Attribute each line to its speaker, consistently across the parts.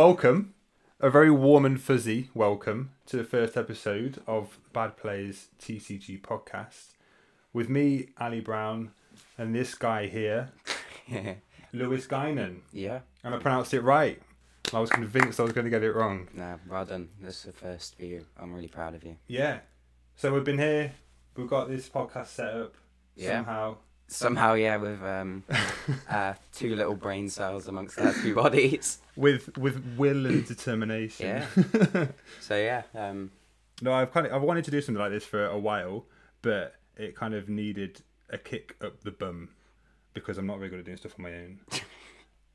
Speaker 1: welcome, a very warm and fuzzy welcome to the first episode of Bad Players TCG podcast with me, Ali Brown, and this guy here, Lewis Guinan.
Speaker 2: yeah.
Speaker 1: And I pronounced it right. I was convinced I was going to get it wrong.
Speaker 2: No, well done. This is the first for you. I'm really proud of you.
Speaker 1: Yeah. So we've been here, we've got this podcast set up
Speaker 2: Yeah.
Speaker 1: somehow.
Speaker 2: Somehow, yeah, with um, uh, two little brain cells amongst our two bodies.
Speaker 1: With with will and determination.
Speaker 2: Yeah. So yeah, um,
Speaker 1: No, I've kind of I've wanted to do something like this for a while, but it kind of needed a kick up the bum because I'm not very good at doing stuff on my own,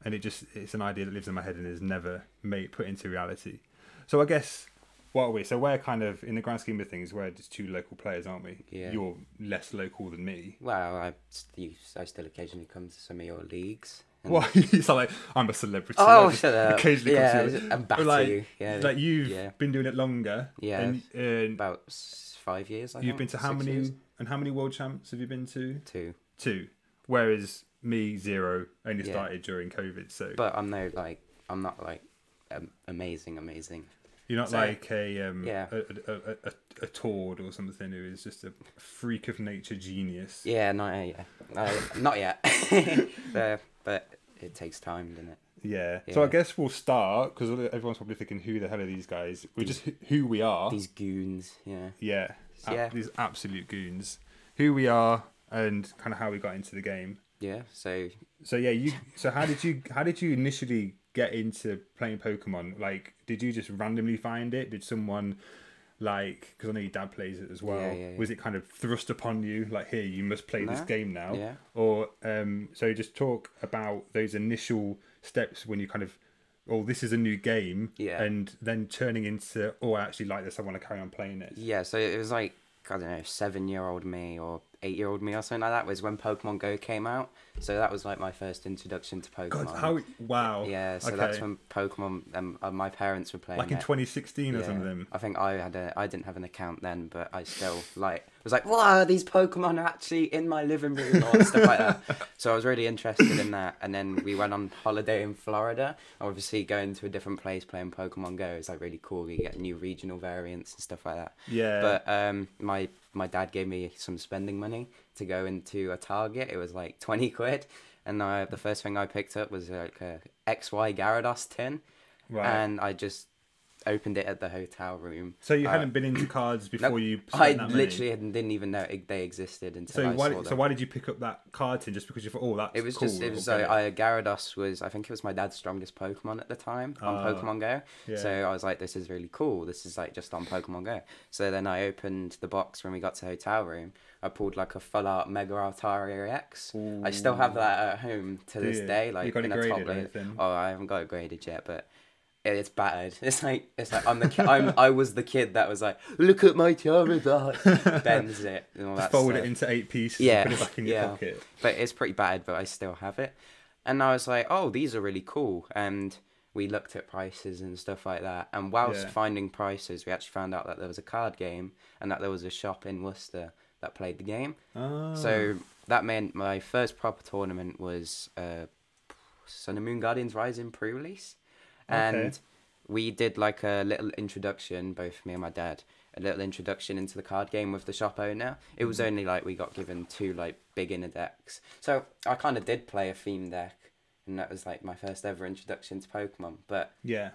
Speaker 1: and it just it's an idea that lives in my head and is never made put into reality. So I guess what are we? So we're kind of in the grand scheme of things, we're just two local players, aren't we?
Speaker 2: Yeah.
Speaker 1: You're less local than me.
Speaker 2: well, I, st- I still occasionally come to some of your leagues. and-
Speaker 1: Why? it's not like I'm a celebrity.
Speaker 2: Mm. Oh,
Speaker 1: I just
Speaker 2: shut up.
Speaker 1: Occasionally, come
Speaker 2: yeah,
Speaker 1: to you.
Speaker 2: and batter
Speaker 1: like,
Speaker 2: you. Yeah,
Speaker 1: Like you've
Speaker 2: yeah.
Speaker 1: been doing it longer.
Speaker 2: Yeah.
Speaker 1: And, and
Speaker 2: about s- five years. I
Speaker 1: You've been
Speaker 2: think,
Speaker 1: to how
Speaker 2: six
Speaker 1: many
Speaker 2: years?
Speaker 1: and how many world champs have you been to?
Speaker 2: Two.
Speaker 1: Two. Whereas me zero only
Speaker 2: Yeah.
Speaker 1: started during COVID, so
Speaker 2: But I'm no like, I'm not like um, amazing, amazing.
Speaker 1: you're not
Speaker 2: so-
Speaker 1: like a um
Speaker 2: Yeah.
Speaker 1: a, a, a, a, a Tord or something who is just a freak of nature genius.
Speaker 2: Yeah, not yet. Uh, not yet. Uh, but it takes time, doesn't it?
Speaker 1: Yeah. So I
Speaker 2: Yeah.
Speaker 1: guess we'll start because everyone's probably thinking, who the hell are these guys? We're just who- who we are.
Speaker 2: These goons, yeah.
Speaker 1: yeah. A-
Speaker 2: Yeah.
Speaker 1: These absolute goons. Who we are and kind of how we got into the game.
Speaker 2: Yeah, so
Speaker 1: So yeah, you. So how did you? How did you initially get into playing Pokemon? Like, did you just randomly find it? Did someone, like, because I know your dad plays it as well.
Speaker 2: Yeah, yeah, yeah.
Speaker 1: Was it kind of thrust upon you? Like, here, you must play this
Speaker 2: No,
Speaker 1: game now.
Speaker 2: yeah.
Speaker 1: Or um, so just talk about those initial steps when you kind of, oh, this is a new game.
Speaker 2: Yeah.
Speaker 1: And then turning into, oh, I actually like this. I want to carry on playing it.
Speaker 2: yeah, so it was like I don't know, seven year old me or eight year old me or something like that was when Pokemon Go came out. So that was like my first introduction to Pokemon.
Speaker 1: God, how? Wow.
Speaker 2: Yeah, so
Speaker 1: okay.
Speaker 2: that's when Pokemon. Um, uh, my parents were playing.
Speaker 1: Like in
Speaker 2: it.
Speaker 1: 2016 or
Speaker 2: Yeah.
Speaker 1: something.
Speaker 2: I think I had a. I didn't have an account then, but I still like was like, wow, these Pokemon are actually in my living room or stuff like that. So I was really interested in that. And then we went on holiday in Florida. Obviously, going to a different place playing Pokemon Go is like really cool. You get new regional variants and stuff like that.
Speaker 1: Yeah.
Speaker 2: But um, my my dad gave me some spending money to go into a Target. It was like twenty quid, and I, the first thing I picked up was like a XY Gyarados tin,
Speaker 1: Right.
Speaker 2: and I just opened it at the hotel room.
Speaker 1: So you
Speaker 2: Uh,
Speaker 1: hadn't been into cards before
Speaker 2: nope.
Speaker 1: you. spent
Speaker 2: I
Speaker 1: that money?
Speaker 2: literally hadn't- didn't even know it, they existed until
Speaker 1: So
Speaker 2: I
Speaker 1: why?
Speaker 2: saw them.
Speaker 1: So why did you pick up that card tin just because you thought, oh, that's
Speaker 2: it was
Speaker 1: cool?
Speaker 2: just it was
Speaker 1: okay.
Speaker 2: uh, I, Gyarados was I think it was my dad's strongest Pokemon at the time on
Speaker 1: Ah,
Speaker 2: Pokemon Go.
Speaker 1: yeah.
Speaker 2: So I was like, this is really cool. This is like just on Pokemon Go. So then I opened the box when we got to the hotel room. I pulled like a full art Mega Altaria X. I still have that at home to
Speaker 1: Do
Speaker 2: this
Speaker 1: you?
Speaker 2: day,
Speaker 1: You
Speaker 2: like
Speaker 1: got it
Speaker 2: in a
Speaker 1: graded
Speaker 2: top
Speaker 1: or
Speaker 2: lid.
Speaker 1: anything?
Speaker 2: Oh, I haven't got it graded yet, but. it- It's battered. It's like it's like I'm the ki- I'm, I was the kid that was like, look at my Charizard, bends it and all that
Speaker 1: fold
Speaker 2: stuff
Speaker 1: it into eight pieces.
Speaker 2: yeah,
Speaker 1: and put it back in your
Speaker 2: yeah.
Speaker 1: pocket.
Speaker 2: But it's pretty bad, but I still have it. And I was like, oh, these are really cool. And we looked at prices and stuff like that. And whilst
Speaker 1: Yeah.
Speaker 2: finding prices, we actually found out that there was a card game and that there was a shop in Worcester that played the game.
Speaker 1: Ah,
Speaker 2: So that meant my first proper tournament was uh, Sun and Moon Guardians Rising pre release. And
Speaker 1: Okay.
Speaker 2: we did like a little introduction, both me and my dad, a little introduction into the card game with the shop owner. It
Speaker 1: Mm-hmm.
Speaker 2: was only like we got given two like beginner decks. So I kind of did play a theme deck. And that was like my first ever introduction to Pokemon, but
Speaker 1: yeah.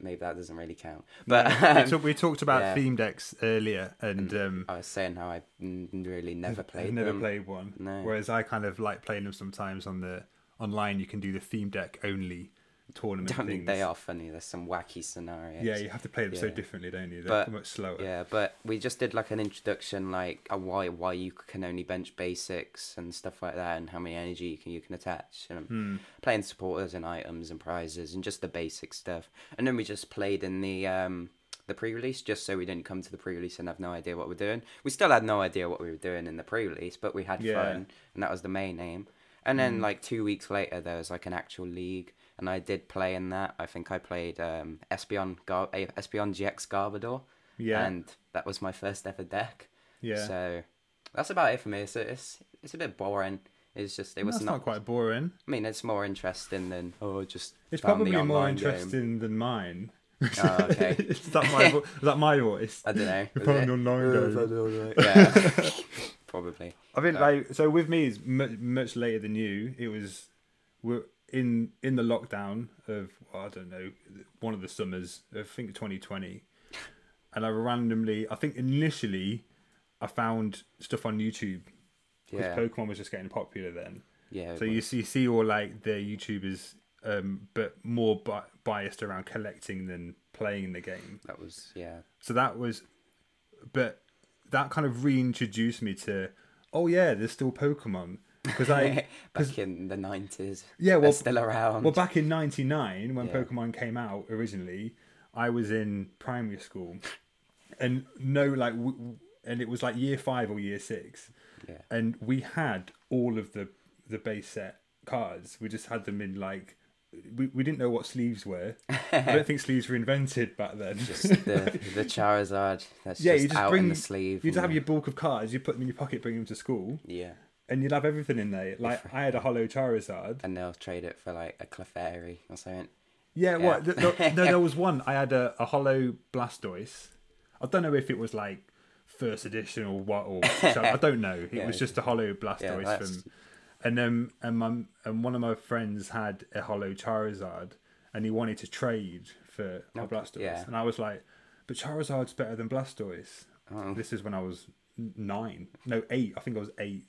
Speaker 2: maybe that doesn't really count. But
Speaker 1: we,
Speaker 2: um,
Speaker 1: talk- we talked about
Speaker 2: yeah.
Speaker 1: theme decks earlier, and um,
Speaker 2: I was saying how I mm, really never
Speaker 1: I've
Speaker 2: played
Speaker 1: never
Speaker 2: them.
Speaker 1: played one.
Speaker 2: No.
Speaker 1: Whereas I kind of like playing them sometimes on the online. You can do the theme deck only tournament
Speaker 2: I mean,
Speaker 1: things.
Speaker 2: they are funny. There's some wacky scenarios.
Speaker 1: Yeah, you have to play them so
Speaker 2: Yeah.
Speaker 1: differently, don't you? They're
Speaker 2: But-
Speaker 1: much slower.
Speaker 2: Yeah, but we just did like an introduction, like a why why you can only bench basics and stuff like that, and how many energy you can you can attach, and playing supporters and items and prizes and just the basic stuff. And then we just played in the um the pre-release just so we didn't come to the pre-release and have no idea what we're doing. We still had no idea what we were doing in the pre-release, but we had
Speaker 1: Yeah.
Speaker 2: fun, and that was the main aim. And then like two weeks later, there was like an actual league. And I did play in that. I think I played um, Espeon, Gar- eh, Espeon GX Garbodor.
Speaker 1: Yeah.
Speaker 2: And that was my first ever deck.
Speaker 1: Yeah.
Speaker 2: So that's about it for me. So it's it's a bit boring. It's just it
Speaker 1: That's
Speaker 2: was
Speaker 1: not,
Speaker 2: not.
Speaker 1: quite boring.
Speaker 2: I mean, it's more interesting than oh, just.
Speaker 1: It's
Speaker 2: found
Speaker 1: probably
Speaker 2: the
Speaker 1: more
Speaker 2: online game."
Speaker 1: interesting than mine.
Speaker 2: Oh,
Speaker 1: Ah,
Speaker 2: okay.
Speaker 1: is that my vo- is that my voice?
Speaker 2: I don't know.
Speaker 1: You
Speaker 2: was
Speaker 1: found
Speaker 2: it?
Speaker 1: the online game.
Speaker 2: yeah, probably.
Speaker 1: I think like so with me it's much, much later than you. It was we're in in the lockdown of I don't know one of the summers I think 2020, and I randomly I think initially I found stuff on YouTube because
Speaker 2: Yeah,
Speaker 1: Pokemon was just getting popular then.
Speaker 2: yeah.
Speaker 1: So you see, you see all like the YouTubers, um, but more bi- biased around collecting than playing the game.
Speaker 2: that was yeah.
Speaker 1: So that was, but that kind of reintroduced me to, oh yeah, there's still Pokemon because I
Speaker 2: Back in the nineties.
Speaker 1: Yeah,
Speaker 2: They're
Speaker 1: well-
Speaker 2: still around.
Speaker 1: well back in '99 when
Speaker 2: Yeah.
Speaker 1: Pokemon came out originally, I was in primary school, and no like, w- w- and it was like year five or year six,
Speaker 2: Yeah.
Speaker 1: and we had all of the the base set cards. We just had them in like. We, we didn't know what sleeves were. I don't think sleeves were invented back then.
Speaker 2: just the the Charizard that's
Speaker 1: yeah,
Speaker 2: just,
Speaker 1: you just
Speaker 2: out
Speaker 1: bring
Speaker 2: in the sleeve.
Speaker 1: You just
Speaker 2: and-
Speaker 1: have your bulk of cards. You put them in your pocket, bring them to school,
Speaker 2: yeah,
Speaker 1: and you'd have everything in there. Like I had a hollow Charizard.
Speaker 2: and they'll trade it for like a Clefairy or something.
Speaker 1: Yeah, what?
Speaker 2: Yeah.
Speaker 1: Th- th- there, there was one. I had a, a hollow Blastoise. I don't know if it was like first edition or what, or so I don't know. It
Speaker 2: Yeah.
Speaker 1: was just a hollow Blastoise
Speaker 2: that's-
Speaker 1: from, and um, and my, and one of my friends had a hollow Charizard, and he wanted to trade for a Blastoise,
Speaker 2: yeah.
Speaker 1: and I was like, but Charizard's better than Blastoise.
Speaker 2: Oh.
Speaker 1: This is when I was n- nine, no eight. I think I was eight.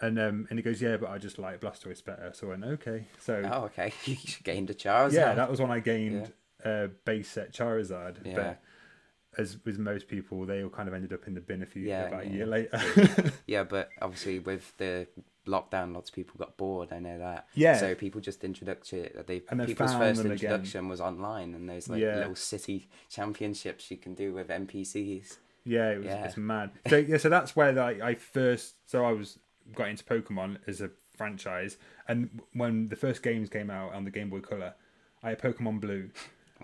Speaker 1: And um, and he goes, yeah, but I just like Blastoise better. So I went, okay. So
Speaker 2: Oh, okay. you gained a Charizard.
Speaker 1: yeah, that was when I gained uh, base set Charizard.
Speaker 2: Yeah.
Speaker 1: But as with most people, they all kind of ended up in the bin a few
Speaker 2: Yeah,
Speaker 1: about
Speaker 2: yeah.
Speaker 1: a year later.
Speaker 2: Yeah, but obviously with the lockdown, lots of people got bored. I know that.
Speaker 1: Yeah.
Speaker 2: So people just introduced it. They
Speaker 1: And they
Speaker 2: people's
Speaker 1: found
Speaker 2: first
Speaker 1: them again.
Speaker 2: introduction was online, and those like
Speaker 1: Yeah.
Speaker 2: little city championships you can do with NPCs.
Speaker 1: yeah, it was
Speaker 2: Yeah.
Speaker 1: it's mad. So yeah, so that's where like, I first so I was got into Pokemon as a franchise, and when the first games came out on the Game Boy Color, I had Pokemon Blue.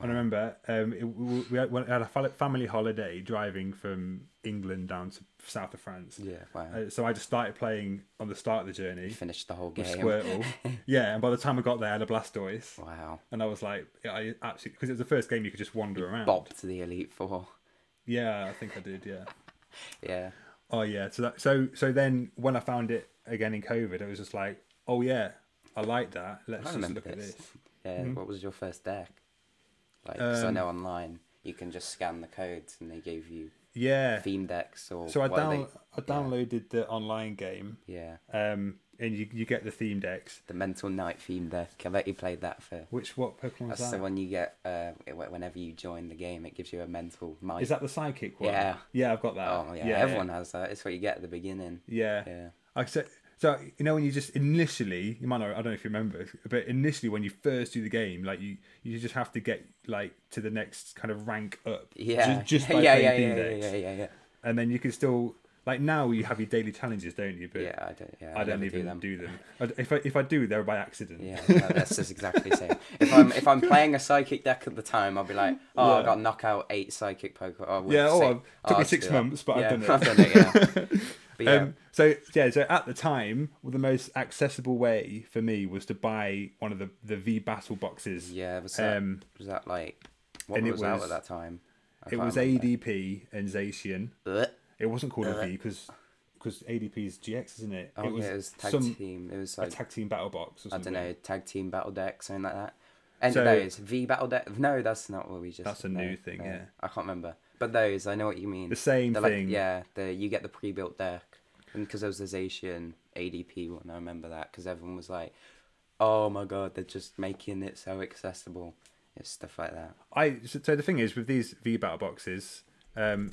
Speaker 1: And I remember um, it, we, we had, we had a fa- family holiday driving from England down to south of France.
Speaker 2: Yeah. Wow.
Speaker 1: Uh, so I just started playing on the start of the journey.
Speaker 2: Finished the whole game.
Speaker 1: with Squirtle. yeah, and by the time I got there, I had a Blastoise,
Speaker 2: Wow.
Speaker 1: and I was like, I absolutely because it was the first game you could just wander around.
Speaker 2: Bopped the Elite Four.
Speaker 1: Yeah, I think I did. Yeah.
Speaker 2: Yeah.
Speaker 1: Oh yeah. So that so so then when I found it again in COVID, it was just like, oh yeah, I like that. Let's
Speaker 2: I
Speaker 1: just
Speaker 2: remember
Speaker 1: look at
Speaker 2: this.
Speaker 1: this. Mm-hmm.
Speaker 2: Yeah, what was your first deck? Like, 'cause I
Speaker 1: Um,
Speaker 2: know online you can just scan the codes and they gave you
Speaker 1: Yeah.
Speaker 2: theme decks or
Speaker 1: So I
Speaker 2: what are
Speaker 1: down I downloaded the online game,
Speaker 2: they, yeah
Speaker 1: um, and you you get the theme decks.
Speaker 2: the Mental Knight theme deck. I bet you played that for.
Speaker 1: Which what Pokemon is
Speaker 2: That's the
Speaker 1: that?
Speaker 2: one you get uh, wh- whenever you join the game. It gives you a mental mind.
Speaker 1: Is that the psychic one?
Speaker 2: Yeah.
Speaker 1: Yeah, I've got that.
Speaker 2: Oh yeah, everyone has that. It's what you get at the beginning.
Speaker 1: Yeah.
Speaker 2: Yeah.
Speaker 1: I said, so you know when you just initially, you might not, I don't know if you remember, but initially when you first do the game, like you, you just have to get like to the next kind of rank up.
Speaker 2: Yeah.
Speaker 1: Just, just by
Speaker 2: yeah,
Speaker 1: playing
Speaker 2: yeah,
Speaker 1: theme
Speaker 2: yeah, yeah,
Speaker 1: decks.
Speaker 2: yeah, yeah, yeah.
Speaker 1: And then you can still like now you have your daily challenges, don't you? But
Speaker 2: Yeah, I don't. Yeah,
Speaker 1: I, don't
Speaker 2: never
Speaker 1: even
Speaker 2: do them.
Speaker 1: I d if I if I do, they're by accident.
Speaker 2: Yeah, that- that's just exactly the same. If I'm if I'm playing a psychic deck at the time, I'll be like, oh, I
Speaker 1: Yeah.
Speaker 2: got knock out eight psychic Pokemon. Oh,
Speaker 1: Yeah, oh, I've- took me
Speaker 2: I'll
Speaker 1: six
Speaker 2: do that.
Speaker 1: months, but I've
Speaker 2: Yeah,
Speaker 1: done it.
Speaker 2: I've done it. Yeah. But yeah,
Speaker 1: Um, so yeah, so at the time, the most accessible way for me was to buy one of the the V battle boxes.
Speaker 2: yeah. Was that
Speaker 1: um,
Speaker 2: was that like what
Speaker 1: and
Speaker 2: was,
Speaker 1: it
Speaker 2: out
Speaker 1: was-
Speaker 2: at that time? I
Speaker 1: It
Speaker 2: can't
Speaker 1: was
Speaker 2: remember.
Speaker 1: ADP and Zacian.
Speaker 2: Blech.
Speaker 1: It wasn't called a V because because ADP is GX, isn't it?
Speaker 2: Uh, Oh, yeah, it was tag team. It was
Speaker 1: a
Speaker 2: like
Speaker 1: tag team battle box or
Speaker 2: I
Speaker 1: something.
Speaker 2: don't know tag team battle deck something like that. Any
Speaker 1: So-
Speaker 2: of those V battle deck? No, that's not what we just.
Speaker 1: That's a
Speaker 2: no,
Speaker 1: new thing,
Speaker 2: no.
Speaker 1: yeah.
Speaker 2: I can't remember, but those I know what you mean.
Speaker 1: The same
Speaker 2: They're
Speaker 1: thing.
Speaker 2: Like, yeah, the you get the pre-built deck, and because there was the Zacian ADP one, I remember that because everyone was like, "Oh my god, they're just making it so accessible." It's stuff like that.
Speaker 1: I so, so the thing is with these V battle boxes, um,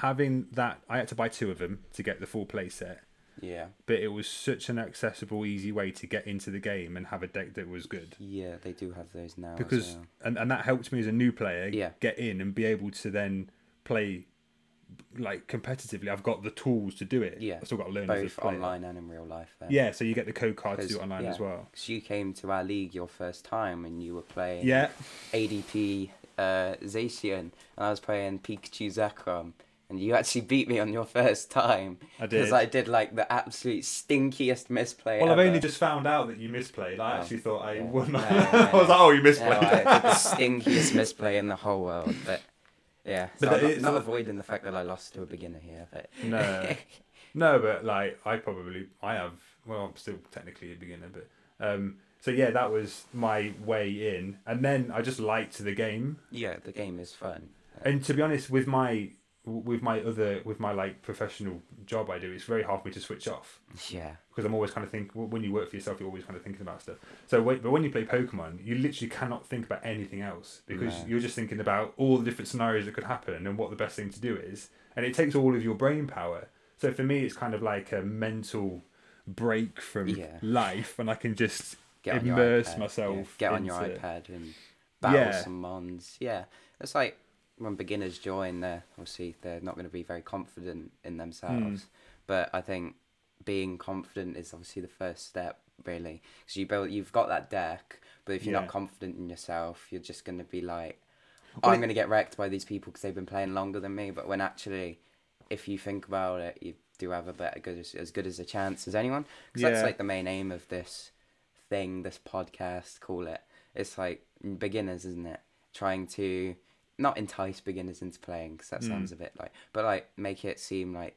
Speaker 1: having that I had to buy two of them to get the full play set,
Speaker 2: Yeah,
Speaker 1: but it was such an accessible, easy way to get into the game and have a deck that was good.
Speaker 2: yeah, they do have those now. as
Speaker 1: Because
Speaker 2: well.
Speaker 1: and, and that helped me as a new player
Speaker 2: Yeah.
Speaker 1: get in and be able to then play like competitively. I've got the tools to do it.
Speaker 2: yeah,
Speaker 1: I've still got to learn as a
Speaker 2: both
Speaker 1: player.
Speaker 2: online and in real life. Then.
Speaker 1: Yeah, so you get the code card to do it
Speaker 2: Because-
Speaker 1: online as well.
Speaker 2: Because you came to our league your first time and you were playing
Speaker 1: Yeah.
Speaker 2: ADP uh, Zacian, and I was playing Pikachu Zekrom, and you actually beat me on your first time.
Speaker 1: I
Speaker 2: Because
Speaker 1: did.
Speaker 2: I did like the absolute stinkiest misplay.
Speaker 1: Well, I've
Speaker 2: ever.
Speaker 1: only just found out that you misplayed. I
Speaker 2: Oh.
Speaker 1: actually thought I
Speaker 2: Yeah.
Speaker 1: won.
Speaker 2: No, no,
Speaker 1: I was
Speaker 2: no.
Speaker 1: like, oh, you
Speaker 2: Yeah, well,
Speaker 1: misplayed.
Speaker 2: I did the stinkiest misplay in the whole world, but yeah.
Speaker 1: But
Speaker 2: So I'm
Speaker 1: that
Speaker 2: not,
Speaker 1: is-
Speaker 2: not avoiding the fact that I lost to a beginner here, but
Speaker 1: No. No, but like I probably I have well I'm still technically a beginner, but um so yeah, that was my way in. And then I just liked the game.
Speaker 2: yeah, the game is fun.
Speaker 1: And to be honest, with my with my other with my like professional job I do, it's very hard for me to switch off
Speaker 2: Yeah.
Speaker 1: because I'm always kind of think when you work for yourself, you're always kind of thinking about stuff. So wait, but when you play Pokemon, you literally cannot think about anything else because
Speaker 2: No.
Speaker 1: you're just thinking about all the different scenarios that could happen and what the best thing to do is, and it takes all of your brain power. So for me, it's kind of like a mental break from
Speaker 2: Yeah.
Speaker 1: life, and I can just
Speaker 2: Get on your
Speaker 1: immerse
Speaker 2: iPad,
Speaker 1: myself.
Speaker 2: yeah. Get on your
Speaker 1: into-
Speaker 2: iPad and battle
Speaker 1: Yeah.
Speaker 2: some mons. Yeah. It's like when beginners join, they're obviously they're not going to be very confident in themselves.
Speaker 1: Hmm.
Speaker 2: But I think being confident is obviously the first step, really, because you build, you've got that deck. But if you're
Speaker 1: Yeah.
Speaker 2: not confident in yourself, you're just going to be like, "Oh,
Speaker 1: Well,
Speaker 2: I'm
Speaker 1: it-
Speaker 2: going to get wrecked by these people because they've been playing longer than me. But when actually, if you think about it, you do have a better good as, as good as a chance as anyone. Because
Speaker 1: Yeah.
Speaker 2: that's like the main aim of this thing, this podcast, call it. It's like beginners, isn't it? Trying to not entice beginners into playing because
Speaker 1: Hmm.
Speaker 2: that sounds a bit like, but like make it seem like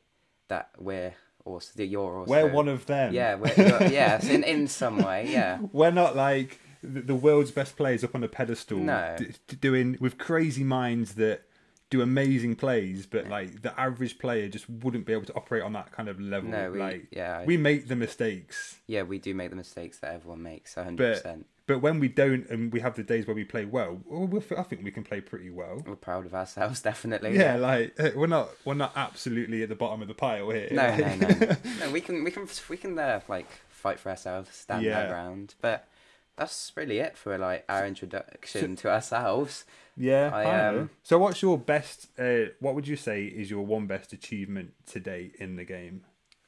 Speaker 2: that we're also that you're also
Speaker 1: We're one of them.
Speaker 2: yeah we're, you're, yes in in some way yeah
Speaker 1: We're not like the, the world's best players up on a pedestal.
Speaker 2: No.
Speaker 1: d- d- doing with crazy minds that do amazing plays, but like the average player just wouldn't be able to operate on that kind of level.
Speaker 2: No, we-
Speaker 1: like
Speaker 2: yeah, I-
Speaker 1: we make the mistakes,
Speaker 2: yeah we do make the mistakes that everyone makes hundred
Speaker 1: but
Speaker 2: percent.
Speaker 1: but when we don't, and we have the days where we play well, well, we I think we can play pretty well.
Speaker 2: We're proud of ourselves definitely
Speaker 1: Yeah, like eh, we're not we're not absolutely at the bottom of the pile here.
Speaker 2: No,
Speaker 1: Like,
Speaker 2: no, no, no. no. We can, we can, we can, uh, like fight for ourselves, stand
Speaker 1: Yeah.
Speaker 2: our ground. But that's really it for like our introduction to ourselves.
Speaker 1: Yeah,
Speaker 2: I,
Speaker 1: I know.
Speaker 2: um,
Speaker 1: So, what's your best? Uh, what would you say is your one best achievement to date in the game?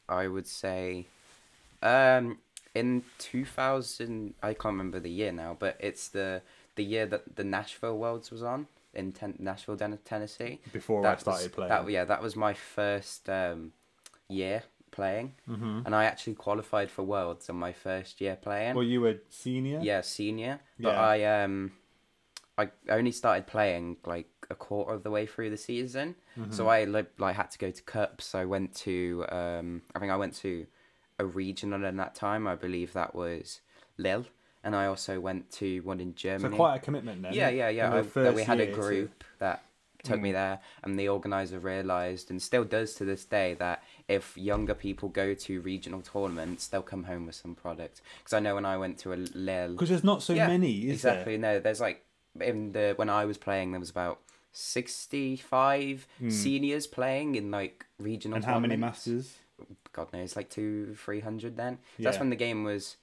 Speaker 2: I would say, um, in two thousand, I can't remember the year now, but it's the the year that the Nashville Worlds was on in ten- Nashville, Den- Tennessee.
Speaker 1: Before I
Speaker 2: That was-
Speaker 1: started playing,
Speaker 2: That, yeah, that was my first um, year playing,
Speaker 1: Mm-hmm.
Speaker 2: and I actually qualified for Worlds on my first year playing.
Speaker 1: Well, you were senior.
Speaker 2: yeah senior but
Speaker 1: Yeah.
Speaker 2: i um i only started playing like a quarter of the way through the season
Speaker 1: Mm-hmm.
Speaker 2: so i li- like had to go to cups so i went to um i think i went to a regional in that time i believe that was lille and i also went to one in
Speaker 1: So
Speaker 2: germany
Speaker 1: quite a commitment then.
Speaker 2: yeah yeah yeah
Speaker 1: In your
Speaker 2: I, that we
Speaker 1: first
Speaker 2: had a
Speaker 1: year Mm. to-
Speaker 2: group that took me there and the organizer realized and still does to this day that if younger people go to regional tournaments they'll come home with some product because i know when i went to a lille
Speaker 1: Because there's not so many, is
Speaker 2: exactly. No, there's like in the when I was playing, there was about sixty-five seniors playing in like regional.
Speaker 1: there? Hmm. And how many
Speaker 2: tournaments.
Speaker 1: masters?
Speaker 2: God knows, like two, three hundred. Then So that's
Speaker 1: Yeah.
Speaker 2: when the game was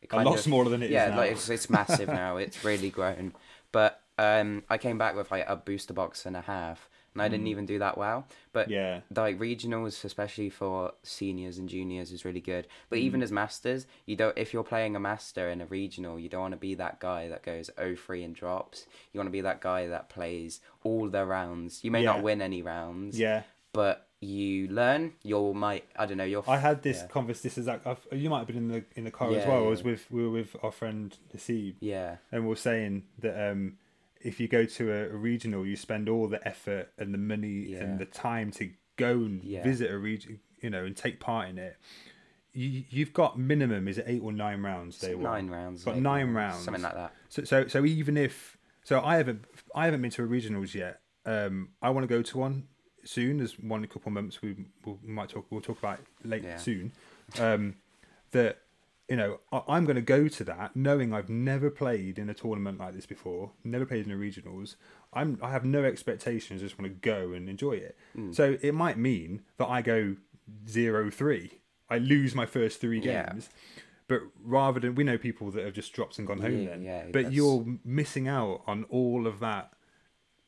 Speaker 2: it
Speaker 1: A lot smaller than it is
Speaker 2: yeah,
Speaker 1: now.
Speaker 2: like it's, it's massive now. It's really grown. But um, I came back with like a booster box and a half, and I didn't
Speaker 1: Hmm.
Speaker 2: even do that well. But
Speaker 1: Yeah.
Speaker 2: like regionals, especially for seniors and juniors, is really good. But
Speaker 1: Mm.
Speaker 2: even as masters, you don't. If you're playing a master in a regional, you don't want to be that guy that goes 0-3 and drops. You want to be that guy that plays all the rounds. You may
Speaker 1: Yeah.
Speaker 2: not win any rounds,
Speaker 1: Yeah.
Speaker 2: but you learn. You're might. I don't know. You're.
Speaker 1: I had this
Speaker 2: Yeah.
Speaker 1: converse. This is like I've, you might have been in the in the car as
Speaker 2: Yeah,
Speaker 1: well. I
Speaker 2: yeah.
Speaker 1: was with we were with our friend Nasib,
Speaker 2: yeah.
Speaker 1: and we were saying that um, if you go to a, a regional, you spend all the effort and the money
Speaker 2: Yeah.
Speaker 1: and the time to go and
Speaker 2: Yeah.
Speaker 1: visit a region, you know, and take part in it. You, you've got minimum is it eight or nine rounds day one?
Speaker 2: Nine rounds.
Speaker 1: Got
Speaker 2: like,
Speaker 1: nine rounds.
Speaker 2: Something like that.
Speaker 1: So, so, so even if so, I haven't, I haven't been to a regionals yet. Um, I want to go to one soon. There's one in a couple of months. We we'll, we might talk. We'll talk about it late
Speaker 2: Yeah.
Speaker 1: soon. Um, that you know, I, I'm going to go to that knowing I've never played in a tournament like this before. Never played in a regionals. I'm, I have no expectations. I just want to go and enjoy it.
Speaker 2: Hmm.
Speaker 1: So it might mean that I go zero three. I lose my first three
Speaker 2: Yeah.
Speaker 1: games. But rather than we know people that have just dropped and gone home
Speaker 2: Yeah,
Speaker 1: then,
Speaker 2: yeah,
Speaker 1: but
Speaker 2: that's-
Speaker 1: you're missing out on all of that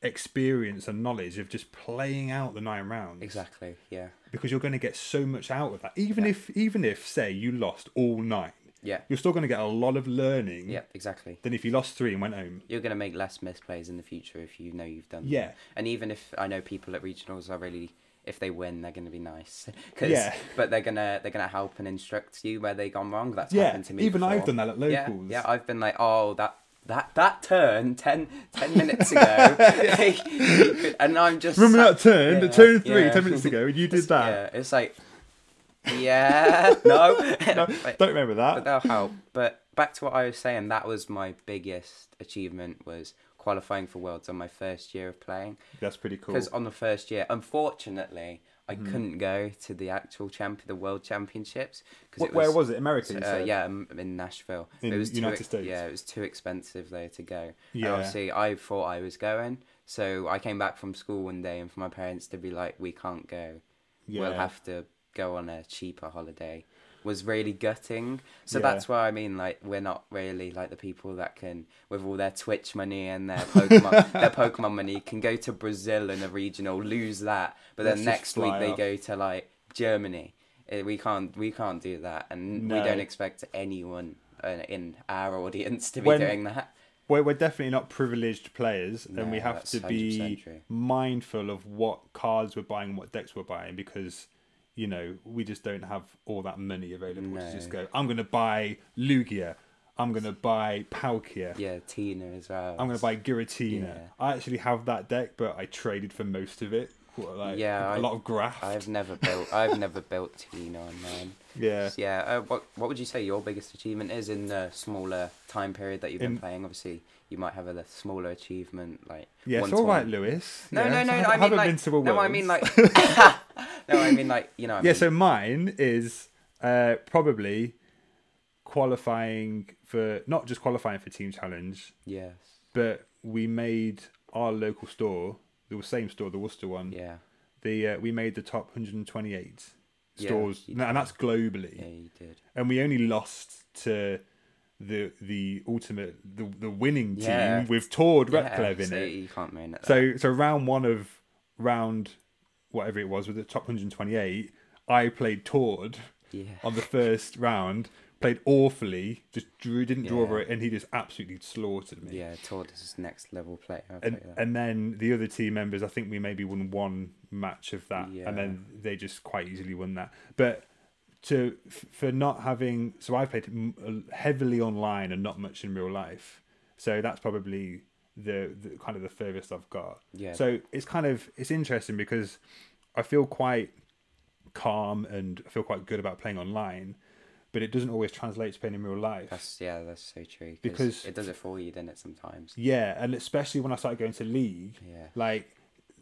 Speaker 1: experience and knowledge of just playing out the nine rounds
Speaker 2: Exactly. Yeah.
Speaker 1: because you're going to get so much out of that. Even if even if say you lost all nine,
Speaker 2: Yeah.
Speaker 1: you're still going to get a lot of learning
Speaker 2: Yeah, exactly.
Speaker 1: than if you lost three and went home.
Speaker 2: You're going to make less misplays in the future if you know you've done. them.
Speaker 1: Yeah.
Speaker 2: And even if I know people at regionals are really, if they win, they're going to be nice. 'Cause-
Speaker 1: Yeah.
Speaker 2: But they're gonna they're gonna help and instruct you where they gone wrong. That's
Speaker 1: Yeah,
Speaker 2: happened to me.
Speaker 1: even I've
Speaker 2: before.
Speaker 1: done that at
Speaker 2: Yeah,
Speaker 1: locals.
Speaker 2: Yeah, I've been like, oh that. That, that turn 10, 10 minutes ago, and I'm just
Speaker 1: Remember that turn,
Speaker 2: Yeah,
Speaker 1: the turn three,
Speaker 2: yeah.
Speaker 1: ten minutes ago, and you did
Speaker 2: It's-
Speaker 1: that.
Speaker 2: Yeah, it's like, yeah, no, But-
Speaker 1: Don't remember that.
Speaker 2: but that'll help. But back to what I was saying, that was my biggest achievement was qualifying for Worlds on my first year of playing.
Speaker 1: That's pretty cool. Hmm.
Speaker 2: Because on the first year, unfortunately, I couldn't go to the actual champ, the World Championships. Because
Speaker 1: Wh- Where was it? America. you
Speaker 2: uh,
Speaker 1: said?
Speaker 2: yeah, um, in Nashville.
Speaker 1: In
Speaker 2: it was too
Speaker 1: United
Speaker 2: ex-
Speaker 1: States.
Speaker 2: Yeah, it was too expensive though to go. Yeah.
Speaker 1: Yeah.
Speaker 2: obviously, I thought I was going, so I came back from school one day, and for my parents to be like, "We can't go. We'll
Speaker 1: Yeah.
Speaker 2: have to go on a cheaper holiday." Was really gutting. So
Speaker 1: Yeah.
Speaker 2: that's why I mean, like, we're not really like the people that can, with all their Twitch money and their Pokemon, their Pokemon money, can go to Brazil in a regional, lose that, but
Speaker 1: Let's
Speaker 2: then
Speaker 1: just
Speaker 2: next week
Speaker 1: fly
Speaker 2: they
Speaker 1: off.
Speaker 2: go to like Germany. Eh, We can't we can't do that, and we
Speaker 1: No.
Speaker 2: don't expect anyone uh, in our audience to be
Speaker 1: When-
Speaker 2: doing that.
Speaker 1: We're, we're definitely not privileged players, and we
Speaker 2: No,
Speaker 1: have
Speaker 2: that's
Speaker 1: to be
Speaker 2: 100% true.
Speaker 1: mindful of what cards we're buying, what decks we're buying, because you know we just don't have all that money available to just go. I'm going to buy Lugia. I'm going to buy Palkia.
Speaker 2: Yeah, Tina as well.
Speaker 1: I'm going to buy Giratina.
Speaker 2: Yeah.
Speaker 1: I actually have that deck, but I traded for most of it. What, like,
Speaker 2: Yeah,
Speaker 1: a
Speaker 2: I-
Speaker 1: lot of graft.
Speaker 2: I've never built. I've never built Tina online.
Speaker 1: Yeah.
Speaker 2: Yeah. Uh, what What would you say your biggest achievement is in the smaller time period that you've been
Speaker 1: In-
Speaker 2: playing? Obviously, you might have a l- smaller achievement like.
Speaker 1: Yeah, it's
Speaker 2: one
Speaker 1: all right,
Speaker 2: tournament-
Speaker 1: Lewis.
Speaker 2: No,
Speaker 1: Yeah,
Speaker 2: no,
Speaker 1: so
Speaker 2: no,
Speaker 1: I haven't-
Speaker 2: no. I mean,
Speaker 1: haven't
Speaker 2: like,
Speaker 1: been to a
Speaker 2: no, I
Speaker 1: Worlds.
Speaker 2: mean like. no, I mean like you know. What I
Speaker 1: Yeah,
Speaker 2: mean.
Speaker 1: so mine is uh, probably qualifying for not just qualifying for Team Challenge,
Speaker 2: Yes.
Speaker 1: but we made our local store, the same store, the Worcester one.
Speaker 2: Yeah.
Speaker 1: The uh, we made the top 128
Speaker 2: Yeah,
Speaker 1: stores,
Speaker 2: you
Speaker 1: no, and that's globally,
Speaker 2: Yeah, you did.
Speaker 1: and we only lost to the the ultimate the, the winning team
Speaker 2: Yeah.
Speaker 1: with Tord
Speaker 2: Yeah,
Speaker 1: Replev in
Speaker 2: so
Speaker 1: it.
Speaker 2: You can't moan at that.
Speaker 1: So so round one of round whatever it was with the top 128, I played Tord
Speaker 2: Yeah.
Speaker 1: on the first round, played awfully, just drew didn't draw
Speaker 2: Yeah.
Speaker 1: over it, and he just absolutely slaughtered me.
Speaker 2: Yeah, Todd is next level player. I'll tell
Speaker 1: And
Speaker 2: you that.
Speaker 1: and then the other team members, I think we maybe won one match of that,
Speaker 2: Yeah.
Speaker 1: and then they just quite easily won that. But to f- for not having, so I played m- uh, heavily online and not much in real life. So that's probably the, the kind of the furthest I've got.
Speaker 2: Yeah.
Speaker 1: So it's kind of it's interesting because I feel quite calm and I feel quite good about playing online, but it doesn't always translate to playing in real life.
Speaker 2: That's yeah, that's so true.
Speaker 1: Because-
Speaker 2: Because it does it for you, doesn't it? Sometimes.
Speaker 1: Yeah, and especially when I started going to league,
Speaker 2: Yeah.
Speaker 1: like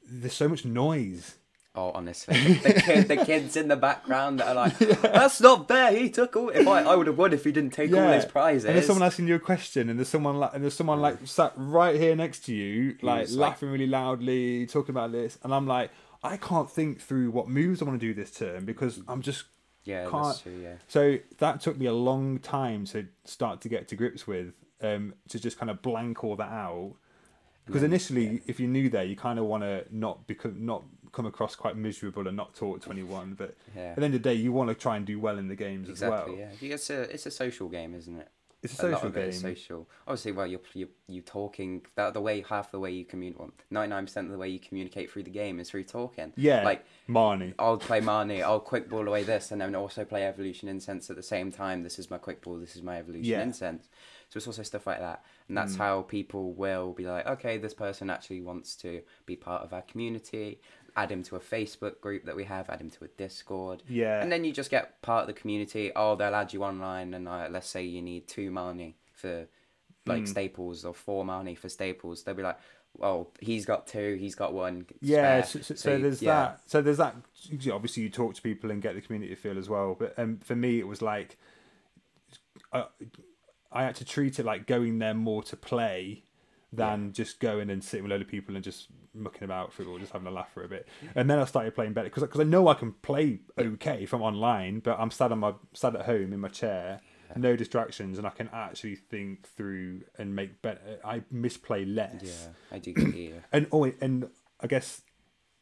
Speaker 1: there's so much noise.
Speaker 2: Oh, honestly, the, kid, the kids in the background that are like, "That's not fair. He took all. If I, I would have won if he didn't take all his prizes."
Speaker 1: And there's someone asking you a question, and there's someone like, and there's someone like sat right here next to you, like
Speaker 2: Who's like-
Speaker 1: laughing really loudly, talking about this, and I'm like, I can't think through what moves I want to do this turn because
Speaker 2: Mm.
Speaker 1: I'm just
Speaker 2: yeah,
Speaker 1: can't.
Speaker 2: that's true. Yeah,
Speaker 1: So that took me a long time to start to get to grips with, um, to just kind of blank all that out. Because initially, if you're new there, you kind of want to not become not come across quite miserable and not talk to anyone. But
Speaker 2: Yeah.
Speaker 1: at the end of the day, you want to try and do well in the games as
Speaker 2: exactly.
Speaker 1: well.
Speaker 2: Yeah, it's a it's a social game, isn't it?
Speaker 1: It's a
Speaker 2: lot
Speaker 1: social
Speaker 2: of it is
Speaker 1: game.
Speaker 2: social. Obviously, well, you're you you talking that the way half the way you communicate, ninety nine percent of the way you communicate through the game is through talking.
Speaker 1: Yeah,
Speaker 2: like
Speaker 1: Marnie.
Speaker 2: I'll play Marnie, I'll quick ball away this, and then also play Evolution Incense at the same time. This is my quick ball, this is my Evolution
Speaker 1: Yeah. Mm.
Speaker 2: Incense. So it's also stuff like that. And that's how people will be like, okay, this person actually wants to be part of our community. Add him to a Facebook group that we have, add him to a Discord.
Speaker 1: Yeah.
Speaker 2: And then you just get part of the community. Oh, they'll add you online, and uh, let's say you need two Marnie for
Speaker 1: Mm.
Speaker 2: like staples or four Marnie for staples. They'll be like, well, he's got two, he's got one.
Speaker 1: Yeah, so,
Speaker 2: spare.
Speaker 1: so, so,
Speaker 2: you-
Speaker 1: there's
Speaker 2: yeah.
Speaker 1: that. So there's that. you know, Obviously, you talk to people and get the community feel as well. But um, for me, it was like I, I had to treat it like going there more to play than just going and sitting with a load of people and just mucking about for it or just having a laugh for a bit. And then I started playing better because I know I can play okay from online, but I'm sat on my sat at home in my chair. No distractions, and I can actually think through and make better. I misplay less,
Speaker 2: Yeah, I do get you.
Speaker 1: and oh, and I guess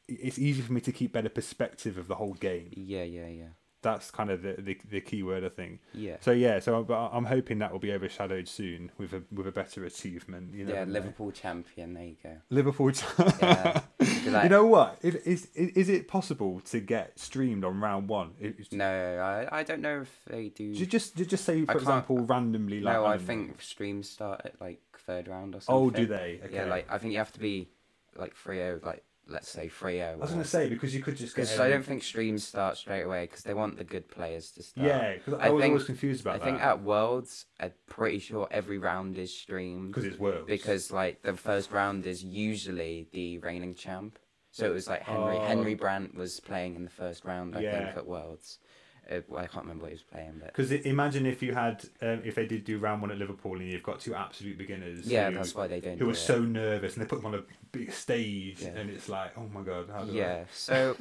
Speaker 1: it's easy for me to keep better perspective of the whole game
Speaker 2: Yeah, yeah, yeah.
Speaker 1: that's kind of the, the, the key word I think.
Speaker 2: Yeah.
Speaker 1: So yeah, so I'm, but I'm hoping that will be overshadowed soon with a with a better achievement. You know,
Speaker 2: yeah,
Speaker 1: than
Speaker 2: Liverpool champion. There you go.
Speaker 1: Liverpool.
Speaker 2: Yeah. Be like,
Speaker 1: you know what? It, is is it possible to get streamed on round one? It, it's-
Speaker 2: No, I, I don't know if they do.
Speaker 1: ju- just ju- just say for
Speaker 2: Mm. can't-
Speaker 1: example randomly like
Speaker 2: no, I
Speaker 1: don't know.
Speaker 2: think streams start at like third round or something.
Speaker 1: Oh, do they?
Speaker 2: Yeah,
Speaker 1: Okay.
Speaker 2: like I think you have to be like 3-0, like let's say 3-0.
Speaker 1: I was gonna say because you could just get.
Speaker 2: Because I don't think streams start straight away because they want the good players to start.
Speaker 1: Yeah, 'cause I, was always confused
Speaker 2: I
Speaker 1: about
Speaker 2: think
Speaker 1: that
Speaker 2: at Worlds, I'm pretty sure every round is streamed
Speaker 1: because it's worlds.
Speaker 2: because like the first round is usually the reigning champ. So it was like Henry
Speaker 1: Oh.
Speaker 2: Henry Brandt was playing in the first round, I
Speaker 1: Yeah.
Speaker 2: think, at Worlds. Uh, well, I can't remember what he was playing, but
Speaker 1: Because imagine if you had, um, if they did do round one at Liverpool and you've got two absolute beginners.
Speaker 2: yeah,
Speaker 1: who,
Speaker 2: that's why they don't.
Speaker 1: Who
Speaker 2: do
Speaker 1: are
Speaker 2: it.
Speaker 1: so nervous and they put them on a big stage
Speaker 2: Yeah.
Speaker 1: and it's like, oh my god, how do I?
Speaker 2: Yeah. So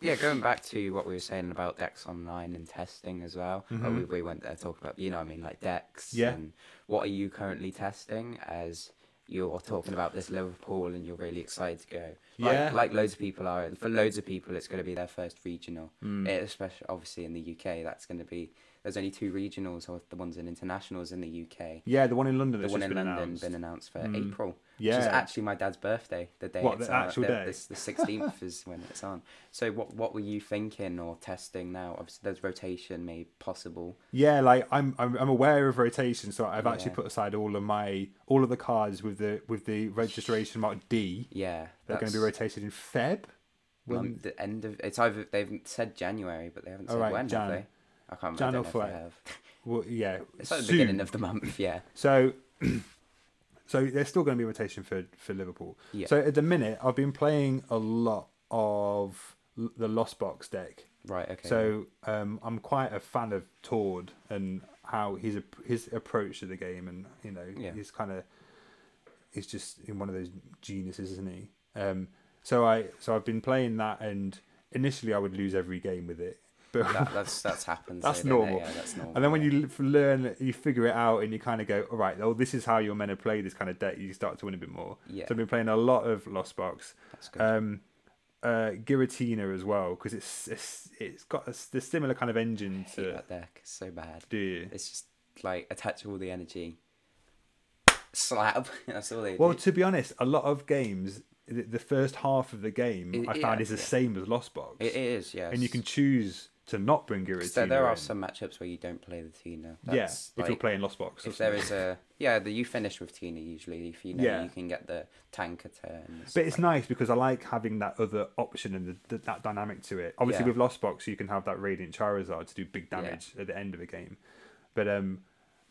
Speaker 2: yeah, going back to what we were saying about Dex Online and testing as well. uh,
Speaker 1: Mhm.
Speaker 2: We, we went there talking about you know what I mean like Dex.
Speaker 1: Yeah.
Speaker 2: And what are you currently testing as you're talking about this Liverpool and you're really excited to go. Like,
Speaker 1: Yeah.
Speaker 2: Like loads of people are. For loads of people, it's going to be their first regional.
Speaker 1: Mm.
Speaker 2: Eh, Especially obviously in the UK, that's going to be. There's only two regionals, or the ones in internationals in the UK.
Speaker 1: Yeah, the one in London.
Speaker 2: The
Speaker 1: That's
Speaker 2: one
Speaker 1: just
Speaker 2: in
Speaker 1: been
Speaker 2: London
Speaker 1: announced.
Speaker 2: been announced for
Speaker 1: Mm.
Speaker 2: April
Speaker 1: yeah.
Speaker 2: which is actually my dad's birthday. The day
Speaker 1: What,
Speaker 2: it's
Speaker 1: the
Speaker 2: on,
Speaker 1: actual
Speaker 2: the,
Speaker 1: day?
Speaker 2: this- The sixteenth is when it's on. So what what were you thinking or testing now? Obviously, there's rotation made possible.
Speaker 1: Yeah, like I'm, I'm I'm aware of rotation, so I've actually
Speaker 2: Yeah.
Speaker 1: put aside all of my all of the cards with the with the registration mark D.
Speaker 2: Yeah,
Speaker 1: They're going to be
Speaker 2: that's
Speaker 1: rotated in Feb.
Speaker 2: mon-
Speaker 1: When
Speaker 2: the end of it's either they've said January, but they haven't
Speaker 1: All
Speaker 2: said
Speaker 1: right,
Speaker 2: when
Speaker 1: Jan.
Speaker 2: have they? I can't remember.
Speaker 1: Jan
Speaker 2: I don't
Speaker 1: or
Speaker 2: know if they
Speaker 1: Feb.
Speaker 2: have.
Speaker 1: well, yeah,
Speaker 2: It's like the
Speaker 1: soon.
Speaker 2: beginning of the month. Yeah,
Speaker 1: So, so there's still going to be rotation for for Liverpool.
Speaker 2: Yeah.
Speaker 1: So at the minute, I've been playing a lot of l- the Lost Box deck.
Speaker 2: right. Okay.
Speaker 1: So um, I'm quite a fan of Tord and how his ap- his approach to the game, and you know,
Speaker 2: Yeah.
Speaker 1: he's kind of he's just in one of those geniuses, isn't he? Um, so I so I've been playing that, and initially I would lose every game with it, but
Speaker 2: that, that's that's happened.
Speaker 1: That's
Speaker 2: so, don't it?
Speaker 1: normal.
Speaker 2: Yeah, that's normal.
Speaker 1: and then when
Speaker 2: yeah.
Speaker 1: you l- f- learn, you figure it out, and you kind of go, all right, well, this is how you're meant to play this kind of deck. You start to win a bit more.
Speaker 2: Yeah.
Speaker 1: So I've been playing a lot of Lost Box,
Speaker 2: that's good.
Speaker 1: um, uh, Giratina as well, because it's, it's it's got a, s- the similar kind of engine
Speaker 2: I hate
Speaker 1: to
Speaker 2: that deck it's so bad.
Speaker 1: do. You?
Speaker 2: It's just like attach all the energy. Slap. That's all they do.
Speaker 1: Well, to be honest, a lot of games, the, the first half of the game,
Speaker 2: It-
Speaker 1: I found
Speaker 2: yeah,
Speaker 1: is the
Speaker 2: yeah.
Speaker 1: same as Lost Box,
Speaker 2: It is, yes.
Speaker 1: and you can choose to not bring Giratina.
Speaker 2: So there are
Speaker 1: in.
Speaker 2: some matchups where you don't play the Tina.
Speaker 1: yeah,
Speaker 2: That's,
Speaker 1: if you're
Speaker 2: like,
Speaker 1: playing Lost Box, or
Speaker 2: if there
Speaker 1: something.
Speaker 2: is a yeah, the, you finish with Tina usually. If you know
Speaker 1: Yeah.
Speaker 2: you can get the tanker turn.
Speaker 1: But it's nice because I like having that other option and the, th that dynamic to it. Obviously,
Speaker 2: Yeah.
Speaker 1: with Lost Box, you can have that Radiant Charizard to do big damage at the end of a game. But um,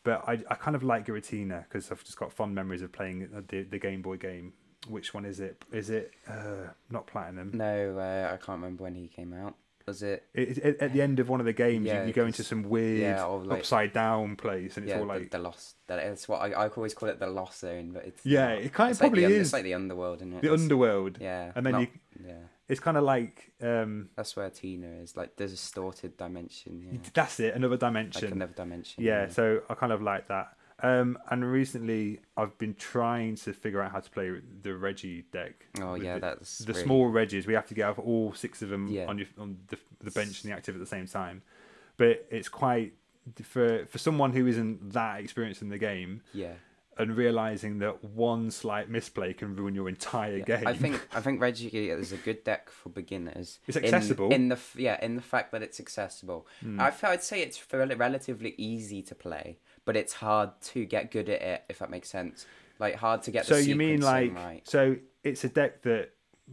Speaker 1: but I, I kind of like Giratina because I've just got fond memories of playing uh, the, the Game Boy game. Which one is it? Is it uh, not Platinum?
Speaker 2: No, uh, I can't remember when he came out. Was it?
Speaker 1: It, it- at the end of one of the games,
Speaker 2: Yeah,
Speaker 1: you, you go into
Speaker 2: 'cause-
Speaker 1: some weird
Speaker 2: yeah, or like-
Speaker 1: upside down place, and it's
Speaker 2: yeah,
Speaker 1: all like
Speaker 2: the, the lost. That it's what I, I always call it the lost zone, but it's
Speaker 1: Yeah,
Speaker 2: not.
Speaker 1: it kind of
Speaker 2: It's like the
Speaker 1: probably
Speaker 2: un-
Speaker 1: is.
Speaker 2: It's like the underworld, isn't it?
Speaker 1: the
Speaker 2: It's-
Speaker 1: underworld.
Speaker 2: Yeah,
Speaker 1: and then
Speaker 2: not-
Speaker 1: you-
Speaker 2: yeah,
Speaker 1: It's kind of like um,
Speaker 2: that's where Tina is. Like the distorted dimension. Yeah,
Speaker 1: that's it, another
Speaker 2: like
Speaker 1: dimension.
Speaker 2: another dimension.
Speaker 1: yeah so i kind of like that um and recently i've been trying to figure out how to play the reggie deck
Speaker 2: Oh
Speaker 1: with
Speaker 2: yeah,
Speaker 1: the,
Speaker 2: that's
Speaker 1: the
Speaker 2: really-
Speaker 1: small reggies we have to get all six of them
Speaker 2: Yeah.
Speaker 1: on your, on the, the bench and the active at the same time but it's quite for for someone who isn't that experienced in the game
Speaker 2: Yeah.
Speaker 1: and realizing that one slight misplay can ruin your entire
Speaker 2: Yeah,
Speaker 1: game
Speaker 2: I think I think Reggie is a good deck for beginners.
Speaker 1: It's
Speaker 2: in-
Speaker 1: accessible. Hmm.
Speaker 2: in, the f- yeah in the fact that it's accessible. I feel I'd say it's rel- relatively easy to play, but it's hard to get good at it if that makes sense. Like hard to get.
Speaker 1: so
Speaker 2: the
Speaker 1: you mean
Speaker 2: sequencing
Speaker 1: like
Speaker 2: right.
Speaker 1: so it's a deck that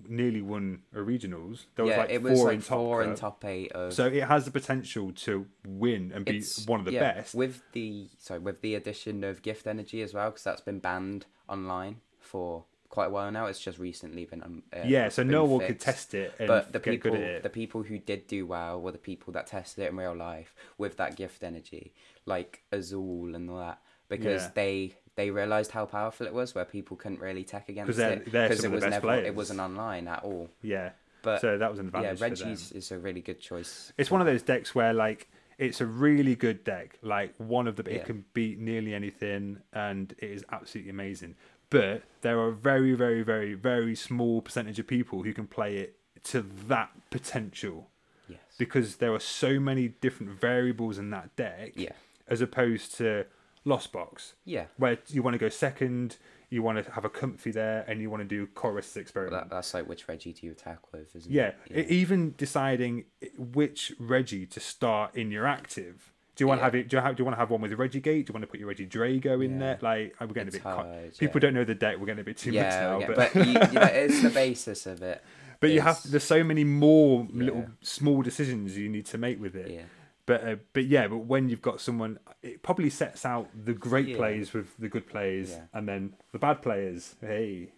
Speaker 1: nearly won a regionals there was
Speaker 2: yeah,
Speaker 1: like
Speaker 2: it
Speaker 1: four
Speaker 2: was
Speaker 1: in
Speaker 2: like
Speaker 1: top
Speaker 2: four
Speaker 1: Cup.
Speaker 2: and top eight of.
Speaker 1: So it has the potential to win and be
Speaker 2: it's-
Speaker 1: one of the
Speaker 2: yeah,
Speaker 1: best.
Speaker 2: with the sorry with the addition of gift energy as well because that's been banned online for quite a while now. It's just recently been um, uh,
Speaker 1: yeah, so
Speaker 2: been
Speaker 1: no one could
Speaker 2: fixed.
Speaker 1: test it and
Speaker 2: but the
Speaker 1: get
Speaker 2: people
Speaker 1: good at it.
Speaker 2: the people who did do well were the people that tested it in real life with that gift energy like azul and all that because
Speaker 1: Yeah.
Speaker 2: they they realized how powerful it was where people couldn't really tech against
Speaker 1: they're-
Speaker 2: it
Speaker 1: they're
Speaker 2: because
Speaker 1: some
Speaker 2: it
Speaker 1: of the
Speaker 2: was
Speaker 1: best
Speaker 2: never
Speaker 1: players.
Speaker 2: it wasn't online at all
Speaker 1: yeah,
Speaker 2: but-
Speaker 1: so that was an
Speaker 2: yeah
Speaker 1: advantage for them.
Speaker 2: reggie's is a really good choice
Speaker 1: It's one of those decks where like it's a really good deck. Like one of the
Speaker 2: Yeah.
Speaker 1: it can beat nearly anything, and it is absolutely amazing. But there are very, very, very, very small percentage of people who can play it to that potential.
Speaker 2: Yes.
Speaker 1: because there are so many different variables in that deck
Speaker 2: Yeah.
Speaker 1: as opposed to Lost Box,
Speaker 2: Yeah.
Speaker 1: where you want to go second, you want to have a comfy there, and you want to do Chorus Experiment.
Speaker 2: That, that's like which Reggie do you attack with, isn't
Speaker 1: Mm. Yeah,
Speaker 2: it?
Speaker 1: e- even deciding which Reggie to start in your active. Do you want to
Speaker 2: Yeah.
Speaker 1: have it? Do you, have, do you want to have one with Reggie Gate? Do you want to put your Reggie Drago in
Speaker 2: Yeah.
Speaker 1: there? Like, we're getting
Speaker 2: It's
Speaker 1: a bit. con-
Speaker 2: hard,
Speaker 1: People
Speaker 2: yeah.
Speaker 1: don't know the deck. We're getting a bit too much
Speaker 2: Yeah,
Speaker 1: now,
Speaker 2: okay,
Speaker 1: but
Speaker 2: but, you, you know, it's the basis of it.
Speaker 1: but you have
Speaker 2: It's-
Speaker 1: there's so many more little
Speaker 2: Yeah.
Speaker 1: small decisions you need to make with it.
Speaker 2: Yeah.
Speaker 1: But uh, but yeah, but when you've got someone, it probably sets out the great
Speaker 2: Yeah.
Speaker 1: plays with the good plays,
Speaker 2: Yeah.
Speaker 1: and then the bad players. Hey,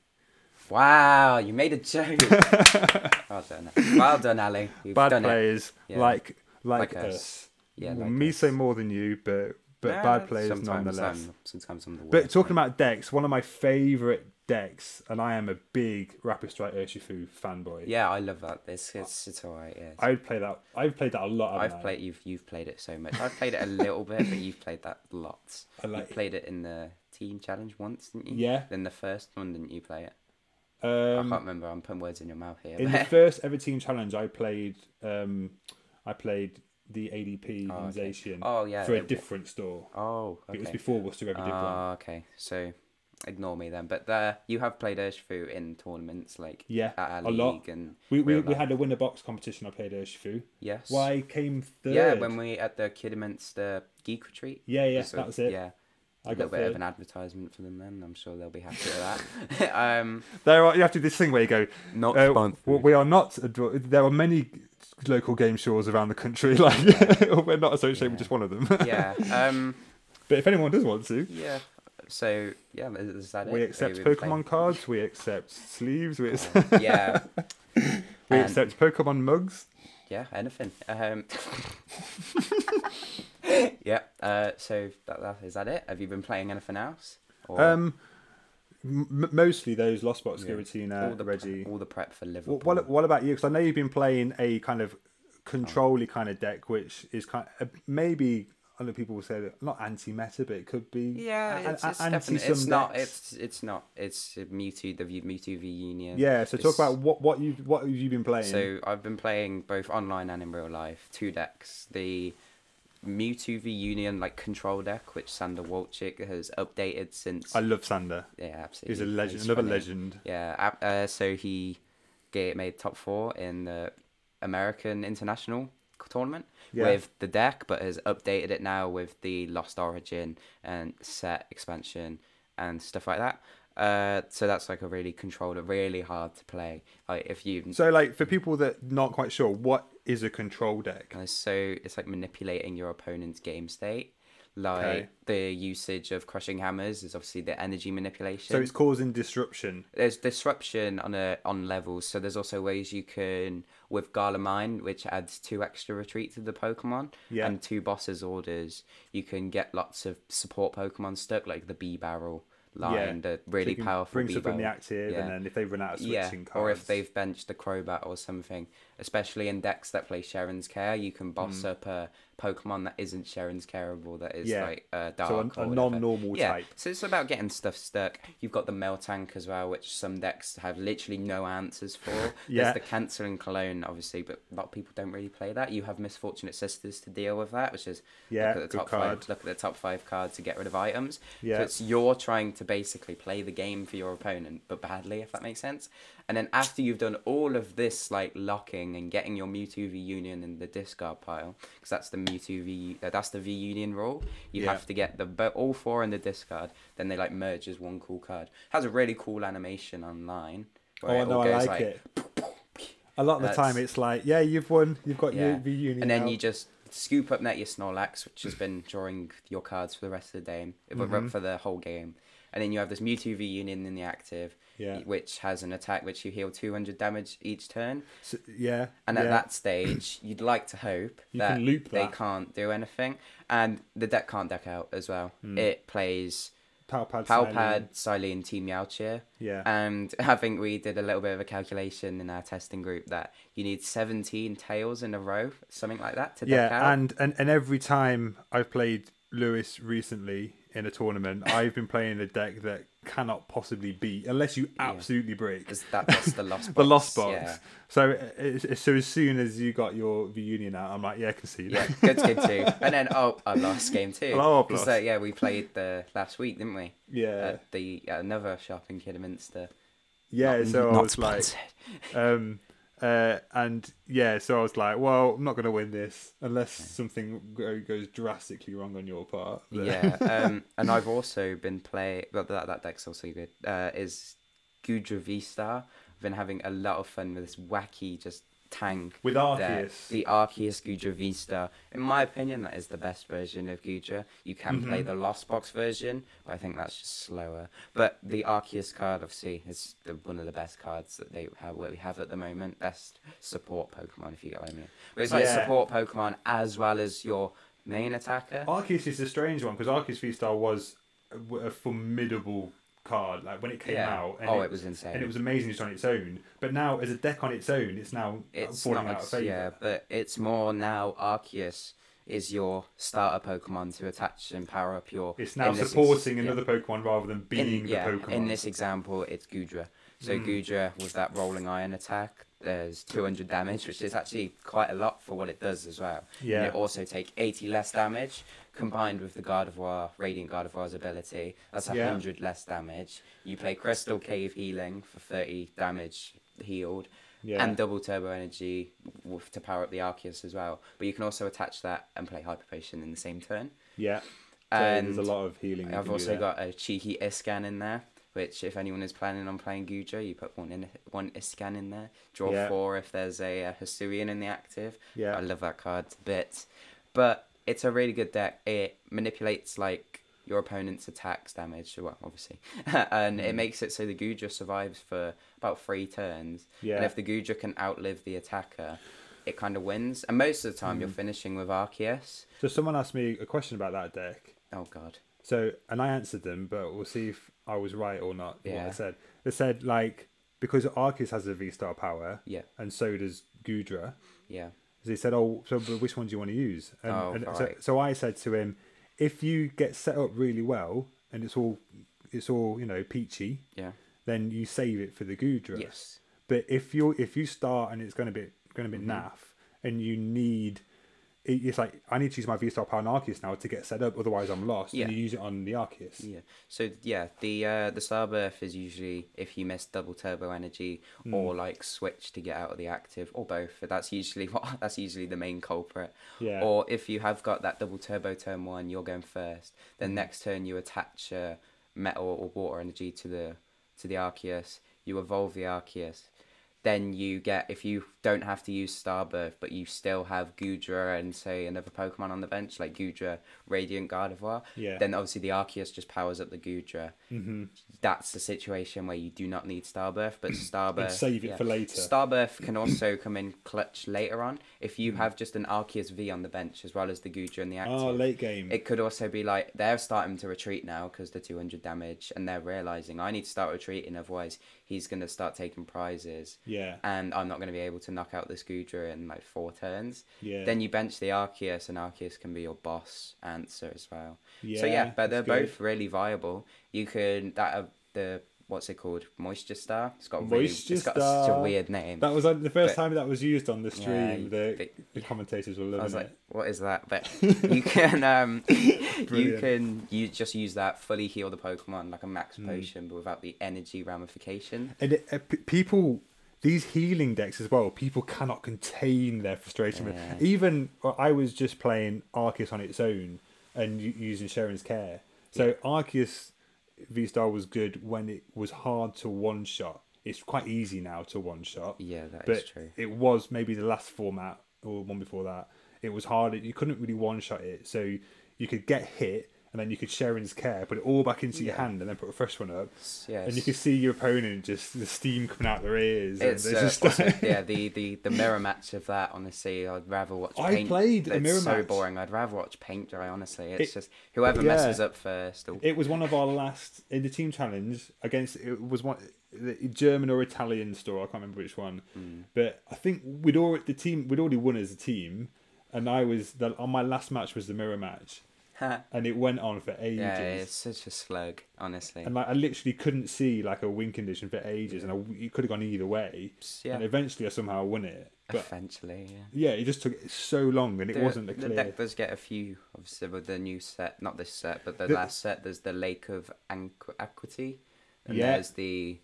Speaker 2: Wow, you made a joke. well done. Well done, Ali. You've
Speaker 1: bad
Speaker 2: done it.
Speaker 1: players
Speaker 2: Yeah.
Speaker 1: like like,
Speaker 2: Like
Speaker 1: us.
Speaker 2: us. Yeah, like
Speaker 1: me say
Speaker 2: us.
Speaker 1: more than you, but but
Speaker 2: Nah,
Speaker 1: bad players
Speaker 2: sometimes
Speaker 1: nonetheless.
Speaker 2: I'm- sometimes I'm the
Speaker 1: But
Speaker 2: worst,
Speaker 1: talking
Speaker 2: mate.
Speaker 1: about decks, one of my favourite decks, and I am a big Rapid Strike Urshifu fanboy.
Speaker 2: Yeah, I love that. It's it's, it's alright. Yeah.
Speaker 1: I would play that. I've played that a lot. haven't
Speaker 2: I've
Speaker 1: I?
Speaker 2: played you've you've played it so much. I've played it a little bit, but you've played that lots.
Speaker 1: I like
Speaker 2: you played it in the team challenge once, didn't you?
Speaker 1: Yeah.
Speaker 2: Then the first one, didn't you play it? I
Speaker 1: Um,
Speaker 2: can't remember. I'm putting words in your mouth here.
Speaker 1: in the
Speaker 2: but-
Speaker 1: first ever team challenge, I played. Um, I played the ADP
Speaker 2: Oh,
Speaker 1: in
Speaker 2: okay.
Speaker 1: Zacian
Speaker 2: Oh yeah.
Speaker 1: for a
Speaker 2: it-
Speaker 1: different store.
Speaker 2: Oh. Okay.
Speaker 1: It was before Worcester ever did one.
Speaker 2: Ah, okay. So ignore me then. But there, you have played Urshifu in tournaments like
Speaker 1: Yeah,
Speaker 2: at our
Speaker 1: a
Speaker 2: league
Speaker 1: lot.
Speaker 2: and
Speaker 1: We, we,
Speaker 2: real
Speaker 1: we
Speaker 2: life.
Speaker 1: had a winner box competition. I played Urshifu.
Speaker 2: yes.
Speaker 1: Why came third?
Speaker 2: Yeah, when we at the Kidderminster Geek Retreat.
Speaker 1: yeah, yeah,
Speaker 2: So,
Speaker 1: that was it.
Speaker 2: Yeah. A
Speaker 1: I got
Speaker 2: little bit
Speaker 1: third.
Speaker 2: of an advertisement for them then. I'm sure they'll be happy with that. um,
Speaker 1: There are you have to do this thing where you go.
Speaker 2: not
Speaker 1: Uh,
Speaker 2: sponsored.
Speaker 1: w- we are not. a dro- There are many local game shows around the country. Like we're not associated with
Speaker 2: Yeah.
Speaker 1: just one of them.
Speaker 2: yeah. Um,
Speaker 1: but if anyone does want to,
Speaker 2: yeah. So yeah, is is that it?
Speaker 1: we
Speaker 2: Are
Speaker 1: accept
Speaker 2: you
Speaker 1: Pokemon cards. We accept sleeves. We, ac-
Speaker 2: playing? yeah.
Speaker 1: we
Speaker 2: And-
Speaker 1: accept Pokemon mugs.
Speaker 2: Yeah, anything. Um, yeah. Uh, so that, that is that it. Have you been playing anything else? Or
Speaker 1: Um, m- mostly those Lost Box,
Speaker 2: Yeah.
Speaker 1: Giratina,
Speaker 2: the
Speaker 1: Reggie.
Speaker 2: Prep, all the prep for Liverpool.
Speaker 1: What, what what about you? Because I know you've been playing a kind of controlly kind of deck, which is kind of, maybe other people will say that not anti-meta, but it could be a-
Speaker 2: yeah,
Speaker 1: a-
Speaker 2: it's,
Speaker 1: a-
Speaker 2: it's,
Speaker 1: anti
Speaker 2: definitely,
Speaker 1: some
Speaker 2: it's not.
Speaker 1: decks.
Speaker 2: It's it's not. It's Mewtwo the Mewtwo v Union.
Speaker 1: Yeah, so talk
Speaker 2: It's-
Speaker 1: about what what you what have you been playing?
Speaker 2: So I've been playing both online and in real life two decks. The Mewtwo v Union like control deck, which Sander Walchik has updated since.
Speaker 1: I love Sander.
Speaker 2: yeah, absolutely.
Speaker 1: He's a legend,
Speaker 2: He's
Speaker 1: another
Speaker 2: funny.
Speaker 1: legend.
Speaker 2: Yeah. ab- Uh, so he get, made top four in the American International tournament
Speaker 1: Yeah.
Speaker 2: with the deck, but has updated it now with the Lost Origin and set expansion and stuff like that. Uh, so that's like a really controller, really hard to play. Like if you
Speaker 1: So like for people that not quite sure, what is a control deck?
Speaker 2: Uh, so it's like manipulating your opponent's game state. Like
Speaker 1: Okay.
Speaker 2: the usage of crushing hammers is obviously the energy manipulation.
Speaker 1: So it's causing disruption.
Speaker 2: there's disruption on a on levels. So there's also ways you can with Garlemine, which adds two extra retreat to the Pokemon
Speaker 1: Yeah.
Speaker 2: and two bosses orders. You can get lots of support Pokemon stuck, like the B barrel line, the
Speaker 1: So
Speaker 2: really
Speaker 1: you can
Speaker 2: powerful
Speaker 1: Bring
Speaker 2: B
Speaker 1: stuff in the
Speaker 2: barrel.
Speaker 1: active,
Speaker 2: Yeah.
Speaker 1: and then if they run out of switching
Speaker 2: Yeah,
Speaker 1: cards,
Speaker 2: or if they've benched the Crobat or something, especially in decks that play Sharon's Care, you can boss up a Pokemon that isn't Sharon's Careable, that is
Speaker 1: Mm. Yeah.
Speaker 2: like uh,
Speaker 1: So a-
Speaker 2: dark.
Speaker 1: a
Speaker 2: or whatever.
Speaker 1: non-normal
Speaker 2: yeah.
Speaker 1: type.
Speaker 2: So it's about getting stuff stuck. You've got the Mail Tank as well, which some decks have literally no answers for.
Speaker 1: Yeah.
Speaker 2: There's the Canceling Cologne, obviously, but a lot of people don't really play that. You have Misfortunate Sisters to deal with that, which is
Speaker 1: Yeah,
Speaker 2: look at the
Speaker 1: good
Speaker 2: top
Speaker 1: card.
Speaker 2: five, look at the top five cards to get rid of items.
Speaker 1: Yeah.
Speaker 2: So it's you're trying to basically play the game for your opponent, but badly, if that makes sense. And then after you've done all of this, like locking and getting your Mewtwo V Union in the discard pile, because that's the Mewtwo V, uh, that's the V Union rule. You
Speaker 1: Yeah.
Speaker 2: have to get the bo- all four in the discard. Then they like merge as one cool card. Has a really cool animation online. where
Speaker 1: oh
Speaker 2: all
Speaker 1: no, I like, it. A lot of the
Speaker 2: That's-
Speaker 1: time, it's like, yeah, you've won, you've got your the union,
Speaker 2: And then
Speaker 1: out.
Speaker 2: you just scoop up net your Snorlax, which has been drawing your cards for the rest of the game, but
Speaker 1: Mm-hmm.
Speaker 2: for the whole game. And then you have this Mewtwo V Union in the active,
Speaker 1: Yeah.
Speaker 2: which has an attack which you heal 200 damage each turn.
Speaker 1: So- yeah,
Speaker 2: And
Speaker 1: yeah.
Speaker 2: at that stage, you'd like to hope
Speaker 1: You
Speaker 2: that,
Speaker 1: can loop
Speaker 2: they
Speaker 1: that.
Speaker 2: can't do anything. And the deck can't deck out as well.
Speaker 1: Hmm.
Speaker 2: It plays
Speaker 1: Palpad, Silene.
Speaker 2: Palpad, Silene, Team Yalchir.
Speaker 1: Yeah.
Speaker 2: And I think we did a little bit of a calculation in our testing group that you need 17 tails in a row, something like that, to deck out.
Speaker 1: yeah, and, and and every time I've played Lewis recently, in a tournament, I've been playing a deck that cannot possibly beat unless you absolutely break
Speaker 2: Because that, that's the lost box.
Speaker 1: the lost box.
Speaker 2: Yeah.
Speaker 1: So uh, uh, so as soon as you got your V Union out, I'm like, yeah, I can see
Speaker 2: Yeah,
Speaker 1: that.
Speaker 2: good to game two. And then, oh, I lost game two.
Speaker 1: Oh, I've
Speaker 2: 'Cause, uh,
Speaker 1: lost.
Speaker 2: yeah, we played the last week, didn't we?
Speaker 1: Yeah,
Speaker 2: At the at another shop in Kidderminster.
Speaker 1: yeah. so I
Speaker 2: Not
Speaker 1: was
Speaker 2: sponsored.
Speaker 1: like, um, uh, and yeah, so I was like, well, I'm not going to win this unless something go- goes drastically wrong on your part. But-
Speaker 2: yeah, um, and I've also been playing. Well, that that deck's also good. Uh, is Gudra V Star? I've been having a lot of fun with this wacky just tank.
Speaker 1: With
Speaker 2: there.
Speaker 1: Arceus,
Speaker 2: The Arceus Gudra V Star. In my opinion, that is the best version of Gudra. You can
Speaker 1: Mm-hmm.
Speaker 2: play the Lost Box version, but I think that's just slower. But the Arceus card, obviously, is the, one of the best cards that they have what we have at the moment. Best support Pokemon, if you get what I mean. But it's like
Speaker 1: Yeah.
Speaker 2: support Pokemon as well as your main attacker.
Speaker 1: Arceus is a strange one because Arceus V Star was a, a formidable card. Like when it came out, and
Speaker 2: oh,
Speaker 1: it,
Speaker 2: it, was insane.
Speaker 1: and it was amazing just on its own. But now, as a deck on its own, it's now
Speaker 2: it's
Speaker 1: falling
Speaker 2: not
Speaker 1: out of
Speaker 2: like,
Speaker 1: favor.
Speaker 2: yeah, but it's more now Arceus is your starter Pokemon to attach and power up your.
Speaker 1: It's now
Speaker 2: in this ex-
Speaker 1: supporting
Speaker 2: yeah.
Speaker 1: another Pokemon rather than
Speaker 2: In-
Speaker 1: being the
Speaker 2: yeah,
Speaker 1: Pokemon. Hmm.
Speaker 2: in this example, it's Gudra. So Gudra with that rolling iron attack, there's 200 damage, which is actually quite a lot for what it does as well.
Speaker 1: Yeah.
Speaker 2: And it also take 80 less damage, combined with the Gardevoir, Radiant Gardevoir's ability. That's
Speaker 1: Yeah.
Speaker 2: 100 less damage. You play Crystal Cave Healing for 30 damage healed.
Speaker 1: Yeah.
Speaker 2: And double turbo energy with, to power up the Arceus as well. But you can also attach that and play Hyper Potion in the same turn.
Speaker 1: yeah. So
Speaker 2: And
Speaker 1: there's a lot of healing. you can
Speaker 2: I've
Speaker 1: do
Speaker 2: also
Speaker 1: there.
Speaker 2: got a cheeky Iscan in there, which if anyone is planning on playing Gujo, you put one in one Iscan in there. Draw
Speaker 1: Yeah.
Speaker 2: four if there's a, uh Hisuian in the active.
Speaker 1: Yeah.
Speaker 2: I love that card a bit. But it's a really good deck. It manipulates like your opponent's attacks damage, well, obviously,
Speaker 1: Mm-hmm.
Speaker 2: and it makes it so the Gujo survives for about three turns.
Speaker 1: Yeah.
Speaker 2: And if the Guja can outlive the attacker, it kind of wins. And most of the time, you're
Speaker 1: Mm-hmm.
Speaker 2: finishing with Arceus.
Speaker 1: So someone asked me a question about that deck.
Speaker 2: Oh God.
Speaker 1: So and I answered them, but we'll see if I was right or not. What
Speaker 2: Yeah.
Speaker 1: I said. They said like because Arceus has a V Star power.
Speaker 2: Yeah.
Speaker 1: And so does Gudra.
Speaker 2: Yeah.
Speaker 1: They said, "Oh, so but which one do you want to use?" And,
Speaker 2: Oh,
Speaker 1: and so,
Speaker 2: right.
Speaker 1: so I said to him, "If you get set up really well and it's all, it's all you know, peachy,
Speaker 2: Yeah.
Speaker 1: then you save it for the Gudra.
Speaker 2: Yes.
Speaker 1: But if you if you start and it's going to be going
Speaker 2: Mm-hmm.
Speaker 1: to be naff, and you need, it- it's like I need to use my V Star Power on Arceus now to get set up. Otherwise, I'm lost.
Speaker 2: Yeah.
Speaker 1: And you use it on the Arceus.
Speaker 2: Yeah. So yeah, the uh, the Starburst is usually if you miss double turbo energy or like switch to get out of the active or both. But that's usually what that's usually the main culprit.
Speaker 1: Yeah.
Speaker 2: Or if you have got that double turbo turn one, you're going first. Then
Speaker 1: Mm-hmm.
Speaker 2: next turn you attach uh, metal or water energy to the to the Arceus. You evolve the Arceus. Then you get if you don't have to use Starbirth, but you still have Gudra and say another Pokemon on the bench like Gudra, Radiant Gardevoir.
Speaker 1: Yeah.
Speaker 2: Then obviously the Arceus just powers up the Gudra. Mm-hmm. That's the situation where you do not need Starbirth, but Starbirth
Speaker 1: save it for later.
Speaker 2: Starbirth can also come in clutch later on if you have just an Arceus V on the bench as well as the Gudra and the active.
Speaker 1: Oh, late game.
Speaker 2: It could also be like they're starting to retreat now because they're 200 damage and they're realizing I need to start retreating, otherwise, he's going to start taking prizes.
Speaker 1: Yeah.
Speaker 2: And I'm not going to be able to knock out this Gudra in like four turns.
Speaker 1: Yeah.
Speaker 2: Then you bench the Arceus, and Arceus can be your boss answer as well. so, yeah,
Speaker 1: Yeah,
Speaker 2: but they're
Speaker 1: that's good.
Speaker 2: both really viable. You can, that, uh, the, what's it called? Moisture Star? It's got, really,
Speaker 1: Moisture
Speaker 2: it's got such a
Speaker 1: Star.
Speaker 2: weird name.
Speaker 1: That was uh, the first
Speaker 2: But-
Speaker 1: time that was used on the stream.
Speaker 2: Yeah,
Speaker 1: the
Speaker 2: but-
Speaker 1: the commentators were
Speaker 2: I was
Speaker 1: loving
Speaker 2: like,
Speaker 1: it.
Speaker 2: "What is that?" But you can, um, you
Speaker 1: Brilliant.
Speaker 2: can, you just use that fully heal the Pokemon like a max
Speaker 1: Mm.
Speaker 2: potion, but without the energy ramification.
Speaker 1: And it, uh, p- people, these healing decks as well, people cannot contain their frustration. with
Speaker 2: Yeah.
Speaker 1: Even well, I was just playing Arceus on its own and u- using Sharon's Care. So Arceus V Star was good when it was hard to one shot. It's quite easy now to one shot.
Speaker 2: Yeah, that is
Speaker 1: but
Speaker 2: true.
Speaker 1: It was maybe the last format or one before that. It was hard. You couldn't really one shot it. So you could get hit and then you could Sharon's Care, put it all back into your hand and then put a fresh one up.
Speaker 2: Yeah,
Speaker 1: And you can see your opponent just the steam coming out their ears. and
Speaker 2: It's
Speaker 1: they're
Speaker 2: uh,
Speaker 1: just-
Speaker 2: also, yeah the, the the mirror match of that. Honestly, I'd rather watch.
Speaker 1: I
Speaker 2: paint.
Speaker 1: played a
Speaker 2: it's
Speaker 1: mirror
Speaker 2: so
Speaker 1: match.
Speaker 2: boring. I'd rather watch paint dry. Honestly, it's
Speaker 1: It-
Speaker 2: just whoever
Speaker 1: yeah.
Speaker 2: messes up first. Or,
Speaker 1: it was one of our last in the team challenge against. It was one the German or Italian store. I can't remember which one,
Speaker 2: Hmm.
Speaker 1: but I think we'd already the team we'd already won as a team, and I was the, on my last match was the mirror match, and it went on for ages.
Speaker 2: Yeah, it's such a slug, honestly.
Speaker 1: and like I literally couldn't see like a win condition for ages, and I, it could have gone either way.
Speaker 2: Yeah.
Speaker 1: And eventually, I somehow won it. But
Speaker 2: Eventually, yeah.
Speaker 1: yeah, it just took so long, and it
Speaker 2: The-
Speaker 1: wasn't a
Speaker 2: The
Speaker 1: clear.
Speaker 2: deck does get a few, obviously, with the new set. Not this set, but the,
Speaker 1: The-
Speaker 2: last set. There's the Lake of Anqu- Equity, and
Speaker 1: Yeah.
Speaker 2: there's the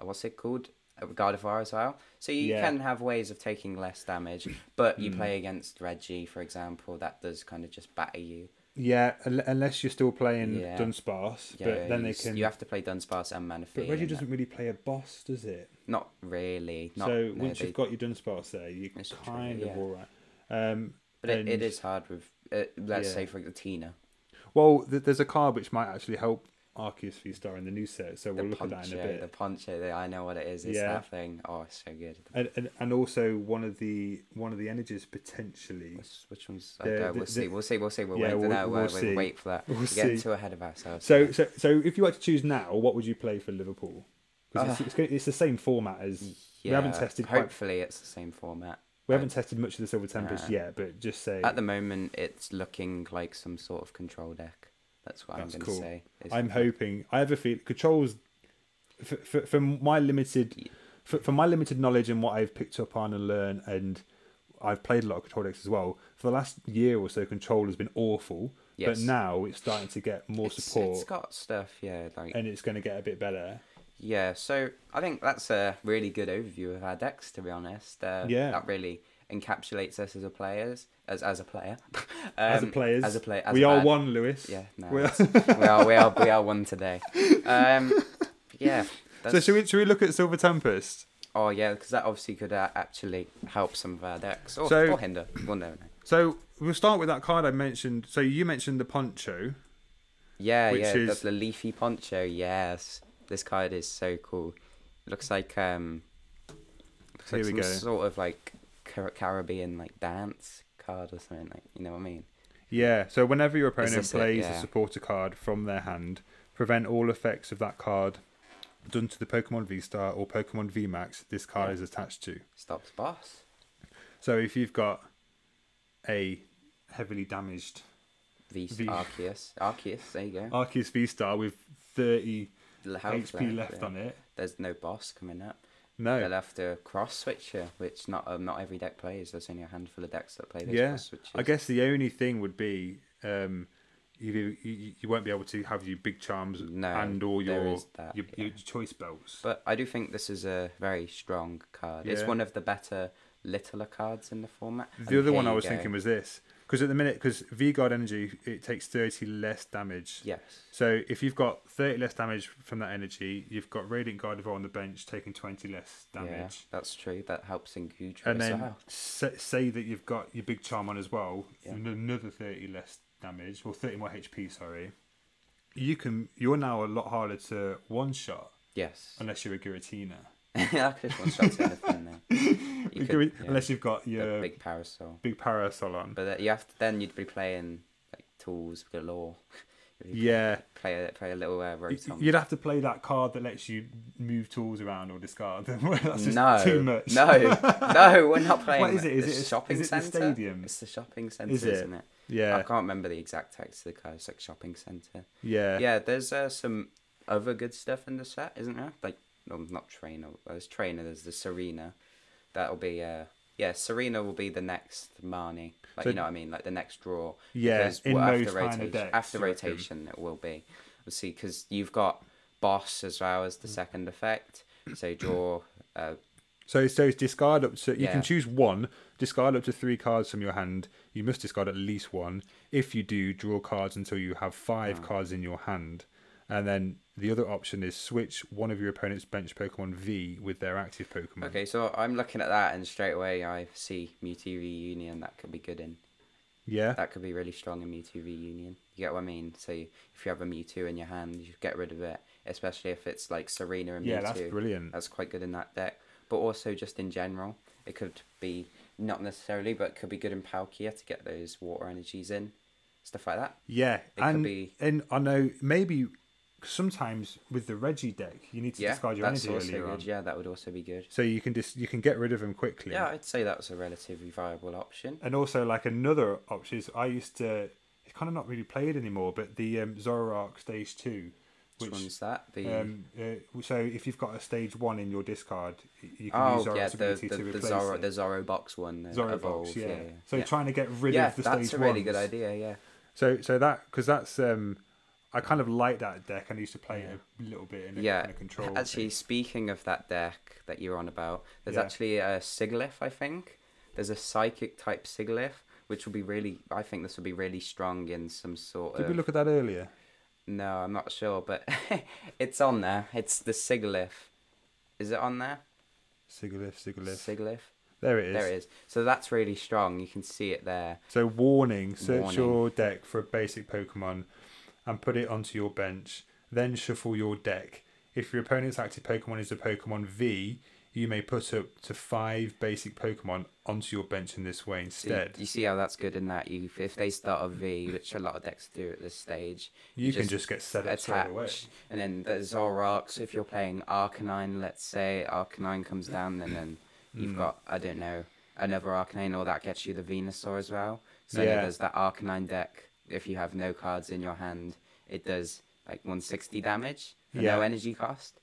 Speaker 2: uh, what's it called, Uh, Gardevoir as well. So you
Speaker 1: Yeah. Hmm.
Speaker 2: can have ways of taking less damage, but you play against Reggie, for example. That does kind of just batter you.
Speaker 1: Yeah, un- unless you're still playing
Speaker 2: Yeah.
Speaker 1: Dunsparce,
Speaker 2: Yeah,
Speaker 1: but then
Speaker 2: you,
Speaker 1: they
Speaker 2: s-
Speaker 1: can.
Speaker 2: You have to play Dunsparce and Manaphy.
Speaker 1: but Reggie
Speaker 2: and
Speaker 1: doesn't really play a boss, does it?
Speaker 2: that- Not really. Not,
Speaker 1: so
Speaker 2: no,
Speaker 1: once
Speaker 2: they-
Speaker 1: you've got your Dunsparce there, you're
Speaker 2: It's true,
Speaker 1: kind of
Speaker 2: yeah.
Speaker 1: all right. Um,
Speaker 2: but it, it
Speaker 1: and-
Speaker 2: is hard with, uh, let's
Speaker 1: Yeah.
Speaker 2: say, for the Tina.
Speaker 1: Well, th- there's a card which might actually help Arceus V Star in the new set, so
Speaker 2: The
Speaker 1: we'll look at that in a
Speaker 2: poncho,
Speaker 1: bit.
Speaker 2: the poncho. the- I know what it is. It's
Speaker 1: Yeah.
Speaker 2: that thing. Oh, it's so good.
Speaker 1: And, and and also one of the one of the energies potentially.
Speaker 2: Which, which one's?
Speaker 1: The-
Speaker 2: I don't,
Speaker 1: the-
Speaker 2: we'll see.
Speaker 1: the-
Speaker 2: We'll see. We'll see. We'll
Speaker 1: Yeah,
Speaker 2: wait for
Speaker 1: we'll-
Speaker 2: that. We'll,
Speaker 1: we'll
Speaker 2: we'll
Speaker 1: see.
Speaker 2: wait for that.
Speaker 1: We'll
Speaker 2: We're
Speaker 1: see.
Speaker 2: getting too ahead of ourselves.
Speaker 1: So
Speaker 2: here.
Speaker 1: so so if you had to choose now, what would you play for Liverpool? Because it's, it's, it's the same format as we haven't
Speaker 2: Uh, Yeah,
Speaker 1: tested. Quite,
Speaker 2: Hopefully, it's the same format.
Speaker 1: we haven't tested much of the Silver Tempest
Speaker 2: Uh,
Speaker 1: yet, but just say
Speaker 2: At the moment, it's looking like some sort of control deck. That's what
Speaker 1: that's
Speaker 2: I'm going
Speaker 1: cool.
Speaker 2: to say. It's-
Speaker 1: I'm hoping. I have a feel controls. For, for, from my limited, for, from my limited knowledge and what I've picked up on and learned, and I've played a lot of control decks as well. For the last year or so, control has been awful,
Speaker 2: Yes.
Speaker 1: but now it's starting to get more
Speaker 2: it's-
Speaker 1: support,
Speaker 2: It's got stuff. Yeah, like
Speaker 1: and it's going to get a bit better.
Speaker 2: Yeah, so I think that's a really good overview of our decks. To be honest, uh,
Speaker 1: Yeah.
Speaker 2: that really encapsulates us as a players, as as a player,
Speaker 1: as a
Speaker 2: Um,
Speaker 1: players,
Speaker 2: as a player,
Speaker 1: we are
Speaker 2: one.
Speaker 1: one, Lewis.
Speaker 2: Yeah, no,
Speaker 1: We are-
Speaker 2: that's- we are we are we are one today. Um, yeah.
Speaker 1: So
Speaker 2: that's-
Speaker 1: should we, should we look at Silver Tempest?
Speaker 2: Oh yeah, because that obviously could uh, actually help some of our decks, or,
Speaker 1: So-
Speaker 2: or hinder. We'll never know.
Speaker 1: So we'll start with that card I mentioned. So you mentioned the poncho.
Speaker 2: Yeah,
Speaker 1: Which
Speaker 2: yeah,
Speaker 1: is-
Speaker 2: the, the leafy poncho. Yes, this card is so cool. It looks like um, looks like
Speaker 1: Here we
Speaker 2: some
Speaker 1: go.
Speaker 2: sort of like Car- Caribbean like dance card or something like. You know what I mean?
Speaker 1: Yeah. So whenever your opponent
Speaker 2: this it?
Speaker 1: plays a
Speaker 2: Yeah.
Speaker 1: supporter card from their hand, prevent all effects of that card done to the Pokemon V Star or Pokemon V Max this card is attached to.
Speaker 2: Stops boss.
Speaker 1: So if you've got a heavily damaged
Speaker 2: V
Speaker 1: V- Oh,
Speaker 2: Arceus. Arceus. There you go.
Speaker 1: Arceus V Star with thirty
Speaker 2: L- health
Speaker 1: HP left
Speaker 2: yeah.
Speaker 1: on it,
Speaker 2: There's no boss coming up.
Speaker 1: no,
Speaker 2: They'll have to cross switcher, which not um, not every deck plays. There's only a handful of decks that play those
Speaker 1: yeah.
Speaker 2: cross switches.
Speaker 1: I guess the only thing would be um, you, you you won't be able to have your big charms
Speaker 2: No,
Speaker 1: and all
Speaker 2: there
Speaker 1: your
Speaker 2: is that,
Speaker 1: your,
Speaker 2: yeah.
Speaker 1: your choice belts.
Speaker 2: But I do think this is a very strong card. It's
Speaker 1: Yeah.
Speaker 2: one of the better littler cards in the format.
Speaker 1: the other one I was thinking was this because at the minute because V Guard Energy it takes thirty less damage.
Speaker 2: yes,
Speaker 1: So if you've got thirty less damage from that energy, you've got Radiant Gardevoir on the bench taking twenty less
Speaker 2: yeah,
Speaker 1: damage.
Speaker 2: that's true. That helps in Gudra
Speaker 1: And
Speaker 2: as
Speaker 1: then
Speaker 2: well.
Speaker 1: say, say that you've got your big charm on as well,
Speaker 2: Yeah.
Speaker 1: an- another thirty less damage or thirty more HP. Sorry, you can. You're now a lot harder to one shot
Speaker 2: Yes,
Speaker 1: unless you're a Giratina,
Speaker 2: I could just one shot anything there. You could, yeah,
Speaker 1: unless uh, you've got
Speaker 2: the
Speaker 1: your big,
Speaker 2: big parasol.
Speaker 1: parasol on.
Speaker 2: But that- you have to, then you'd be playing like tools galore. If you
Speaker 1: yeah,
Speaker 2: play a, play a little uh,
Speaker 1: Y-
Speaker 2: rotom.
Speaker 1: You'd have to play that card that lets you move tools around or discard them. That's just
Speaker 2: no,
Speaker 1: too much.
Speaker 2: No, no, we're not playing.
Speaker 1: is it? Is
Speaker 2: the
Speaker 1: it a-
Speaker 2: shopping
Speaker 1: is it the
Speaker 2: centre?
Speaker 1: stadium?
Speaker 2: It's the shopping centre,
Speaker 1: Is
Speaker 2: is
Speaker 1: it?
Speaker 2: isn't it? I
Speaker 1: Yeah,
Speaker 2: can't remember the exact text of the card. It's like shopping centre.
Speaker 1: yeah,
Speaker 2: Yeah, there's uh, some other good stuff in the set, isn't there? Like, no, not trainer. There's trainer. There's the Serena. That'll be uh, yeah. Serena will be the next Marnie. Like
Speaker 1: So-
Speaker 2: you know what I mean? Like the next draw.
Speaker 1: Yeah,
Speaker 2: Because,
Speaker 1: in
Speaker 2: well,
Speaker 1: those kind of
Speaker 2: rotation,
Speaker 1: decks,
Speaker 2: After
Speaker 1: you reckon?
Speaker 2: rotation, it will be. We'll see because you've got boss as well
Speaker 1: Mm.
Speaker 2: as the second effect. So draw. Uh,
Speaker 1: So so it's discard up to. You
Speaker 2: Yeah.
Speaker 1: can choose one. Discard up to three cards from your hand. You must discard at least one. If you do, draw cards until you have five cards in your hand. And then the other option is switch one of your opponent's bench Pokemon V with their active Pokemon.
Speaker 2: okay, so I'm looking at that and straight away I see Mewtwo reunion. That could be good in.
Speaker 1: Yeah.
Speaker 2: that could be really strong in Mewtwo reunion. You get what I mean? So you- if you have a Mewtwo in your hand, you get rid of it, especially if it's like Serena and
Speaker 1: Yeah,
Speaker 2: Mewtwo.
Speaker 1: that's brilliant.
Speaker 2: That's quite good in that deck. But also just in general, it could be not necessarily, but it could be good in Palkia to get those water energies in, stuff like that.
Speaker 1: Yeah,
Speaker 2: could
Speaker 1: and
Speaker 2: be-
Speaker 1: and I know maybe sometimes with the Reggie deck you need to
Speaker 2: yeah,
Speaker 1: discard your
Speaker 2: that's
Speaker 1: energy
Speaker 2: also
Speaker 1: earlier
Speaker 2: good.
Speaker 1: on,
Speaker 2: Yeah, that would also be good.
Speaker 1: so you can just you can get rid of them quickly.
Speaker 2: Yeah, I'd say that was a relatively viable option.
Speaker 1: And also, like another option is, I used to it's kind of not really played anymore. But the um, Zoroark Stage Two,
Speaker 2: Which,
Speaker 1: which
Speaker 2: one's that? The
Speaker 1: um, uh, so if you've got a Stage One in your discard, y- you can use
Speaker 2: oh
Speaker 1: Zoroark's
Speaker 2: yeah, the
Speaker 1: ability
Speaker 2: the,
Speaker 1: to
Speaker 2: the
Speaker 1: replace
Speaker 2: Zorro
Speaker 1: it.
Speaker 2: the Zorro box one. uh,
Speaker 1: Zorro
Speaker 2: evolve,
Speaker 1: box, yeah.
Speaker 2: yeah.
Speaker 1: So
Speaker 2: yeah.
Speaker 1: trying to get rid
Speaker 2: yeah,
Speaker 1: of the
Speaker 2: that's
Speaker 1: stage
Speaker 2: a really good
Speaker 1: ones.
Speaker 2: idea. Yeah,
Speaker 1: So so that because that's um, I kind of like that deck and I used to play it a little bit in a
Speaker 2: yeah.
Speaker 1: kind of control. thing.
Speaker 2: actually, speaking of that deck that you're on about, there's
Speaker 1: Yeah.
Speaker 2: actually a Sigilyph. I think there's a psychic type Sigilyph, which will be really. I think this will be really strong in some sort
Speaker 1: did
Speaker 2: of.
Speaker 1: we look at that earlier?
Speaker 2: No, I'm not sure, but it's on there. It's the Sigilyph. Is it on there?
Speaker 1: Sigilif, Sigilif.
Speaker 2: Sigilyph.
Speaker 1: There it is.
Speaker 2: There it is. So that's really strong. You can see it there.
Speaker 1: So warning: search
Speaker 2: Warning.
Speaker 1: your deck for a basic Pokemon, and put it onto your bench. Then shuffle your deck. If your opponent's active Pokemon is a Pokemon V, you may put up to five basic Pokemon onto your bench in this way
Speaker 2: So you-
Speaker 1: instead.
Speaker 2: You, see how that's good in that you if they start a V, which a lot of decks do at this stage,
Speaker 1: You, can just get set up straight away.
Speaker 2: attach. And then the Zorark, so if you're playing Arcanine, let's say Arcanine comes down and then
Speaker 1: Mm.
Speaker 2: you've got, I don't know, another Arcanine or that gets you the Venusaur as well. So I know
Speaker 1: Yeah.
Speaker 2: there's that Arcanine deck. If you have no cards in your hand, it does like 160 damage for no
Speaker 1: Yeah.
Speaker 2: energy cost.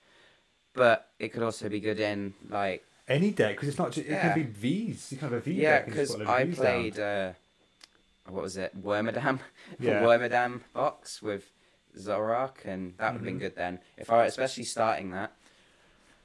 Speaker 2: But it could also be good in like
Speaker 1: Any deck, because it's not. Just,
Speaker 2: Yeah.
Speaker 1: It can be Vs. You can have a V
Speaker 2: yeah,
Speaker 1: deck. and just
Speaker 2: because
Speaker 1: put a lot of
Speaker 2: I
Speaker 1: Vs down.
Speaker 2: played uh, what was it, Wormadam, the
Speaker 1: Yeah.
Speaker 2: Wormadam box with Zorak, and that would have been
Speaker 1: Mm-hmm.
Speaker 2: good then. If I, especially starting that.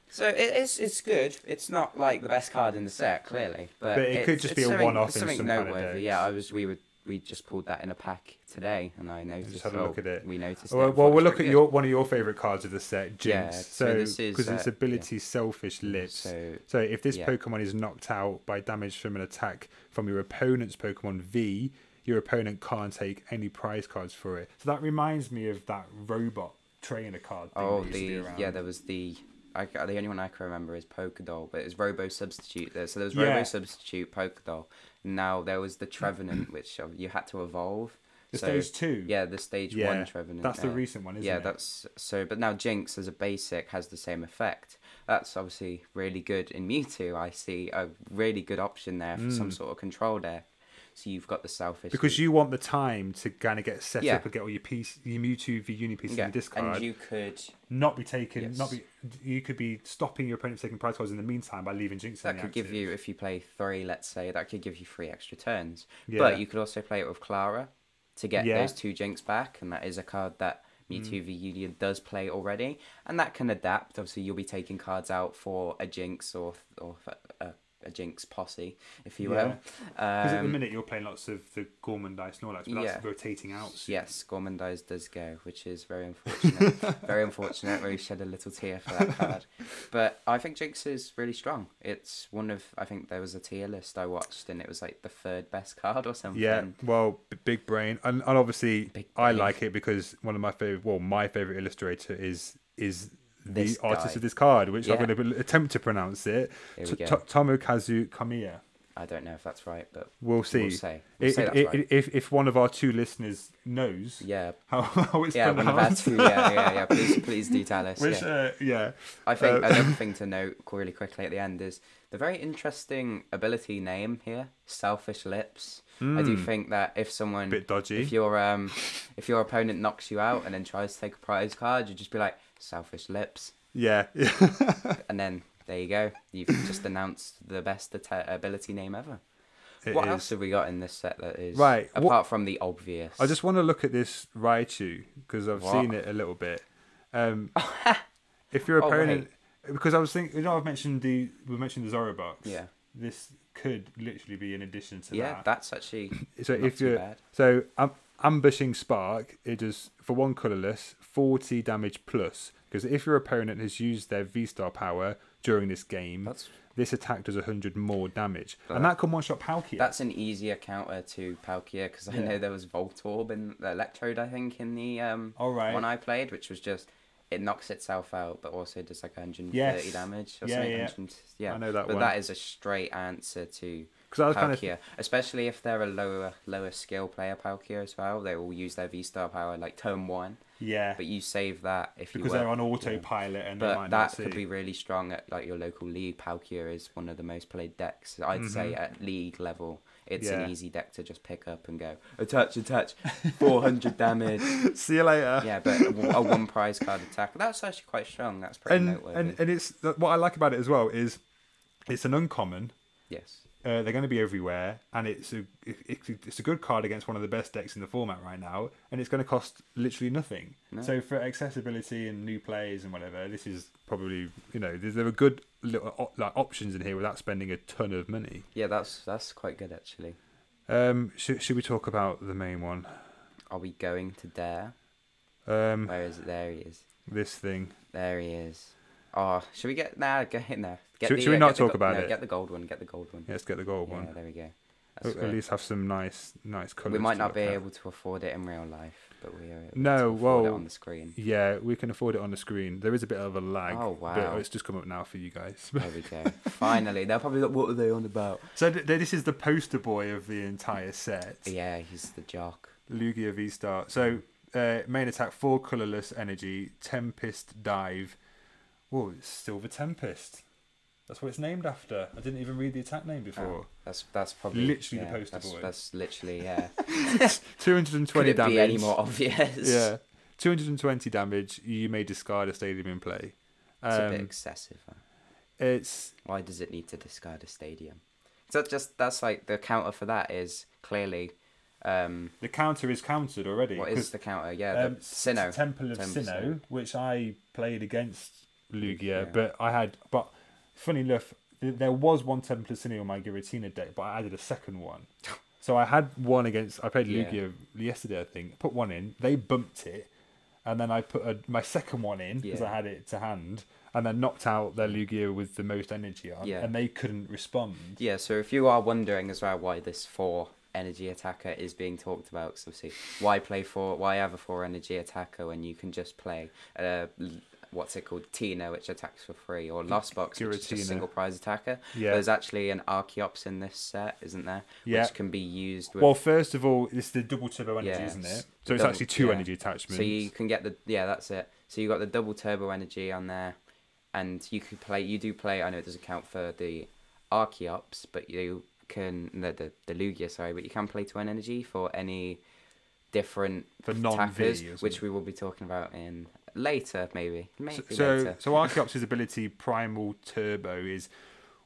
Speaker 2: So it, it's it's good. It's not like the best card in the set, clearly, but,
Speaker 1: But it could
Speaker 2: it's-
Speaker 1: just
Speaker 2: it's
Speaker 1: be a
Speaker 2: something-
Speaker 1: one-off
Speaker 2: it's
Speaker 1: in
Speaker 2: something
Speaker 1: some kind of
Speaker 2: noteworthy.
Speaker 1: decks.
Speaker 2: Yeah, I was we were we just pulled that in a pack today, and I noticed.
Speaker 1: had a
Speaker 2: oh,
Speaker 1: look at it.
Speaker 2: We noticed. it
Speaker 1: Well,
Speaker 2: and
Speaker 1: well,
Speaker 2: thought
Speaker 1: we'll
Speaker 2: it was
Speaker 1: look at
Speaker 2: pretty
Speaker 1: your one of your favorite cards of the set, Jinx.
Speaker 2: Yeah, so
Speaker 1: so
Speaker 2: this is,
Speaker 1: because its
Speaker 2: uh, Mm,
Speaker 1: ability, Selfish Lips. So,
Speaker 2: So,
Speaker 1: if this
Speaker 2: yeah.
Speaker 1: Pokemon is knocked out by damage from an attack from your opponent's Pokemon V, your opponent can't take any prize cards for it. So that reminds me of that robot trainer card. Thing
Speaker 2: Oh,
Speaker 1: that used to be
Speaker 2: the
Speaker 1: around.
Speaker 2: yeah, there was the. I, ca- the only one I can remember is Pokedoll, but it was Robo Substitute there. So there was
Speaker 1: Yeah.
Speaker 2: Robo Substitute, Pokedoll. Now there was the Trevenant, which uh, you had to evolve.
Speaker 1: The
Speaker 2: so,
Speaker 1: stage two?
Speaker 2: Yeah, the stage
Speaker 1: Yeah,
Speaker 2: one Trevenant.
Speaker 1: that's the
Speaker 2: uh,
Speaker 1: recent one, isn't
Speaker 2: yeah,
Speaker 1: it?
Speaker 2: that's so. But now Jinx as a basic has the same effect. That's obviously really good in Mewtwo. I see a really good option there for some sort of control deck. So you've got the selfish
Speaker 1: Mm. because you want the time to kind of get set
Speaker 2: Yeah.
Speaker 1: up and get all your piece, your Mewtwo V Uni pieces in the discard.
Speaker 2: and you could
Speaker 1: not be taken, not
Speaker 2: Yes.
Speaker 1: be. You could be stopping your opponent from taking prize cards in the meantime by leaving Jinx. in
Speaker 2: that
Speaker 1: the
Speaker 2: could give
Speaker 1: active.
Speaker 2: you if you play three let's say that could give you three extra turns
Speaker 1: Yeah.
Speaker 2: but you could also play it with clara to get
Speaker 1: Yeah. Mm.
Speaker 2: those two jinx back and that is a card that mewtwo v union does play already and that can adapt obviously you'll be taking cards out for a jinx or or a, a jinx posse if you will
Speaker 1: Because at the
Speaker 2: um,
Speaker 1: minute you're playing lots of the Gormandise Snorlax, but that's
Speaker 2: yeah.
Speaker 1: rotating out. soon.
Speaker 2: Yes, Gormandize does go, which is very unfortunate. very unfortunate. We shed a little tear for that card. But I think Jinx is really strong. It's one of I think there was a tier list I watched and it was like the third best card or something.
Speaker 1: Yeah, well, b- big brain, and, and obviously
Speaker 2: Big
Speaker 1: I
Speaker 2: brain.
Speaker 1: like it because one of my favorite, well, my favorite illustrator is is the
Speaker 2: This
Speaker 1: artist
Speaker 2: guy.
Speaker 1: of this card, which I'm
Speaker 2: Yeah.
Speaker 1: going to attempt to pronounce it.
Speaker 2: Here we
Speaker 1: T-
Speaker 2: go.
Speaker 1: T- Tomokazu Kamiya.
Speaker 2: I don't know if that's right, but
Speaker 1: We'll see.
Speaker 2: say. We'll
Speaker 1: If,
Speaker 2: say that's
Speaker 1: if,
Speaker 2: right.
Speaker 1: if, if one of our two listeners knows
Speaker 2: yeah.
Speaker 1: how, how it's
Speaker 2: Yeah, one of our
Speaker 1: pronounced,
Speaker 2: two. Yeah, yeah, yeah. Please, please do tell us.
Speaker 1: which
Speaker 2: yeah.
Speaker 1: uh, yeah,
Speaker 2: I think
Speaker 1: uh,
Speaker 2: another thing to note really quickly at the end is the very interesting ability name here, selfish lips. I do think that if someone
Speaker 1: Hmm. Bit dodgy.
Speaker 2: if your um if your opponent knocks you out and then tries to take a prize card, you just be like selfish lips,
Speaker 1: yeah,
Speaker 2: and then there you go. You've just announced the best atta- ability name ever.
Speaker 1: It
Speaker 2: what
Speaker 1: is.
Speaker 2: else have we got in this set that is
Speaker 1: Right, what-
Speaker 2: apart from the obvious?
Speaker 1: I just want to look at this Raichu because I've
Speaker 2: What?
Speaker 1: seen it a little bit. Um, if your
Speaker 2: Oh, right.
Speaker 1: opponent, because I was thinking, you know, I've mentioned the we mentioned the Zorobox.
Speaker 2: Yeah.
Speaker 1: This could literally be an addition to
Speaker 2: yeah,
Speaker 1: that.
Speaker 2: that's actually
Speaker 1: so
Speaker 2: not
Speaker 1: if
Speaker 2: too
Speaker 1: you're
Speaker 2: bad.
Speaker 1: so um, ambushing spark, it does for one colorless forty damage plus. Because if your opponent has used their V Star power during this game,
Speaker 2: That's-
Speaker 1: this attack does hundred more damage, and that can one shot Palkia.
Speaker 2: That's an easier counter to Palkia because I
Speaker 1: Yeah.
Speaker 2: know there was Voltorb in the Electrode, I think, in the um
Speaker 1: All Oh, right.
Speaker 2: one I played, which was just it knocks itself out, but also does like 130
Speaker 1: Yes.
Speaker 2: damage or
Speaker 1: Yeah,
Speaker 2: something.
Speaker 1: yeah.
Speaker 2: 100 yeah,
Speaker 1: I know that
Speaker 2: But
Speaker 1: one.
Speaker 2: that is a straight answer to
Speaker 1: 'Cause I was
Speaker 2: Palkia,
Speaker 1: kinda-
Speaker 2: especially if they're a lower lower skill player Palkia as well. They will use their V Star power like turn one,
Speaker 1: yeah,
Speaker 2: but you save that if you
Speaker 1: because
Speaker 2: were-
Speaker 1: they're on
Speaker 2: yeah.
Speaker 1: autopilot and they might not
Speaker 2: But that
Speaker 1: see.
Speaker 2: could be really strong at like your local league. Palkia is one of the most played decks. I'd say at league level It's
Speaker 1: Mm-hmm. Yeah.
Speaker 2: an easy deck to just pick up and go attach, attach, four hundred damage.
Speaker 1: See you later.
Speaker 2: Yeah, but a, w- a one prize card attack that's actually quite strong. That's pretty
Speaker 1: and
Speaker 2: noteworthy.
Speaker 1: and and it's th- what I like about it as well is it's an uncommon.
Speaker 2: yes,
Speaker 1: Uh, they're going to be everywhere, and it's a it- it's a- it's a good card against one of the best decks in the format right now, and it's going to cost literally nothing. So for accessibility and new plays and whatever, this is probably you know there's, there are good little op- like options in here without spending a ton of money.
Speaker 2: yeah, that's that's quite good actually.
Speaker 1: Um, should should we talk about the main one?
Speaker 2: Are we going to dare?
Speaker 1: Um,
Speaker 2: Where is it? There he is.
Speaker 1: this thing.
Speaker 2: There he is. Oh, should we get now? get in there. Get
Speaker 1: Should- should we not
Speaker 2: get the
Speaker 1: talk
Speaker 2: go-
Speaker 1: about
Speaker 2: no,
Speaker 1: it?
Speaker 2: Get the gold one. Get the gold one.
Speaker 1: Yeah, let's get the gold
Speaker 2: Yeah,
Speaker 1: one.
Speaker 2: there we go.
Speaker 1: At-
Speaker 2: That's
Speaker 1: At
Speaker 2: where-
Speaker 1: least have some nice nice colors.
Speaker 2: we might not be able to afford it in real life, but we are able
Speaker 1: No,
Speaker 2: to afford it
Speaker 1: well,
Speaker 2: on the screen.
Speaker 1: Yeah, we can afford it on the screen. There is a bit of a lag.
Speaker 2: Oh, wow.
Speaker 1: But it's just come up now for you guys.
Speaker 2: There we go. Finally, they're probably like, what are they on about?
Speaker 1: so th- th- this is the poster boy of the entire set,
Speaker 2: Yeah, he's the jock.
Speaker 1: Lugia V Star. So uh, main attack four colorless energy Tempest Dive. Whoa, it's Silver Tempest. That's what it's named after. I didn't even read the attack
Speaker 2: Ah.
Speaker 1: name before.
Speaker 2: Uh, That's that's probably
Speaker 1: Literally the
Speaker 2: yeah,
Speaker 1: poster
Speaker 2: that's,
Speaker 1: boy.
Speaker 2: That's literally yeah.
Speaker 1: Two hundred and
Speaker 2: Could
Speaker 1: twenty
Speaker 2: it
Speaker 1: damage.
Speaker 2: be any more obvious?
Speaker 1: Yeah, two hundred and twenty damage. You may discard a stadium in play.
Speaker 2: it's a bit
Speaker 1: Um,
Speaker 2: excessive. huh?
Speaker 1: it's
Speaker 2: Why does it need to discard a stadium? Is that just that's like the counter for that is clearly. Um,
Speaker 1: the counter is countered already.
Speaker 2: what
Speaker 1: 'cause
Speaker 2: is the counter? Yeah,
Speaker 1: um,
Speaker 2: the Sinnoh.
Speaker 1: Temple of
Speaker 2: Temple of
Speaker 1: Sinnoh, which I played against Lugia,
Speaker 2: Lugia.
Speaker 1: but I had. But funny enough, th- there was one Temple of Sinnoh on my Giratina deck, but I added a second one. So I had one against. I played
Speaker 2: Yeah.
Speaker 1: Lugia yesterday, I think. Put one in. They bumped it, and then I put a, my second one in because I
Speaker 2: Yeah.
Speaker 1: had it to hand, and then knocked out their Lugia with the most energy on,
Speaker 2: Yeah.
Speaker 1: and they couldn't respond.
Speaker 2: Yeah, so if you are wondering as well why this four energy attacker is being talked about, because obviously, why play four? Why have a four energy attacker when you can just play uh, l- what's it called, Tina, which attacks for free, or Lost Box, which is
Speaker 1: Giratina.
Speaker 2: just single prize attacker.
Speaker 1: Yeah.
Speaker 2: There's actually an Archeops in this set, isn't there?
Speaker 1: Yeah.
Speaker 2: Which can be used with.
Speaker 1: Well, first of all, it's the double turbo energy,
Speaker 2: Yeah,
Speaker 1: isn't it?
Speaker 2: it's
Speaker 1: So it's
Speaker 2: double-
Speaker 1: actually two
Speaker 2: yeah.
Speaker 1: energy attachments.
Speaker 2: so you can get the yeah, that's it. So you got the double turbo energy on there, and you could play. You do play. I know it doesn't count for the Archeops, but you can the the, the Lugia. Sorry, but you can play to an energy for any different
Speaker 1: For non-V,
Speaker 2: attackers,
Speaker 1: isn't
Speaker 2: which
Speaker 1: it?
Speaker 2: we will be talking about in later, maybe maybe
Speaker 1: So, so,
Speaker 2: later.
Speaker 1: so Archeops' ability Primal Turbo is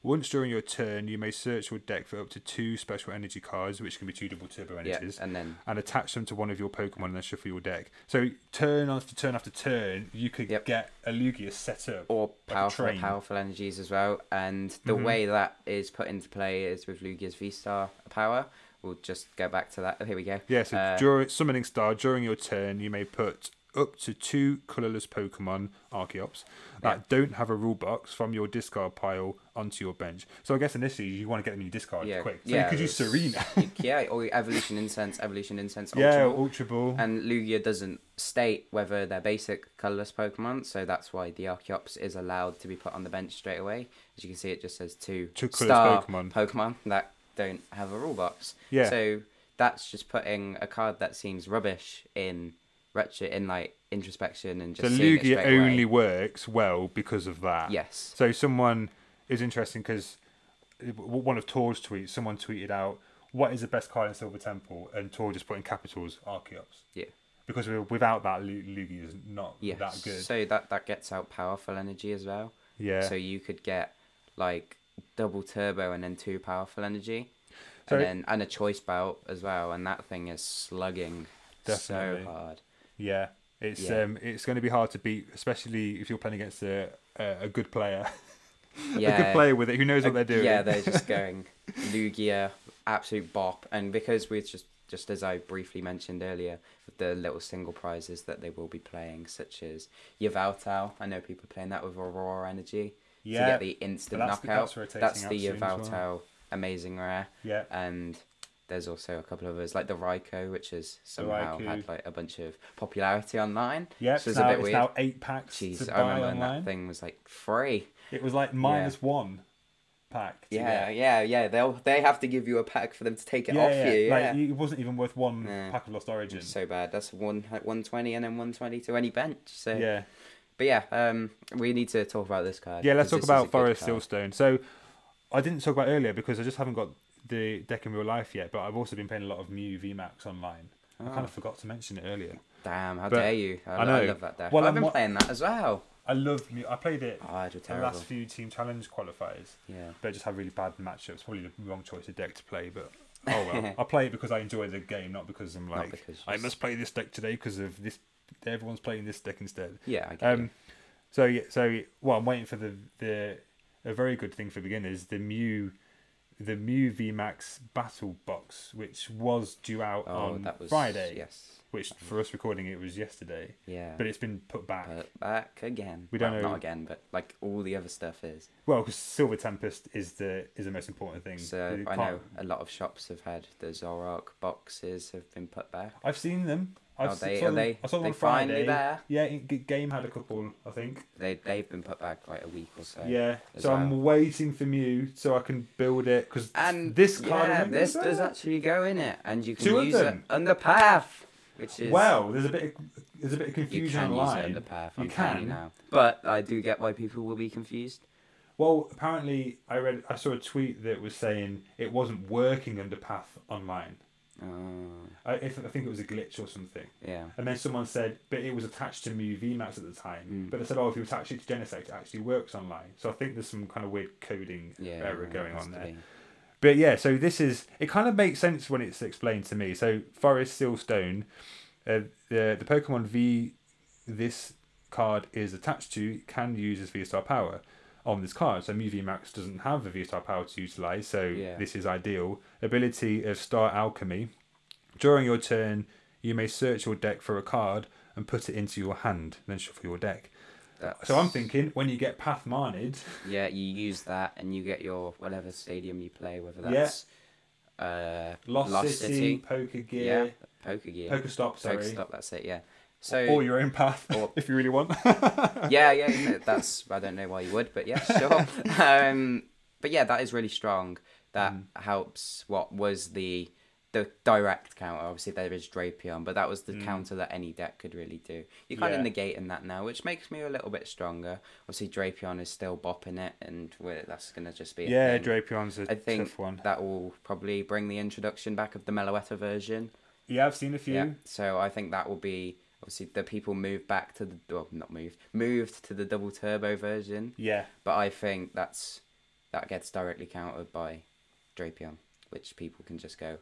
Speaker 1: once during your turn, you may search your deck for up to two special energy cards, which can be two double turbo
Speaker 2: yeah,
Speaker 1: energies,
Speaker 2: and then
Speaker 1: and attach them to one of your Pokemon and then shuffle your deck. So, turn after turn after turn, you could
Speaker 2: Yep.
Speaker 1: get a Lugia set up.
Speaker 2: or
Speaker 1: a
Speaker 2: powerful
Speaker 1: train. Mm-hmm.
Speaker 2: powerful energies as well. And the way that is put into play is with Lugia's V Star power. We'll just go back to that. Oh, here we go.
Speaker 1: Yeah, so
Speaker 2: Uh,
Speaker 1: during summoning star during your turn, you may put up to two colorless Pokemon Archeops that don't have a rule box from your discard pile onto your bench. So I guess initially you want to get them in your discard quick. So you could use
Speaker 2: it's-
Speaker 1: Serena.
Speaker 2: you- yeah, or Evolution Incense, Evolution Incense, Ultra
Speaker 1: yeah,
Speaker 2: Ball.
Speaker 1: Ultra Ball.
Speaker 2: And Lugia doesn't state whether they're basic colorless Pokemon, so that's why the Archeops is allowed to be put on the bench straight away. As you can see, it just says two,
Speaker 1: Two colours
Speaker 2: star
Speaker 1: Pokemon.
Speaker 2: Pokemon. that don't have a rule box.
Speaker 1: Yeah.
Speaker 2: So that's just putting a card that seems rubbish in retro, in like introspection and
Speaker 1: So
Speaker 2: just seeing it
Speaker 1: Lugia
Speaker 2: straight away.
Speaker 1: only works well because of that.
Speaker 2: Yes.
Speaker 1: So someone is interesting because one of Tor's tweets, someone tweeted out, "What is the best card in Silver Temple?" And Tor just put in capitals Archeops
Speaker 2: Yeah.
Speaker 1: because we- without that, Lu- Lugia is not
Speaker 2: Yes.
Speaker 1: that good.
Speaker 2: So that that gets out powerful energy as well.
Speaker 1: yeah.
Speaker 2: So you could get like double turbo and then two powerful energy,
Speaker 1: So-
Speaker 2: and then and a choice belt as well. And that thing is slugging
Speaker 1: Definitely.
Speaker 2: so hard.
Speaker 1: Yeah, it's
Speaker 2: Yeah.
Speaker 1: um, it's going to be hard to beat, especially if you're playing against a a, a good player,
Speaker 2: Yeah,
Speaker 1: a good player with it who knows
Speaker 2: uh,
Speaker 1: what they're doing.
Speaker 2: Yeah, they're just going Lugia, absolute bop. And because we're just just as I briefly mentioned earlier, with the little single prizes that they will be playing, such as Yveltal. I know people are playing that with Aurora Energy to
Speaker 1: Yeah,
Speaker 2: get the instant
Speaker 1: but that's-
Speaker 2: knockout.
Speaker 1: that's rotating
Speaker 2: That's
Speaker 1: out
Speaker 2: the
Speaker 1: soon as well.
Speaker 2: Yveltal amazing rare.
Speaker 1: yeah,
Speaker 2: and there's also a couple of others like the Raiko, which has somehow
Speaker 1: Raikou.
Speaker 2: had like a bunch of popularity online.
Speaker 1: yeah.
Speaker 2: so
Speaker 1: It's,
Speaker 2: it's
Speaker 1: now,
Speaker 2: a bit
Speaker 1: it's
Speaker 2: weird.
Speaker 1: now eight packs
Speaker 2: Jeez,
Speaker 1: to buy
Speaker 2: I remember when
Speaker 1: online.
Speaker 2: that thing was like free.
Speaker 1: It was like minus one pack. to
Speaker 2: Yeah,
Speaker 1: get.
Speaker 2: yeah, yeah. They'll they have to give you a pack for them to take it
Speaker 1: yeah,
Speaker 2: off
Speaker 1: yeah.
Speaker 2: you. Yeah.
Speaker 1: Like you- it wasn't even worth one
Speaker 2: Yeah.
Speaker 1: pack of Lost Origin.
Speaker 2: so bad. That's one one twenty and then one twenty to any bench. So
Speaker 1: yeah,
Speaker 2: but yeah, um, we need to talk about this card.
Speaker 1: yeah. Let's
Speaker 2: 'cause
Speaker 1: talk
Speaker 2: this is a
Speaker 1: about
Speaker 2: good
Speaker 1: Forest
Speaker 2: card.
Speaker 1: Silstone. So I didn't talk about earlier because I just haven't got the deck in real life yet, but I've also been playing a lot of Mu VMAX online. I
Speaker 2: Ah.
Speaker 1: kind of forgot to mention it earlier.
Speaker 2: Damn, how
Speaker 1: But-
Speaker 2: dare you? I,
Speaker 1: I
Speaker 2: I,
Speaker 1: know.
Speaker 2: love that deck.
Speaker 1: Well,
Speaker 2: I've
Speaker 1: I'm
Speaker 2: been
Speaker 1: wa-
Speaker 2: playing that as well.
Speaker 1: I love Mu. I played it
Speaker 2: Oh, I do
Speaker 1: the
Speaker 2: terrible.
Speaker 1: last few team challenge qualifiers,
Speaker 2: Yeah.
Speaker 1: but I just had really bad matchups. Probably the wrong choice of deck to play, but oh well. I play it because I enjoy the game, not because I'm like
Speaker 2: because
Speaker 1: I
Speaker 2: you're-
Speaker 1: must play this deck today because of this. Everyone's playing this deck instead.
Speaker 2: Yeah, I get
Speaker 1: Um, so yeah, so well, I'm waiting for the the a very good thing for beginners, the Mew, the Mew VMAX Battle Box, which was due out
Speaker 2: Oh,
Speaker 1: on
Speaker 2: that was
Speaker 1: Friday,
Speaker 2: Yes.
Speaker 1: which for us recording it was yesterday,
Speaker 2: Yeah.
Speaker 1: but it's been put back.
Speaker 2: But back again.
Speaker 1: We don't
Speaker 2: Well,
Speaker 1: know-
Speaker 2: Not again, but like all the other stuff is.
Speaker 1: Well, because Silver Tempest is the is the most important thing.
Speaker 2: So
Speaker 1: You
Speaker 2: I know
Speaker 1: can't-
Speaker 2: a lot of shops have had the Zorark boxes have been put back.
Speaker 1: I've seen them. I've
Speaker 2: Are
Speaker 1: se-
Speaker 2: Oh, they-
Speaker 1: saw
Speaker 2: are
Speaker 1: them-
Speaker 2: they-
Speaker 1: I saw them
Speaker 2: they
Speaker 1: on Friday.
Speaker 2: finally there?
Speaker 1: Yeah, in- G- game had a couple, I think.
Speaker 2: They they've been put back like a week or so.
Speaker 1: Yeah,
Speaker 2: as
Speaker 1: so I'm
Speaker 2: well.
Speaker 1: waiting for Mew so I can build it because
Speaker 2: And
Speaker 1: this card
Speaker 2: yeah,
Speaker 1: remember,
Speaker 2: this
Speaker 1: is
Speaker 2: does
Speaker 1: there?
Speaker 2: actually go in it, and you can
Speaker 1: Two of
Speaker 2: use it
Speaker 1: them.
Speaker 2: under path, which is
Speaker 1: Well, there's a bit of, there's a bit of
Speaker 2: You
Speaker 1: confusion
Speaker 2: can use it
Speaker 1: online.
Speaker 2: under path.
Speaker 1: You
Speaker 2: I'm telling
Speaker 1: can.
Speaker 2: you now, but I do get why people will be confused.
Speaker 1: Well, apparently I read I saw a tweet that was saying it wasn't working under Path online.
Speaker 2: Oh,
Speaker 1: I, if, I think it was a glitch or something.
Speaker 2: yeah.
Speaker 1: And then someone said, but it was attached to Mu VMAX at the time.
Speaker 2: Hmm.
Speaker 1: But they said, oh, if you attach it to Genesect, it actually works online. So I think there's some kind of weird coding
Speaker 2: Yeah,
Speaker 1: error
Speaker 2: it
Speaker 1: going
Speaker 2: has
Speaker 1: on
Speaker 2: to
Speaker 1: there.
Speaker 2: be.
Speaker 1: But yeah, so this is it. Kind of makes sense when it's explained to me. So Forest Sealstone, uh, the the Pokemon V, this card is attached to can use as V Star power on this card. So Mew Max doesn't have a V Star power to utilize. So
Speaker 2: Yeah.
Speaker 1: this is ideal. Ability of Star Alchemy. During your turn, you may search your deck for a card and put it into your hand, then shuffle your deck.
Speaker 2: That's-
Speaker 1: So I'm thinking when you get Path Marnid,
Speaker 2: Yeah, you use that and you get your whatever stadium you play, whether
Speaker 1: Yeah.
Speaker 2: that's uh,
Speaker 1: Lost,
Speaker 2: Lost
Speaker 1: City,
Speaker 2: City,
Speaker 1: Poker
Speaker 2: yeah,
Speaker 1: Gear,
Speaker 2: poker gear,
Speaker 1: Pokestop, sorry. Oh,
Speaker 2: stop. That's it. Yeah. So
Speaker 1: or your own path
Speaker 2: or-
Speaker 1: if you really want.
Speaker 2: yeah, yeah, no, that's I don't know why you would, but yeah, sure. um, but yeah, that is really strong. That
Speaker 1: Mm.
Speaker 2: helps. What was the the direct counter? Obviously, there is Drapion, but that was the counter that any deck could really do. You're kind
Speaker 1: Mm. Yeah.
Speaker 2: of negating that now, which makes me a little bit stronger. Obviously, Drapion is still bopping it, and we're, that's gonna just be a
Speaker 1: yeah,
Speaker 2: thing.
Speaker 1: Drapion's a
Speaker 2: um, I think
Speaker 1: tough one.
Speaker 2: that will probably bring the introduction back of the Meloetta version.
Speaker 1: Yeah, I've seen a few.
Speaker 2: Yeah. So I think that will be obviously the people moved back to the well, not moved, moved to the double turbo version.
Speaker 1: Yeah.
Speaker 2: But I think that's that gets directly countered by Drapion, which people can just go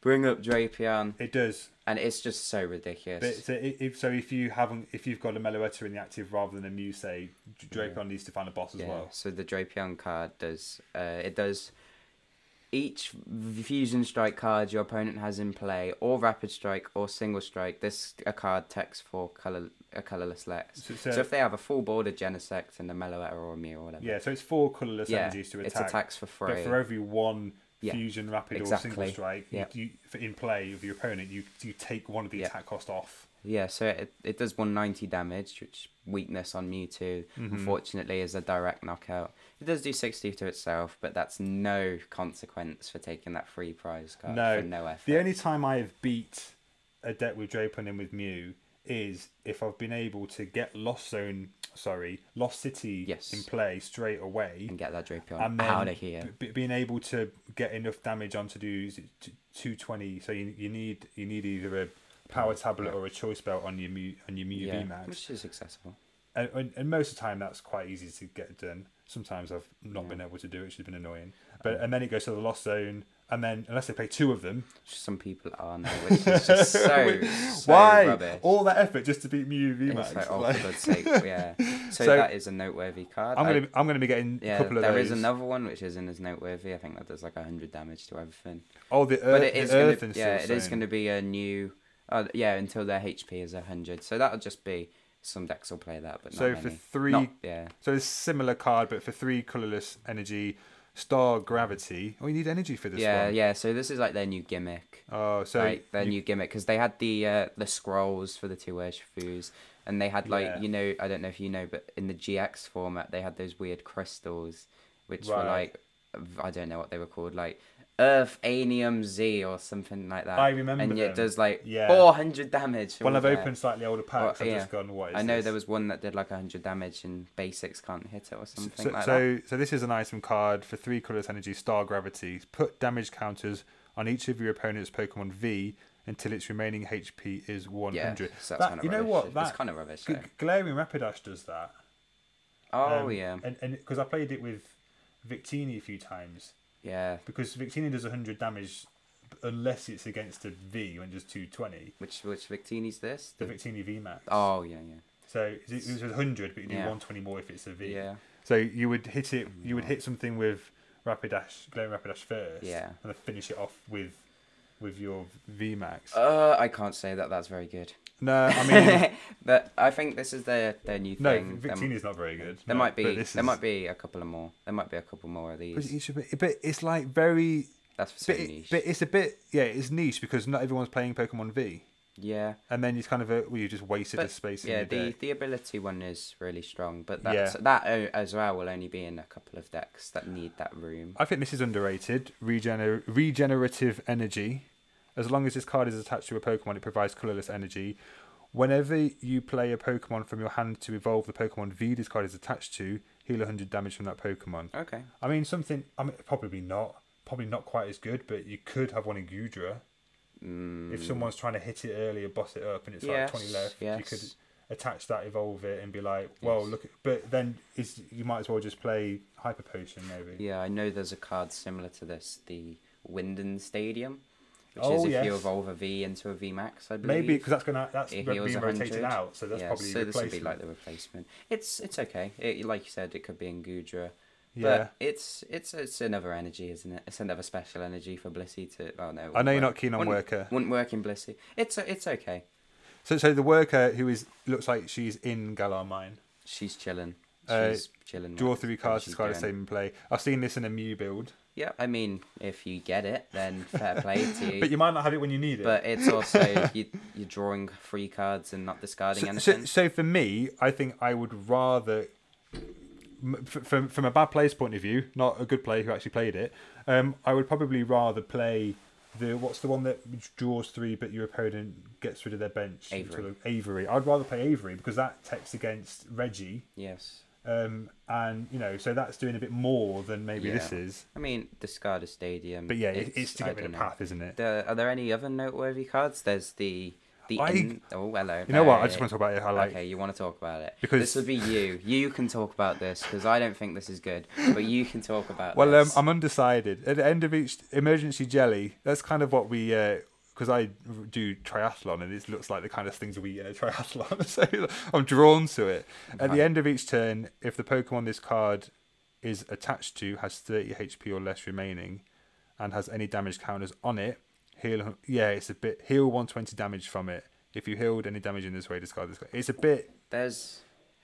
Speaker 2: bring up Drapion,
Speaker 1: it does.
Speaker 2: and it's just so ridiculous.
Speaker 1: But so i- if so, if you haven't, if you've got a Meloetta in the active rather than a Mew, say D- Drapion needs to find a boss as
Speaker 2: yeah.
Speaker 1: well.
Speaker 2: So the Drapion card does uh, it does each fusion strike card your opponent has in play, or rapid strike, or single strike. This a card text for color a colorless Lex.
Speaker 1: So,
Speaker 2: So,
Speaker 1: so,
Speaker 2: if they have a full board of Genesect and a Meloetta or a Mew or whatever,
Speaker 1: yeah, so it's four colorless
Speaker 2: yeah,
Speaker 1: energies to
Speaker 2: it's
Speaker 1: attack,
Speaker 2: attacks for free.
Speaker 1: but for every one
Speaker 2: Yeah,
Speaker 1: fusion, rapid, or single
Speaker 2: exactly.
Speaker 1: strike you-
Speaker 2: Yeah.
Speaker 1: you, for- in play of your opponent, you you take one of the
Speaker 2: Yeah.
Speaker 1: attack cost off.
Speaker 2: Yeah, so it, it does 190 damage, which weakness on Mewtwo,
Speaker 1: Mm-hmm.
Speaker 2: unfortunately, is a direct knockout. It does do 60 to itself, but that's no consequence for taking that free prize card
Speaker 1: No.
Speaker 2: for no effort.
Speaker 1: The only time I have beat a deck with Drapion and with Mew is if I've been able to get Lost Zone, sorry, Lost City
Speaker 2: Yes.
Speaker 1: in play straight away,
Speaker 2: and get that Drapion
Speaker 1: and then
Speaker 2: out of here.
Speaker 1: b- b- being able to get enough damage on to do is it t- 220. So you, you need you need either a power tablet or a choice belt on your Mew on your Mew
Speaker 2: Yeah,
Speaker 1: VMAX,
Speaker 2: which is accessible.
Speaker 1: and, and, and most of the time that's quite easy to get done. Sometimes I've not been able to do it, which has been annoying. But and then it goes to the Lost Zone, and then unless they play two of them,
Speaker 2: Some people are now, which is just so, so
Speaker 1: Why
Speaker 2: rubbish.
Speaker 1: all that effort just to beat Mew
Speaker 2: it's
Speaker 1: VMAX?
Speaker 2: like, oh,
Speaker 1: Like,
Speaker 2: for God's sake, yeah. So,
Speaker 1: So-
Speaker 2: that is a noteworthy card.
Speaker 1: I'm
Speaker 2: I-
Speaker 1: gonna I'm gonna be getting
Speaker 2: yeah,
Speaker 1: a couple of
Speaker 2: there
Speaker 1: those.
Speaker 2: is another one which isn't as noteworthy. I think that does like 100 damage to everything.
Speaker 1: Oh, the
Speaker 2: but
Speaker 1: earth,
Speaker 2: it is
Speaker 1: the earth
Speaker 2: gonna,
Speaker 1: and
Speaker 2: yeah,
Speaker 1: Steel
Speaker 2: it is
Speaker 1: Zone.
Speaker 2: going to be a new, uh, yeah, until their HP is hundred. So that'll just be some decks will play that, but not
Speaker 1: So for
Speaker 2: many.
Speaker 1: three-
Speaker 2: Not- yeah,
Speaker 1: So it's a similar card, but for three colorless energy, star gravity. Oh, you need energy for this
Speaker 2: yeah,
Speaker 1: one.
Speaker 2: yeah. So this is like their new gimmick,
Speaker 1: Oh, so
Speaker 2: like their
Speaker 1: you-
Speaker 2: new gimmick because they had the uh, the scrolls for the two Urshifu's, and they had like
Speaker 1: Yeah.
Speaker 2: you know I don't know if you know, but in the GX format they had those weird crystals, which were
Speaker 1: Right.
Speaker 2: like I don't know what they were called, like Earth Anium Z or something like that.
Speaker 1: I remember
Speaker 2: And
Speaker 1: them.
Speaker 2: it does like
Speaker 1: Yeah.
Speaker 2: 400 damage.
Speaker 1: When I've
Speaker 2: with it.
Speaker 1: opened slightly older packs,
Speaker 2: Well,
Speaker 1: I've just
Speaker 2: yeah.
Speaker 1: gone, what is
Speaker 2: I know
Speaker 1: this?
Speaker 2: there was one that did like 100 damage and basics can't hit it or something
Speaker 1: So,
Speaker 2: like that.
Speaker 1: so, so this is an item card for three colorless energy, Star Gravity. Put damage counters on each of your opponent's Pokemon V until its remaining HP is 100.
Speaker 2: Yeah, so that's
Speaker 1: That-
Speaker 2: kind of
Speaker 1: you know
Speaker 2: rubbish.
Speaker 1: what?
Speaker 2: It's
Speaker 1: That-
Speaker 2: kind of rubbish.
Speaker 1: G-
Speaker 2: though.
Speaker 1: Glaring Rapidash does that.
Speaker 2: oh,
Speaker 1: Um,
Speaker 2: yeah.
Speaker 1: And because I played it with Victini a few times,
Speaker 2: Yeah.
Speaker 1: because Victini does 100 damage unless it's against a V when it does 220.
Speaker 2: Which which Victini's this?
Speaker 1: The Victini V max.
Speaker 2: Oh, yeah, yeah.
Speaker 1: So it it was 100, but you do
Speaker 2: Yeah.
Speaker 1: 120 more if it's a V.
Speaker 2: Yeah.
Speaker 1: So you would hit it. You would hit something with Rapidash, Glaring Rapidash first.
Speaker 2: Yeah.
Speaker 1: And then finish it off with with your VMAX.
Speaker 2: Uh, I can't say that that's very good.
Speaker 1: no, I mean
Speaker 2: but I think this is their, their new
Speaker 1: no.
Speaker 2: thing. There-
Speaker 1: Victini's not very good.
Speaker 2: There
Speaker 1: no,
Speaker 2: might
Speaker 1: but
Speaker 2: be there
Speaker 1: this is-
Speaker 2: might be a couple of more. There might be a couple more of
Speaker 1: But,
Speaker 2: these.
Speaker 1: it should be- but it's like very.
Speaker 2: That's for
Speaker 1: But,
Speaker 2: certain
Speaker 1: it-
Speaker 2: niche.
Speaker 1: but it's a bit yeah. It's niche because not everyone's playing Pokemon V,
Speaker 2: yeah.
Speaker 1: and then it's kind of a well, you just wasted a
Speaker 2: But
Speaker 1: space.
Speaker 2: yeah,
Speaker 1: in your
Speaker 2: the,
Speaker 1: deck.
Speaker 2: the ability one is really strong, but that's, that o- as well will only be in a couple of decks that need that room.
Speaker 1: I think this is underrated. Regener- regenerative energy. As long as this card is attached to a Pokemon, it provides colorless energy. Whenever you play a Pokemon from your hand to evolve the Pokemon V this card is attached to, heal 100 damage from that Pokemon.
Speaker 2: Okay.
Speaker 1: I mean, something. I mean, probably not. Probably not quite as good, but you could have one in Gudra.
Speaker 2: Mm,
Speaker 1: If someone's trying to hit it earlier, boss it up, and it's
Speaker 2: Yes,
Speaker 1: like 20 left, you
Speaker 2: yes.
Speaker 1: could attach that, evolve it, and be like, well,
Speaker 2: Yes.
Speaker 1: look. At, but then is you might as well just play Hyper Potion, maybe.
Speaker 2: Yeah, I know there's a card similar to this, the Winden Stadium, which
Speaker 1: Oh,
Speaker 2: is if
Speaker 1: yes.
Speaker 2: you evolve a V into a V Max, I believe.
Speaker 1: Maybe because that's gonna that's
Speaker 2: It
Speaker 1: being
Speaker 2: heals
Speaker 1: rotated
Speaker 2: 100.
Speaker 1: out, so that's
Speaker 2: yeah,
Speaker 1: probably
Speaker 2: so this would
Speaker 1: replacement.
Speaker 2: be like the replacement. It's it's okay. It, like you said, it could be in Gudra.
Speaker 1: Yeah.
Speaker 2: But it's it's it's another energy, isn't it? It's another special energy for Blissey to. Oh no. it
Speaker 1: I know you're
Speaker 2: wouldn't work.
Speaker 1: not keen on
Speaker 2: Wouldn't-
Speaker 1: Worker.
Speaker 2: Wouldn't work in Blissey. It's it's okay.
Speaker 1: So, so the worker who is looks like she's in Galar Mine.
Speaker 2: She's chilling. She's
Speaker 1: Uh,
Speaker 2: chilling.
Speaker 1: Draw
Speaker 2: right
Speaker 1: three
Speaker 2: now.
Speaker 1: cards,
Speaker 2: She's
Speaker 1: discard a
Speaker 2: doing-
Speaker 1: save and play. I've seen this in a Mew build,
Speaker 2: Yeah, I mean, if you get it, then fair play to you.
Speaker 1: but you might not have it when you need it.
Speaker 2: But it's also you, you're drawing free cards and not discarding
Speaker 1: so, so,
Speaker 2: anything.
Speaker 1: so for me, I think I would rather, m- f- from from a bad player's point of view, not a good player who actually played it. Um, I would probably rather play the what's the one that draws three, but your opponent gets rid of their bench.
Speaker 2: Avery.
Speaker 1: Sort of Avery. I'd rather play Avery because that takes against Reggie.
Speaker 2: yes.
Speaker 1: um, and you know, so that's doing a bit more than maybe
Speaker 2: Yeah.
Speaker 1: this is.
Speaker 2: I mean, discard a stadium.
Speaker 1: But yeah, it's, it's to
Speaker 2: I
Speaker 1: get rid
Speaker 2: don't
Speaker 1: of
Speaker 2: know.
Speaker 1: path, isn't it?
Speaker 2: There, are there any other noteworthy cards? There's the the
Speaker 1: I-
Speaker 2: end. Oh hello.
Speaker 1: You know what? I
Speaker 2: Hey.
Speaker 1: just want to talk about it. I like.
Speaker 2: Okay, you want to talk about it
Speaker 1: Because-
Speaker 2: this would be you. You can talk about this because I don't think this is good, but you can talk about.
Speaker 1: Well, um,
Speaker 2: this.
Speaker 1: I'm undecided. At the end of each emergency jelly, that's kind of what we. Because I do triathlon, and it looks like the kind of things we eat in a triathlon. so I'm drawn to it. At the end of each turn, if the Pokemon this card is attached to has 30 HP or less remaining, and has any damage counters on it, heal. Yeah, it's a bit heal 120 damage from it. If you healed any damage in this way, discard this. card. It's a bit.
Speaker 2: There's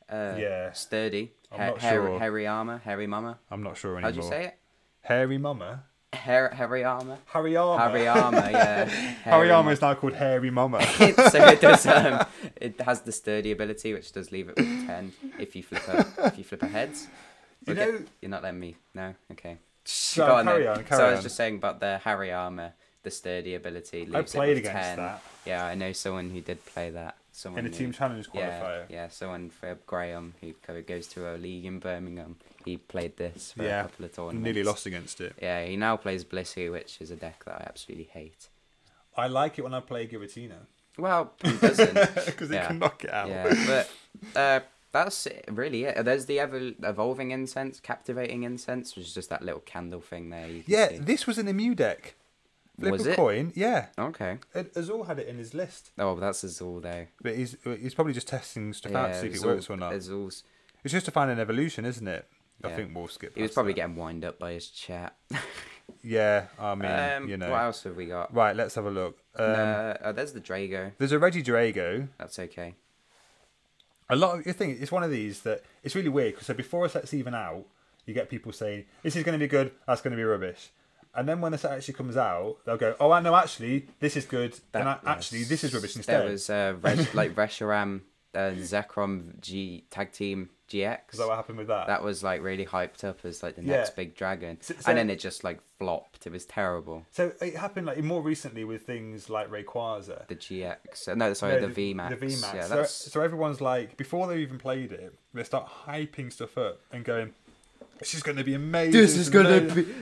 Speaker 2: uh,
Speaker 1: Yeah.
Speaker 2: sturdy,
Speaker 1: I'm
Speaker 2: ha-
Speaker 1: not
Speaker 2: hair-
Speaker 1: sure.
Speaker 2: hairy armor, hairy mama.
Speaker 1: I'm not sure anymore.
Speaker 2: How'd you say it?
Speaker 1: Hairy Mama.
Speaker 2: Hair, hairy armor.
Speaker 1: Harry Armour.
Speaker 2: Hairy armor, yeah. Hairy
Speaker 1: Harry Armour is now called Hairy Mama.
Speaker 2: Mama. so it does. Um, it has the sturdy ability, which does leave it with ten if you flip a, if you flip a heads.
Speaker 1: You
Speaker 2: Okay,
Speaker 1: know-
Speaker 2: you're not letting me. No, okay.
Speaker 1: So,
Speaker 2: Go on
Speaker 1: carry
Speaker 2: then.
Speaker 1: on, carry
Speaker 2: so I
Speaker 1: on.
Speaker 2: was just saying about the Harry armor, the sturdy ability. Leaves it
Speaker 1: played
Speaker 2: with
Speaker 1: against
Speaker 2: 10.
Speaker 1: that.
Speaker 2: Yeah, I know someone who did play that. Someone
Speaker 1: In a
Speaker 2: who-
Speaker 1: team challenge
Speaker 2: Yeah,
Speaker 1: qualifier.
Speaker 2: yeah, someone for Graham who co- goes to a league in Birmingham. He played this for a couple of tournaments.
Speaker 1: nearly lost against it.
Speaker 2: Yeah, he now plays Blissey, which is a deck that I absolutely hate.
Speaker 1: I like it when I play Giratina
Speaker 2: Well, who doesn't?
Speaker 1: because it
Speaker 2: Yeah.
Speaker 1: can knock it out.
Speaker 2: yeah, but uh, that's it, really it. There's the ever evolving incense, captivating incense, which is just that little candle thing there. You can
Speaker 1: Yeah,
Speaker 2: see.
Speaker 1: this was an Emu deck. Flip
Speaker 2: Was
Speaker 1: a
Speaker 2: it?
Speaker 1: coin. Yeah,
Speaker 2: Okay.
Speaker 1: It- Azul had it in his list,
Speaker 2: Oh, that's Azul though.
Speaker 1: but he's uh, he's probably just testing stuff out to see if it
Speaker 2: Azul-
Speaker 1: works or not.
Speaker 2: Azul's.
Speaker 1: It's just to find an evolution, isn't it? I
Speaker 2: Yeah.
Speaker 1: think we'll skip.
Speaker 2: He was
Speaker 1: past
Speaker 2: probably
Speaker 1: that.
Speaker 2: getting wind up by his chat.
Speaker 1: Yeah, I mean,
Speaker 2: um,
Speaker 1: you know.
Speaker 2: What else have we got?
Speaker 1: Right, let's have a look. Um,
Speaker 2: uh, oh, there's the Drago.
Speaker 1: There's a Reggie Drago.
Speaker 2: That's okay.
Speaker 1: A lot of you think it's one of these that it's really weird because so before a set's even out, you get people saying this is going to be good, that's going to be rubbish, and then when the set actually comes out, they'll go, oh, I know actually this is good, and I,
Speaker 2: That
Speaker 1: actually
Speaker 2: was-
Speaker 1: this is rubbish
Speaker 2: There
Speaker 1: instead.
Speaker 2: was uh, Resh, like Reshiram, uh, Zekrom G tag team GX.
Speaker 1: Is that what happened with that?
Speaker 2: That was like really hyped up as like the
Speaker 1: Yeah.
Speaker 2: next big dragon,
Speaker 1: So- so-
Speaker 2: and then it just like flopped. It was terrible.
Speaker 1: So it happened like more recently with things like Rayquaza.
Speaker 2: The GX, uh, no, sorry,
Speaker 1: No,
Speaker 2: the V Max.
Speaker 1: The VMAX.
Speaker 2: Yeah,
Speaker 1: so,
Speaker 2: that's
Speaker 1: so everyone's like, before they even played it, they start hyping stuff up and going, "This is going to be amazing." amazing."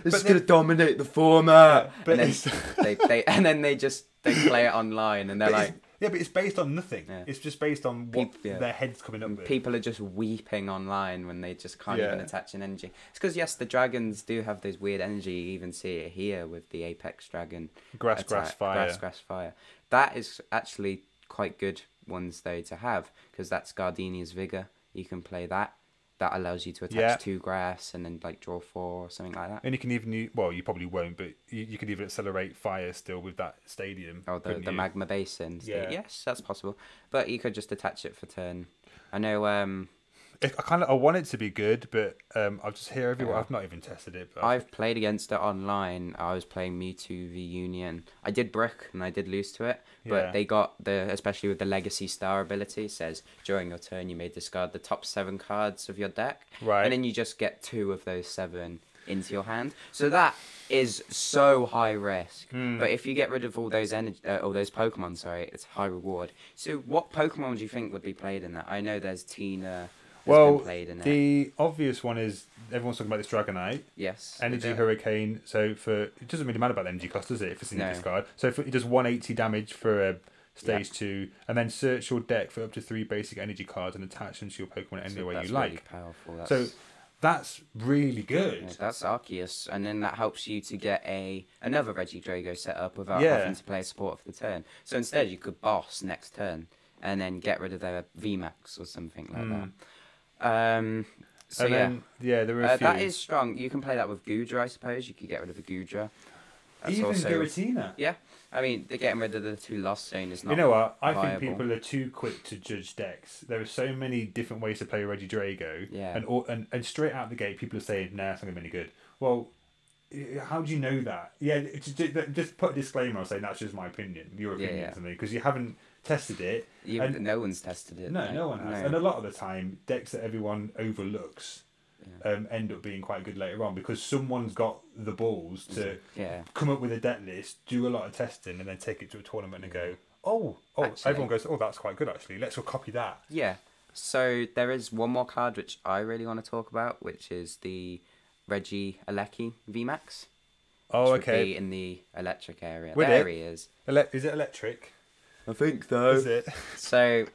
Speaker 1: But then-
Speaker 2: dominate the format.
Speaker 1: Yeah, but
Speaker 2: and then
Speaker 1: it's-
Speaker 2: they, they and then they just they play it online, and they're
Speaker 1: but it's-
Speaker 2: like,
Speaker 1: yeah, but it's based on nothing.
Speaker 2: Yeah.
Speaker 1: It's just based on what
Speaker 2: Peop- yeah.
Speaker 1: their heads coming up with.
Speaker 2: people are just weeping online when they just can't even
Speaker 1: Yeah.
Speaker 2: attach an energy. It's because yes, the dragons do have those weird energy. You even see it here with the apex dragon.
Speaker 1: Grass, grass, fire.
Speaker 2: Grass, grass, fire. That is actually quite good ones though to have because that's Gardenia's vigor. You can play that. That allows you to attach
Speaker 1: Yeah.
Speaker 2: two grass and then like draw four or something like that.
Speaker 1: And you can even u- well, you probably won't, but you, you could even accelerate fire still with that stadium.
Speaker 2: Oh, the,
Speaker 1: couldn't
Speaker 2: the
Speaker 1: you?
Speaker 2: magma basins.
Speaker 1: Yeah.
Speaker 2: Yeah. Yes, that's possible. But you could just attach it for turn. I know. Um,
Speaker 1: If- I kind of I want it to be good, but um, I just hear everyone.
Speaker 2: Yeah.
Speaker 1: I've not even tested it. But
Speaker 2: I've played against it online. I was playing Mewtwo v Union. I did brick and I did lose to it. But
Speaker 1: Yeah.
Speaker 2: they got the especially with the Legacy Star ability it says during your turn you may discard the top seven cards of your deck.
Speaker 1: Right.
Speaker 2: And then you just get two of those seven into your hand. So that is so high risk.
Speaker 1: Hmm.
Speaker 2: But if you get rid of all those energy, uh, all those Pokemon, sorry, it's high reward. So what Pokemon do you think would be played in that? I know there's Tina. has
Speaker 1: well,
Speaker 2: been played in it.
Speaker 1: the obvious one is everyone's talking about this Dragonite.
Speaker 2: Yes.
Speaker 1: Energy
Speaker 2: the-
Speaker 1: Hurricane. So for it doesn't really matter about the energy cost, does it? If it's in your
Speaker 2: No.
Speaker 1: discard, so if it does one eighty damage for a stage two, and then search your deck for up to three basic energy cards and attach them to your Pokemon any
Speaker 2: So
Speaker 1: way you
Speaker 2: that's
Speaker 1: like.
Speaker 2: Really powerful. That's,
Speaker 1: so that's really good.
Speaker 2: yeah, that's Arceus, and then that helps you to get a another Reggie Drago set up without
Speaker 1: Yeah.
Speaker 2: having to play support for the turn. So instead, you could boss next turn and then get rid of their VMAX or something like that. Um, so
Speaker 1: Hmm. and
Speaker 2: yeah,
Speaker 1: then yeah, there are a
Speaker 2: uh,
Speaker 1: few.
Speaker 2: that is strong. You can play that with Gudra, I suppose. You could get rid of a Gudra. That's
Speaker 1: even
Speaker 2: also-
Speaker 1: Giratina.
Speaker 2: Yeah, I mean, they're getting rid of the two lost zone is not.
Speaker 1: You know what? I think
Speaker 2: viable.
Speaker 1: people are too quick to judge decks. There are so many different ways to play Reggie Drago,
Speaker 2: Yeah.
Speaker 1: and, all, and and straight out the gate, people are saying, "Nah, it's not gonna be any good." Well, y- how do you know that? Yeah, it's ju- ju- just put a disclaimer on saying that's just my opinion, your
Speaker 2: Yeah,
Speaker 1: opinion,
Speaker 2: yeah.
Speaker 1: something because you haven't tested it.
Speaker 2: You-
Speaker 1: and-
Speaker 2: no one's tested it.
Speaker 1: No, no one has, and a lot of the time, decks that everyone overlooks um, end up being quite good later on because someone's got the balls to
Speaker 2: Yeah.
Speaker 1: come up with a debt list, do a lot of testing, and then take it to a tournament and go, oh, oh,
Speaker 2: Actually-
Speaker 1: everyone goes, oh, that's quite good actually. Let's all copy that.
Speaker 2: Yeah. So there is one more card which I really want to talk about, which is the Reggie Alecki VMAX.
Speaker 1: Oh,
Speaker 2: which would Be in the electric area.
Speaker 1: Would
Speaker 2: there
Speaker 1: it?
Speaker 2: he is.
Speaker 1: Ele- is it electric?
Speaker 2: I think so.
Speaker 1: Is it?
Speaker 2: So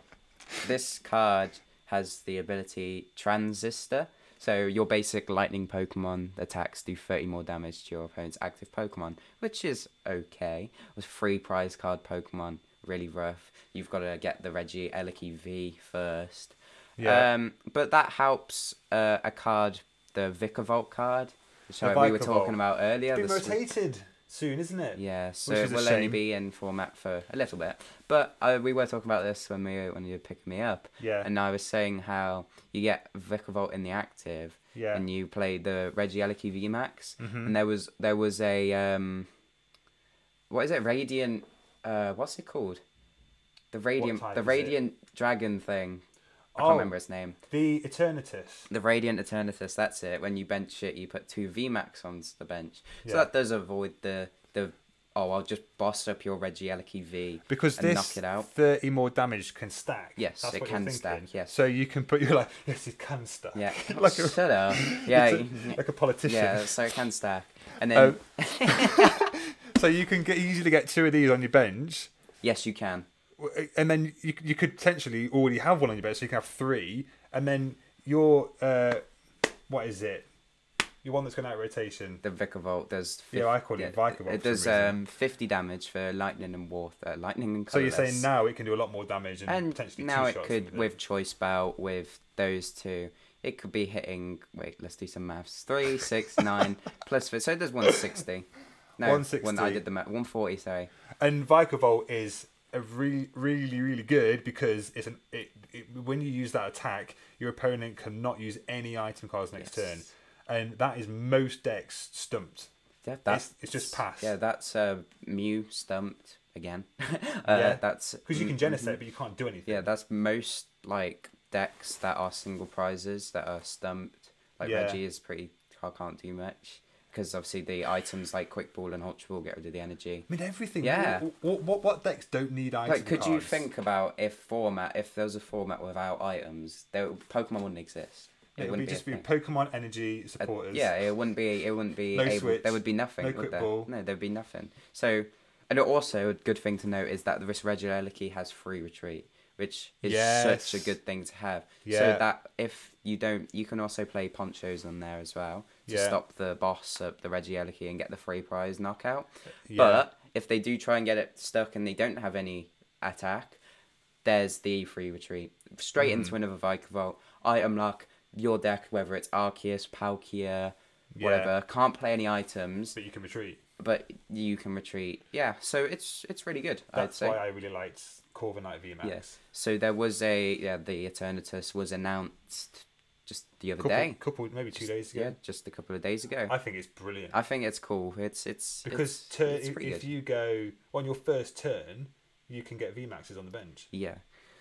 Speaker 2: this card has the ability Transistor. So your basic lightning Pokemon attacks do 30 more damage to your opponent's active Pokemon, which is okay. With free prize card Pokemon, really rough. You've got to get the Reggie Eliki V first.
Speaker 1: Yeah.
Speaker 2: Um, but that helps uh, a card, the Vicavolt card, which
Speaker 1: The
Speaker 2: I- we were
Speaker 1: Vicavolt.
Speaker 2: talking about earlier.
Speaker 1: It's been
Speaker 2: the sw-
Speaker 1: rotated soon, isn't it?
Speaker 2: yeah, so
Speaker 1: Which
Speaker 2: it
Speaker 1: is a
Speaker 2: will only
Speaker 1: shame.
Speaker 2: be in format for a little bit. But uh, we were talking about this when we when you were picking me up.
Speaker 1: Yeah.
Speaker 2: And I was saying how you get Vicavolt in the active.
Speaker 1: Yeah. Mm-hmm.
Speaker 2: And you play the Reggie Regieleki VMAX, and there was there was a um, what is it? Radiant. Uh, what's it called? The radiant
Speaker 1: type
Speaker 2: the
Speaker 1: is it?
Speaker 2: radiant dragon thing. I can't
Speaker 1: Oh.
Speaker 2: remember its name.
Speaker 1: The Eternatus.
Speaker 2: The Radiant Eternatus, that's it. When you bench it, you put two VMAX onto the bench. So
Speaker 1: Yeah.
Speaker 2: that does avoid the, the oh, I'll just boss up your Regieleki V
Speaker 1: Because
Speaker 2: and
Speaker 1: this
Speaker 2: knock it out.
Speaker 1: 30 more damage can stack.
Speaker 2: Yes, it
Speaker 1: what you're
Speaker 2: can
Speaker 1: thinking.
Speaker 2: stack, yes.
Speaker 1: So you can put your like, yes, it can stack.
Speaker 2: Yeah.
Speaker 1: like, a,
Speaker 2: Shut up. Yeah.
Speaker 1: it's a- Oh. like a politician.
Speaker 2: yeah, so it can stack. And then,
Speaker 1: So you can get easily get two of these on your bench.
Speaker 2: yes, you can.
Speaker 1: and then you, you could potentially already have one on your bench, so you can have three, and then your uh, what is it? Your one that's going out of rotation.
Speaker 2: The Vicavolt does.
Speaker 1: Yeah, I call it Vicavolt for
Speaker 2: It does
Speaker 1: some reason.
Speaker 2: um, 50 damage for Lightning and Water. Lightning and
Speaker 1: So you're
Speaker 2: Colorless.
Speaker 1: saying now it can do a lot more damage and,
Speaker 2: and
Speaker 1: potentially
Speaker 2: now
Speaker 1: two
Speaker 2: it
Speaker 1: shots
Speaker 2: could
Speaker 1: with it.
Speaker 2: with choice belt with those two it could be hitting wait let's do some maths three six nine plus four, so there's 160 no 160 when i
Speaker 1: 160.
Speaker 2: did the math 140 sorry
Speaker 1: And Vicavolt is a really, really, really good because it's an it, it, when you use that attack, your opponent cannot use any item cards next turn,
Speaker 2: Yes.
Speaker 1: and that is most decks stumped.
Speaker 2: Yeah,
Speaker 1: It's- it's just pass.
Speaker 2: yeah that's uh mew stumped again uh,
Speaker 1: Yeah.
Speaker 2: that's Mm-hmm.
Speaker 1: Because you can genesect, but you can't do anything.
Speaker 2: yeah that's most like decks that are single prizes that are stumped. Like
Speaker 1: Yeah.
Speaker 2: Reggie is pretty. I can't do much because obviously the items like Quick Ball and Hotch Ball get rid of the energy.
Speaker 1: I mean, everything.
Speaker 2: Yeah.
Speaker 1: What, what, what decks don't need item
Speaker 2: Like, could you
Speaker 1: cards?
Speaker 2: think about if format if there was a format without items, there Pokemon wouldn't exist. It,
Speaker 1: It would be
Speaker 2: wouldn't
Speaker 1: just
Speaker 2: be.
Speaker 1: be
Speaker 2: a thing. Uh,
Speaker 1: Pokemon energy supporters.
Speaker 2: Yeah, it wouldn't be. It wouldn't be.
Speaker 1: No
Speaker 2: able,
Speaker 1: switch,
Speaker 2: There would be nothing.
Speaker 1: no
Speaker 2: would
Speaker 1: quick
Speaker 2: there?
Speaker 1: ball.
Speaker 2: No, there'd be nothing. So, and also a good thing to note is that this regular Eliki has free retreat, which is
Speaker 1: Yes.
Speaker 2: such a good thing to have.
Speaker 1: Yeah.
Speaker 2: So that if you don't, you can also play ponchos on there as well to
Speaker 1: Yeah.
Speaker 2: stop the boss of the Reggie Eliki and get the free prize knockout.
Speaker 1: Yeah.
Speaker 2: But if they do try and get it stuck and they don't have any attack, there's the free retreat. Straight
Speaker 1: Mm-hmm.
Speaker 2: into another Vikavolt. Item luck, your deck, whether it's Arceus, Palkia, whatever, can't play any items,
Speaker 1: But you can retreat.
Speaker 2: but you can retreat. Yeah, so it's it's really good, I'd
Speaker 1: That's
Speaker 2: say.
Speaker 1: why I really liked Corviknight VMAX.
Speaker 2: Yes. So there was a yeah, the Eternatus was announced just the other
Speaker 1: Couple,
Speaker 2: day.
Speaker 1: couple, maybe two days ago.
Speaker 2: Yeah, just a couple of days ago. I,
Speaker 1: I think it's brilliant.
Speaker 2: think it's cool. It's it's
Speaker 1: because
Speaker 2: it's,
Speaker 1: turn,
Speaker 2: it's pretty
Speaker 1: if
Speaker 2: good.
Speaker 1: you go on your first turn, you can get VMAXs on the bench.
Speaker 2: Yeah.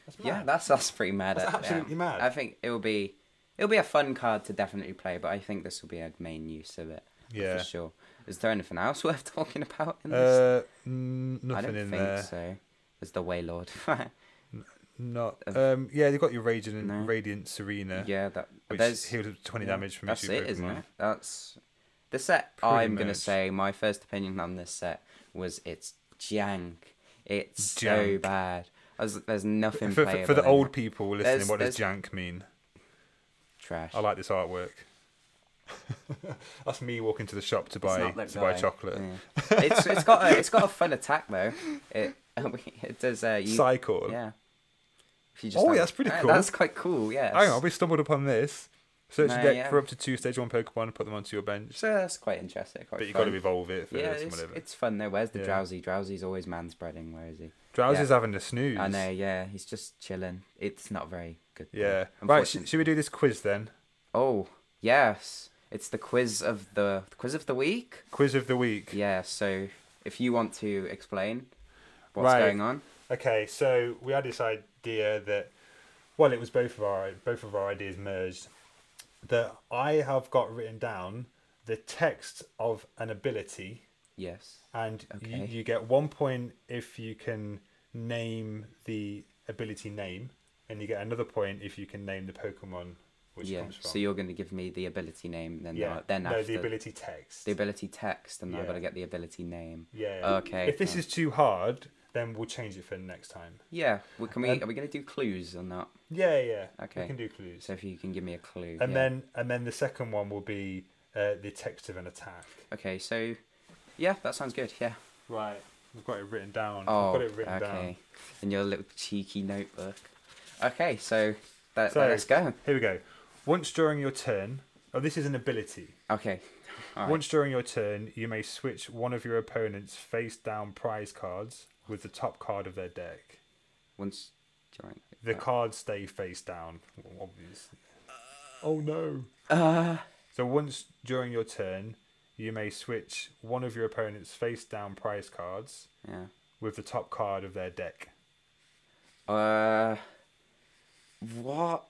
Speaker 1: That's
Speaker 2: Yeah,
Speaker 1: mad.
Speaker 2: that's that's pretty mad.
Speaker 1: That's
Speaker 2: at- yeah.
Speaker 1: absolutely mad.
Speaker 2: I think it'll be it'll be a fun card to definitely play, but I think this will be a main use of it.
Speaker 1: Yeah.
Speaker 2: for sure. Is there anything else worth talking about in this?
Speaker 1: Uh, mm,
Speaker 2: I
Speaker 1: nothing
Speaker 2: don't
Speaker 1: in
Speaker 2: think
Speaker 1: there.
Speaker 2: so. There's the Waylord.
Speaker 1: Not. Um, yeah, they've got your Radiant,
Speaker 2: No.
Speaker 1: Radiant Serena,
Speaker 2: yeah, that
Speaker 1: which
Speaker 2: there's
Speaker 1: heals up to twenty damage from
Speaker 2: that's
Speaker 1: each of your
Speaker 2: it, isn't
Speaker 1: Pokemon.
Speaker 2: it? That's the set.
Speaker 1: Pretty
Speaker 2: I'm gonna
Speaker 1: much.
Speaker 2: say my first opinion on this set was it's jank. It's so
Speaker 1: Jank.
Speaker 2: bad. I was- there's nothing
Speaker 1: For,
Speaker 2: playable
Speaker 1: for, for the
Speaker 2: in
Speaker 1: old
Speaker 2: it.
Speaker 1: people listening,
Speaker 2: There's-
Speaker 1: what does jank mean?
Speaker 2: trash.
Speaker 1: I like this artwork. That's me walking to the shop to buy
Speaker 2: It's not that
Speaker 1: to buy
Speaker 2: guy.
Speaker 1: chocolate.
Speaker 2: Yeah. it's it's got a, it's got a fun attack though. It it does uh, you,
Speaker 1: Psychor.
Speaker 2: yeah. If you
Speaker 1: Oh,
Speaker 2: like-
Speaker 1: that's pretty
Speaker 2: Yeah,
Speaker 1: cool.
Speaker 2: That's quite cool. Yeah.
Speaker 1: Hang on, we stumbled upon this. Search
Speaker 2: No,
Speaker 1: your deck
Speaker 2: yeah.
Speaker 1: for up to two stage one Pokemon and put them onto your bench.
Speaker 2: So that's uh, quite interesting. Quite
Speaker 1: But you've
Speaker 2: fun.
Speaker 1: got to evolve it first
Speaker 2: Yeah,
Speaker 1: and
Speaker 2: it's,
Speaker 1: whatever.
Speaker 2: it's fun though. Where's the
Speaker 1: Yeah.
Speaker 2: drowsy? Drowsy's always man spreading. Where is he?
Speaker 1: Drowsy's
Speaker 2: yeah.
Speaker 1: having a snooze.
Speaker 2: I know. Yeah, he's just chilling. It's not very good. though,
Speaker 1: Yeah. Right, sh-
Speaker 2: unfortunate-
Speaker 1: should we do this quiz then?
Speaker 2: oh yes, it's the quiz of the quiz of the week.
Speaker 1: Quiz of the week.
Speaker 2: Yeah. So if you want to explain what's
Speaker 1: Right.
Speaker 2: going on,
Speaker 1: Okay, so we had this idea that, well, it was both of our both of our ideas merged. That I have got written down the text of an ability,
Speaker 2: yes.
Speaker 1: and you,
Speaker 2: Okay.
Speaker 1: you get one point if you can name the ability name, and you get another point if you can name the Pokemon which
Speaker 2: yeah.
Speaker 1: comes from.
Speaker 2: So you're going to give me the ability name, then
Speaker 1: yeah,
Speaker 2: the- then
Speaker 1: no,
Speaker 2: after
Speaker 1: the ability text.
Speaker 2: the ability text, and
Speaker 1: Yeah.
Speaker 2: I've got to get the ability name.
Speaker 1: yeah.
Speaker 2: Okay.
Speaker 1: If this is too hard, then we'll change it for next time.
Speaker 2: Yeah. Well, can we?
Speaker 1: Um,
Speaker 2: are we going to do clues or not?
Speaker 1: Yeah, yeah. We
Speaker 2: Okay.
Speaker 1: can do clues.
Speaker 2: So if you can give me a clue.
Speaker 1: and
Speaker 2: yeah.
Speaker 1: then and then the second one will be uh, the text of an attack.
Speaker 2: Okay, so yeah, that sounds good. Yeah.
Speaker 1: Right, I've got it written down.
Speaker 2: Oh,
Speaker 1: I've got it written
Speaker 2: okay.
Speaker 1: down.
Speaker 2: In your little cheeky notebook. Okay, so, that,
Speaker 1: So-
Speaker 2: let's go.
Speaker 1: Here we go. Once during your turn, oh, this is an ability.
Speaker 2: Okay. All right.
Speaker 1: Once during your turn, you may switch one of your opponent's face down prize cards with the top card of their deck.
Speaker 2: Once Uh, during.
Speaker 1: The cards stay face down, w- obviously. oh no.
Speaker 2: Uh,
Speaker 1: So once during your turn, you may switch one of your opponent's face down prize cards
Speaker 2: yeah.
Speaker 1: with the top card of their deck.
Speaker 2: Uh, what?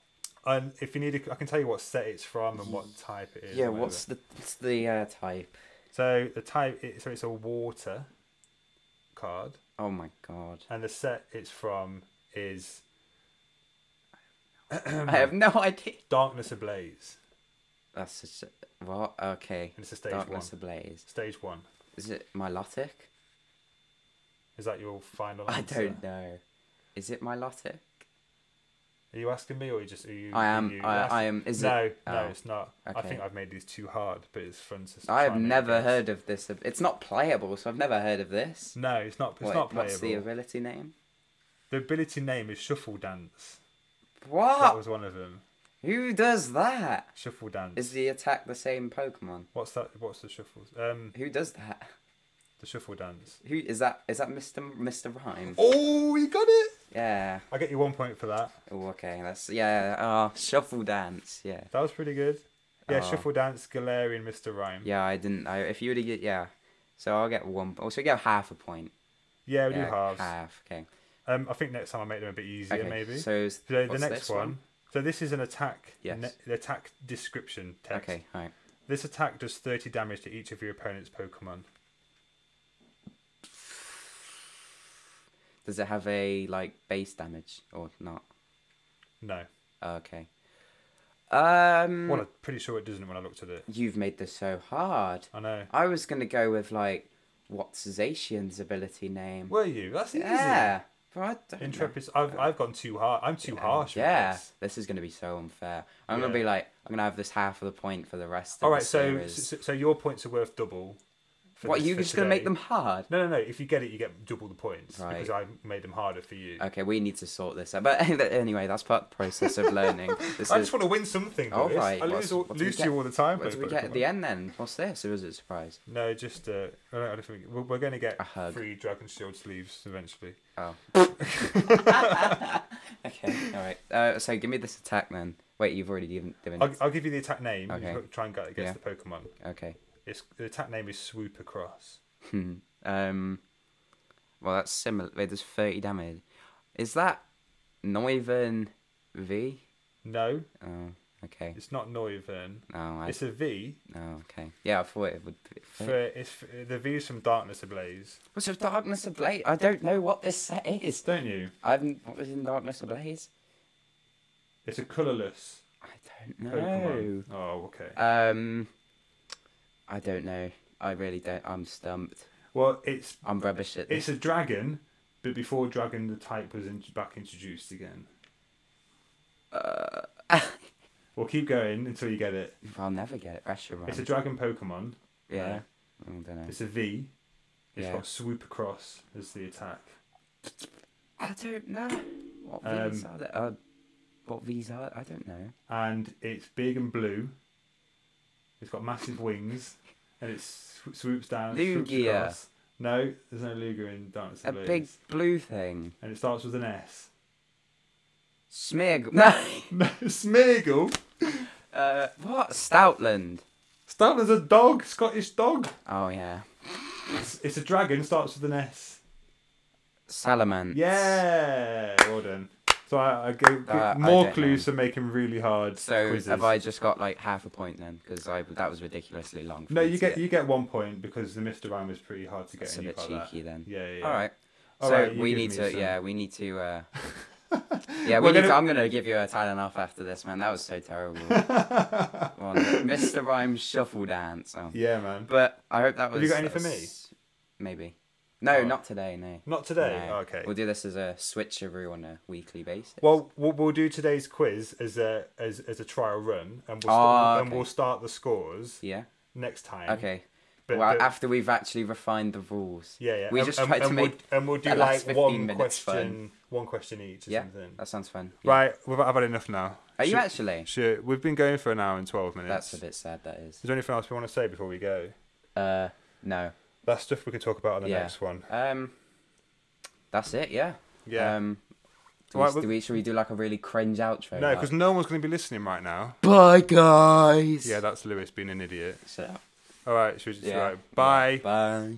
Speaker 1: And if you need, a, I can tell you what set it's from and what type it is.
Speaker 2: Yeah.
Speaker 1: or whatever.
Speaker 2: What's the what's the uh, type?
Speaker 1: so the type? It, so it's a water card,
Speaker 2: Oh my god.
Speaker 1: and the set it's from is
Speaker 2: I have no idea.
Speaker 1: Darkness Ablaze,
Speaker 2: That's such a, what? Okay.
Speaker 1: and it's a stage
Speaker 2: Darkness
Speaker 1: one.
Speaker 2: ablaze.
Speaker 1: Stage one.
Speaker 2: Is it Milotic?
Speaker 1: Is that your final?
Speaker 2: I
Speaker 1: Answer?
Speaker 2: don't know. Is it Milotic?
Speaker 1: Are you asking me, or are you just? Are you,
Speaker 2: I
Speaker 1: are
Speaker 2: am-
Speaker 1: you
Speaker 2: I-
Speaker 1: asking-
Speaker 2: I am- is
Speaker 1: no,
Speaker 2: it-
Speaker 1: no,
Speaker 2: oh,
Speaker 1: it's not. I
Speaker 2: okay.
Speaker 1: think I've made these too hard, but it's fun to.
Speaker 2: I
Speaker 1: try
Speaker 2: have
Speaker 1: and make
Speaker 2: never
Speaker 1: guess.
Speaker 2: heard of this. ab- It's not playable, so I've never heard of this.
Speaker 1: No, it's not. It's
Speaker 2: What-
Speaker 1: not playable.
Speaker 2: What's the ability name?
Speaker 1: the ability name is Shuffle Dance. That
Speaker 2: What?
Speaker 1: was one of them.
Speaker 2: Who does that?
Speaker 1: Shuffle Dance.
Speaker 2: Ah! Is the attack the same Pokemon?
Speaker 1: What's that? What's the shuffle? Um,
Speaker 2: Who does that?
Speaker 1: the shuffle dance.
Speaker 2: Who is that? Is that Mister Mister Rhyme?
Speaker 1: Oh, you got it!
Speaker 2: Yeah.
Speaker 1: I get you one point for that.
Speaker 2: Oh, okay. That's yeah. Ah, shuffle dance. Yeah.
Speaker 1: That was pretty good. Yeah,
Speaker 2: Oh.
Speaker 1: shuffle dance, Galarian, Mr. Rhyme. Yeah,
Speaker 2: Yeah. I didn't. I if you would have get yeah. So I'll get one. Also, get half a point.
Speaker 1: we do halves.
Speaker 2: Half. Okay.
Speaker 1: Um, I think next time I'll make them a bit easier,
Speaker 2: okay.
Speaker 1: maybe.
Speaker 2: So, is-
Speaker 1: So the
Speaker 2: what's
Speaker 1: next
Speaker 2: this
Speaker 1: one, So this is an attack.
Speaker 2: Yes.
Speaker 1: ne- attack description text.
Speaker 2: Okay, all right.
Speaker 1: This attack does 30 damage to each of your opponent's Pokemon.
Speaker 2: Does it have a like base damage or not?
Speaker 1: No.
Speaker 2: Okay. Um,
Speaker 1: Well, I'm pretty sure it doesn't when I looked at it.
Speaker 2: you've made this so hard.
Speaker 1: I know.
Speaker 2: I was gonna go with like what's Zacian's ability name?
Speaker 1: Were you? That's easy.
Speaker 2: yeah, but I don't know.
Speaker 1: Intrepid. I've, I've gone too hard. I'm too harsh. with
Speaker 2: Yeah,
Speaker 1: this.
Speaker 2: this is gonna be so unfair. I'm gonna
Speaker 1: Yeah.
Speaker 2: be like, I'm gonna have this half of the point for the rest.
Speaker 1: All
Speaker 2: of
Speaker 1: right.
Speaker 2: the
Speaker 1: So,
Speaker 2: series.
Speaker 1: so so your points are worth double. For
Speaker 2: what
Speaker 1: this-
Speaker 2: you're
Speaker 1: for
Speaker 2: just gonna make
Speaker 1: today.
Speaker 2: them hard?
Speaker 1: No, no, no. If you get it, you get double the points
Speaker 2: Right. Oh,
Speaker 1: because I made them harder for you.
Speaker 2: Okay, we need to sort this out. But anyway, that's part of the process of learning. This
Speaker 1: I
Speaker 2: is
Speaker 1: just want to win something.
Speaker 2: All
Speaker 1: All right.
Speaker 2: right,
Speaker 1: I
Speaker 2: what's-
Speaker 1: lose, all,
Speaker 2: what do we
Speaker 1: lose to
Speaker 2: get?
Speaker 1: you all the time.
Speaker 2: what do
Speaker 1: but-
Speaker 2: we get at
Speaker 1: but-
Speaker 2: the end then? What's this? Or is it a surprise?
Speaker 1: No, just uh, I don't, I don't think we're, we're going to get
Speaker 2: A hug.
Speaker 1: free Dragon Shield sleeves eventually.
Speaker 2: Oh. okay, all right. Uh, so give me this attack then. Wait, you've already given given.
Speaker 1: I'll, I'll give you the attack name.
Speaker 2: Okay.
Speaker 1: You've got to try and get against the Pokemon.
Speaker 2: Okay.
Speaker 1: It's the attack name is Swoop Across.
Speaker 2: Hmm. Um. Well, that's similar. Wait, there's thirty damage. Is that Noivern V?
Speaker 1: No,
Speaker 2: Oh, okay.
Speaker 1: it's not Noivern.
Speaker 2: No, I.
Speaker 1: It's a V.
Speaker 2: Oh, okay. Yeah, I thought it would. Be...
Speaker 1: For, it's for, the V is from Darkness Ablaze.
Speaker 2: What's with Darkness Ablaze? I don't know what this set is.
Speaker 1: Don't you?
Speaker 2: I've what was in Darkness Ablaze?
Speaker 1: It's a colourless
Speaker 2: I don't know.
Speaker 1: Pokemon. Oh, okay.
Speaker 2: Um, I don't know. I really don't. I'm stumped.
Speaker 1: Well, it's
Speaker 2: I'm rubbish at
Speaker 1: it's
Speaker 2: this.
Speaker 1: a dragon, but before dragon, the type was in, back introduced again.
Speaker 2: Uh,
Speaker 1: We'll keep going until you get it.
Speaker 2: I'll never get it. Pressure run.
Speaker 1: It's a dragon Pokemon.
Speaker 2: yeah. I don't know.
Speaker 1: It's a V. It's
Speaker 2: Yeah.
Speaker 1: got swoop across as the attack.
Speaker 2: I don't know. What
Speaker 1: Um,
Speaker 2: these are? There? Uh, what these are? I don't know.
Speaker 1: And it's big and blue. It's got massive wings, and it sw- swoops down. swoops
Speaker 2: Lugia.
Speaker 1: across. No, there's no Lugia in Darkness
Speaker 2: A
Speaker 1: Ablaze.
Speaker 2: big blue thing.
Speaker 1: And it starts with an S.
Speaker 2: Smeargle. No.
Speaker 1: No, Smeagol.
Speaker 2: Uh, what? Stoutland.
Speaker 1: Stoutland's a dog, Scottish dog.
Speaker 2: Oh yeah.
Speaker 1: It's, it's a dragon, starts with an S.
Speaker 2: Salamence.
Speaker 1: Yeah, well done. So I, I go
Speaker 2: Uh, I
Speaker 1: more
Speaker 2: don't
Speaker 1: clues to make him really hard.
Speaker 2: So
Speaker 1: quizzes.
Speaker 2: have I just got like half a point then? Because I that was ridiculously long. for
Speaker 1: No,
Speaker 2: me
Speaker 1: you
Speaker 2: to
Speaker 1: get you get one point because the Mr. Rhyme is pretty hard to get.
Speaker 2: That's
Speaker 1: and
Speaker 2: a
Speaker 1: you
Speaker 2: bit
Speaker 1: got that.
Speaker 2: cheeky then.
Speaker 1: Yeah, yeah.
Speaker 2: All right.
Speaker 1: All
Speaker 2: so
Speaker 1: right, you
Speaker 2: we
Speaker 1: give
Speaker 2: need
Speaker 1: me
Speaker 2: to,
Speaker 1: some.
Speaker 2: yeah, we need to. Uh, yeah, we
Speaker 1: We're
Speaker 2: need
Speaker 1: gonna-
Speaker 2: to. I'm gonna give you a time and off after this, man. That was so terrible. Well, Mr. Rhymes shuffle dance. Oh.
Speaker 1: Yeah, man.
Speaker 2: But I hope that was.
Speaker 1: Have you got any for me?
Speaker 2: that's- Maybe. No,
Speaker 1: Alright.
Speaker 2: not today. No.
Speaker 1: Not today.
Speaker 2: No.
Speaker 1: Okay.
Speaker 2: We'll do this as a switcheroo on a weekly basis.
Speaker 1: Well, we'll we'll do today's quiz as a as, as a trial run, and we'll
Speaker 2: Ah,
Speaker 1: st- and
Speaker 2: okay.
Speaker 1: we'll start the scores
Speaker 2: yeah.
Speaker 1: next time.
Speaker 2: Okay.
Speaker 1: But-
Speaker 2: well,
Speaker 1: but-
Speaker 2: after we've actually refined the rules.
Speaker 1: Yeah, yeah.
Speaker 2: We
Speaker 1: and,
Speaker 2: just
Speaker 1: and-
Speaker 2: tried to
Speaker 1: and we'll-
Speaker 2: make.
Speaker 1: and we'll do
Speaker 2: the last
Speaker 1: like
Speaker 2: 15
Speaker 1: one
Speaker 2: minutes fun.
Speaker 1: question, one question each or
Speaker 2: Yeah.
Speaker 1: something.
Speaker 2: That sounds fun. Yeah.
Speaker 1: Right, we've, I've had enough now.
Speaker 2: Are you
Speaker 1: Should-
Speaker 2: actually?
Speaker 1: Sure, we've been going for an hour and twelve minutes.
Speaker 2: That's a bit sad. That is.
Speaker 1: Is there anything else we want to say before we go?
Speaker 2: Uh, no.
Speaker 1: That's stuff we can talk about on the
Speaker 2: Yeah.
Speaker 1: next one.
Speaker 2: Um, that's it. Yeah.
Speaker 1: Yeah.
Speaker 2: Um, do,
Speaker 1: Right,
Speaker 2: we,
Speaker 1: well-
Speaker 2: do we, should we do like a really cringe outro?
Speaker 1: no,
Speaker 2: like-
Speaker 1: because no one's going to be listening right now.
Speaker 2: bye guys.
Speaker 1: Yeah, that's Lewis being an idiot.
Speaker 2: Shut up.
Speaker 1: All right, should we just
Speaker 2: Yeah.
Speaker 1: right? Bye.
Speaker 2: Bye.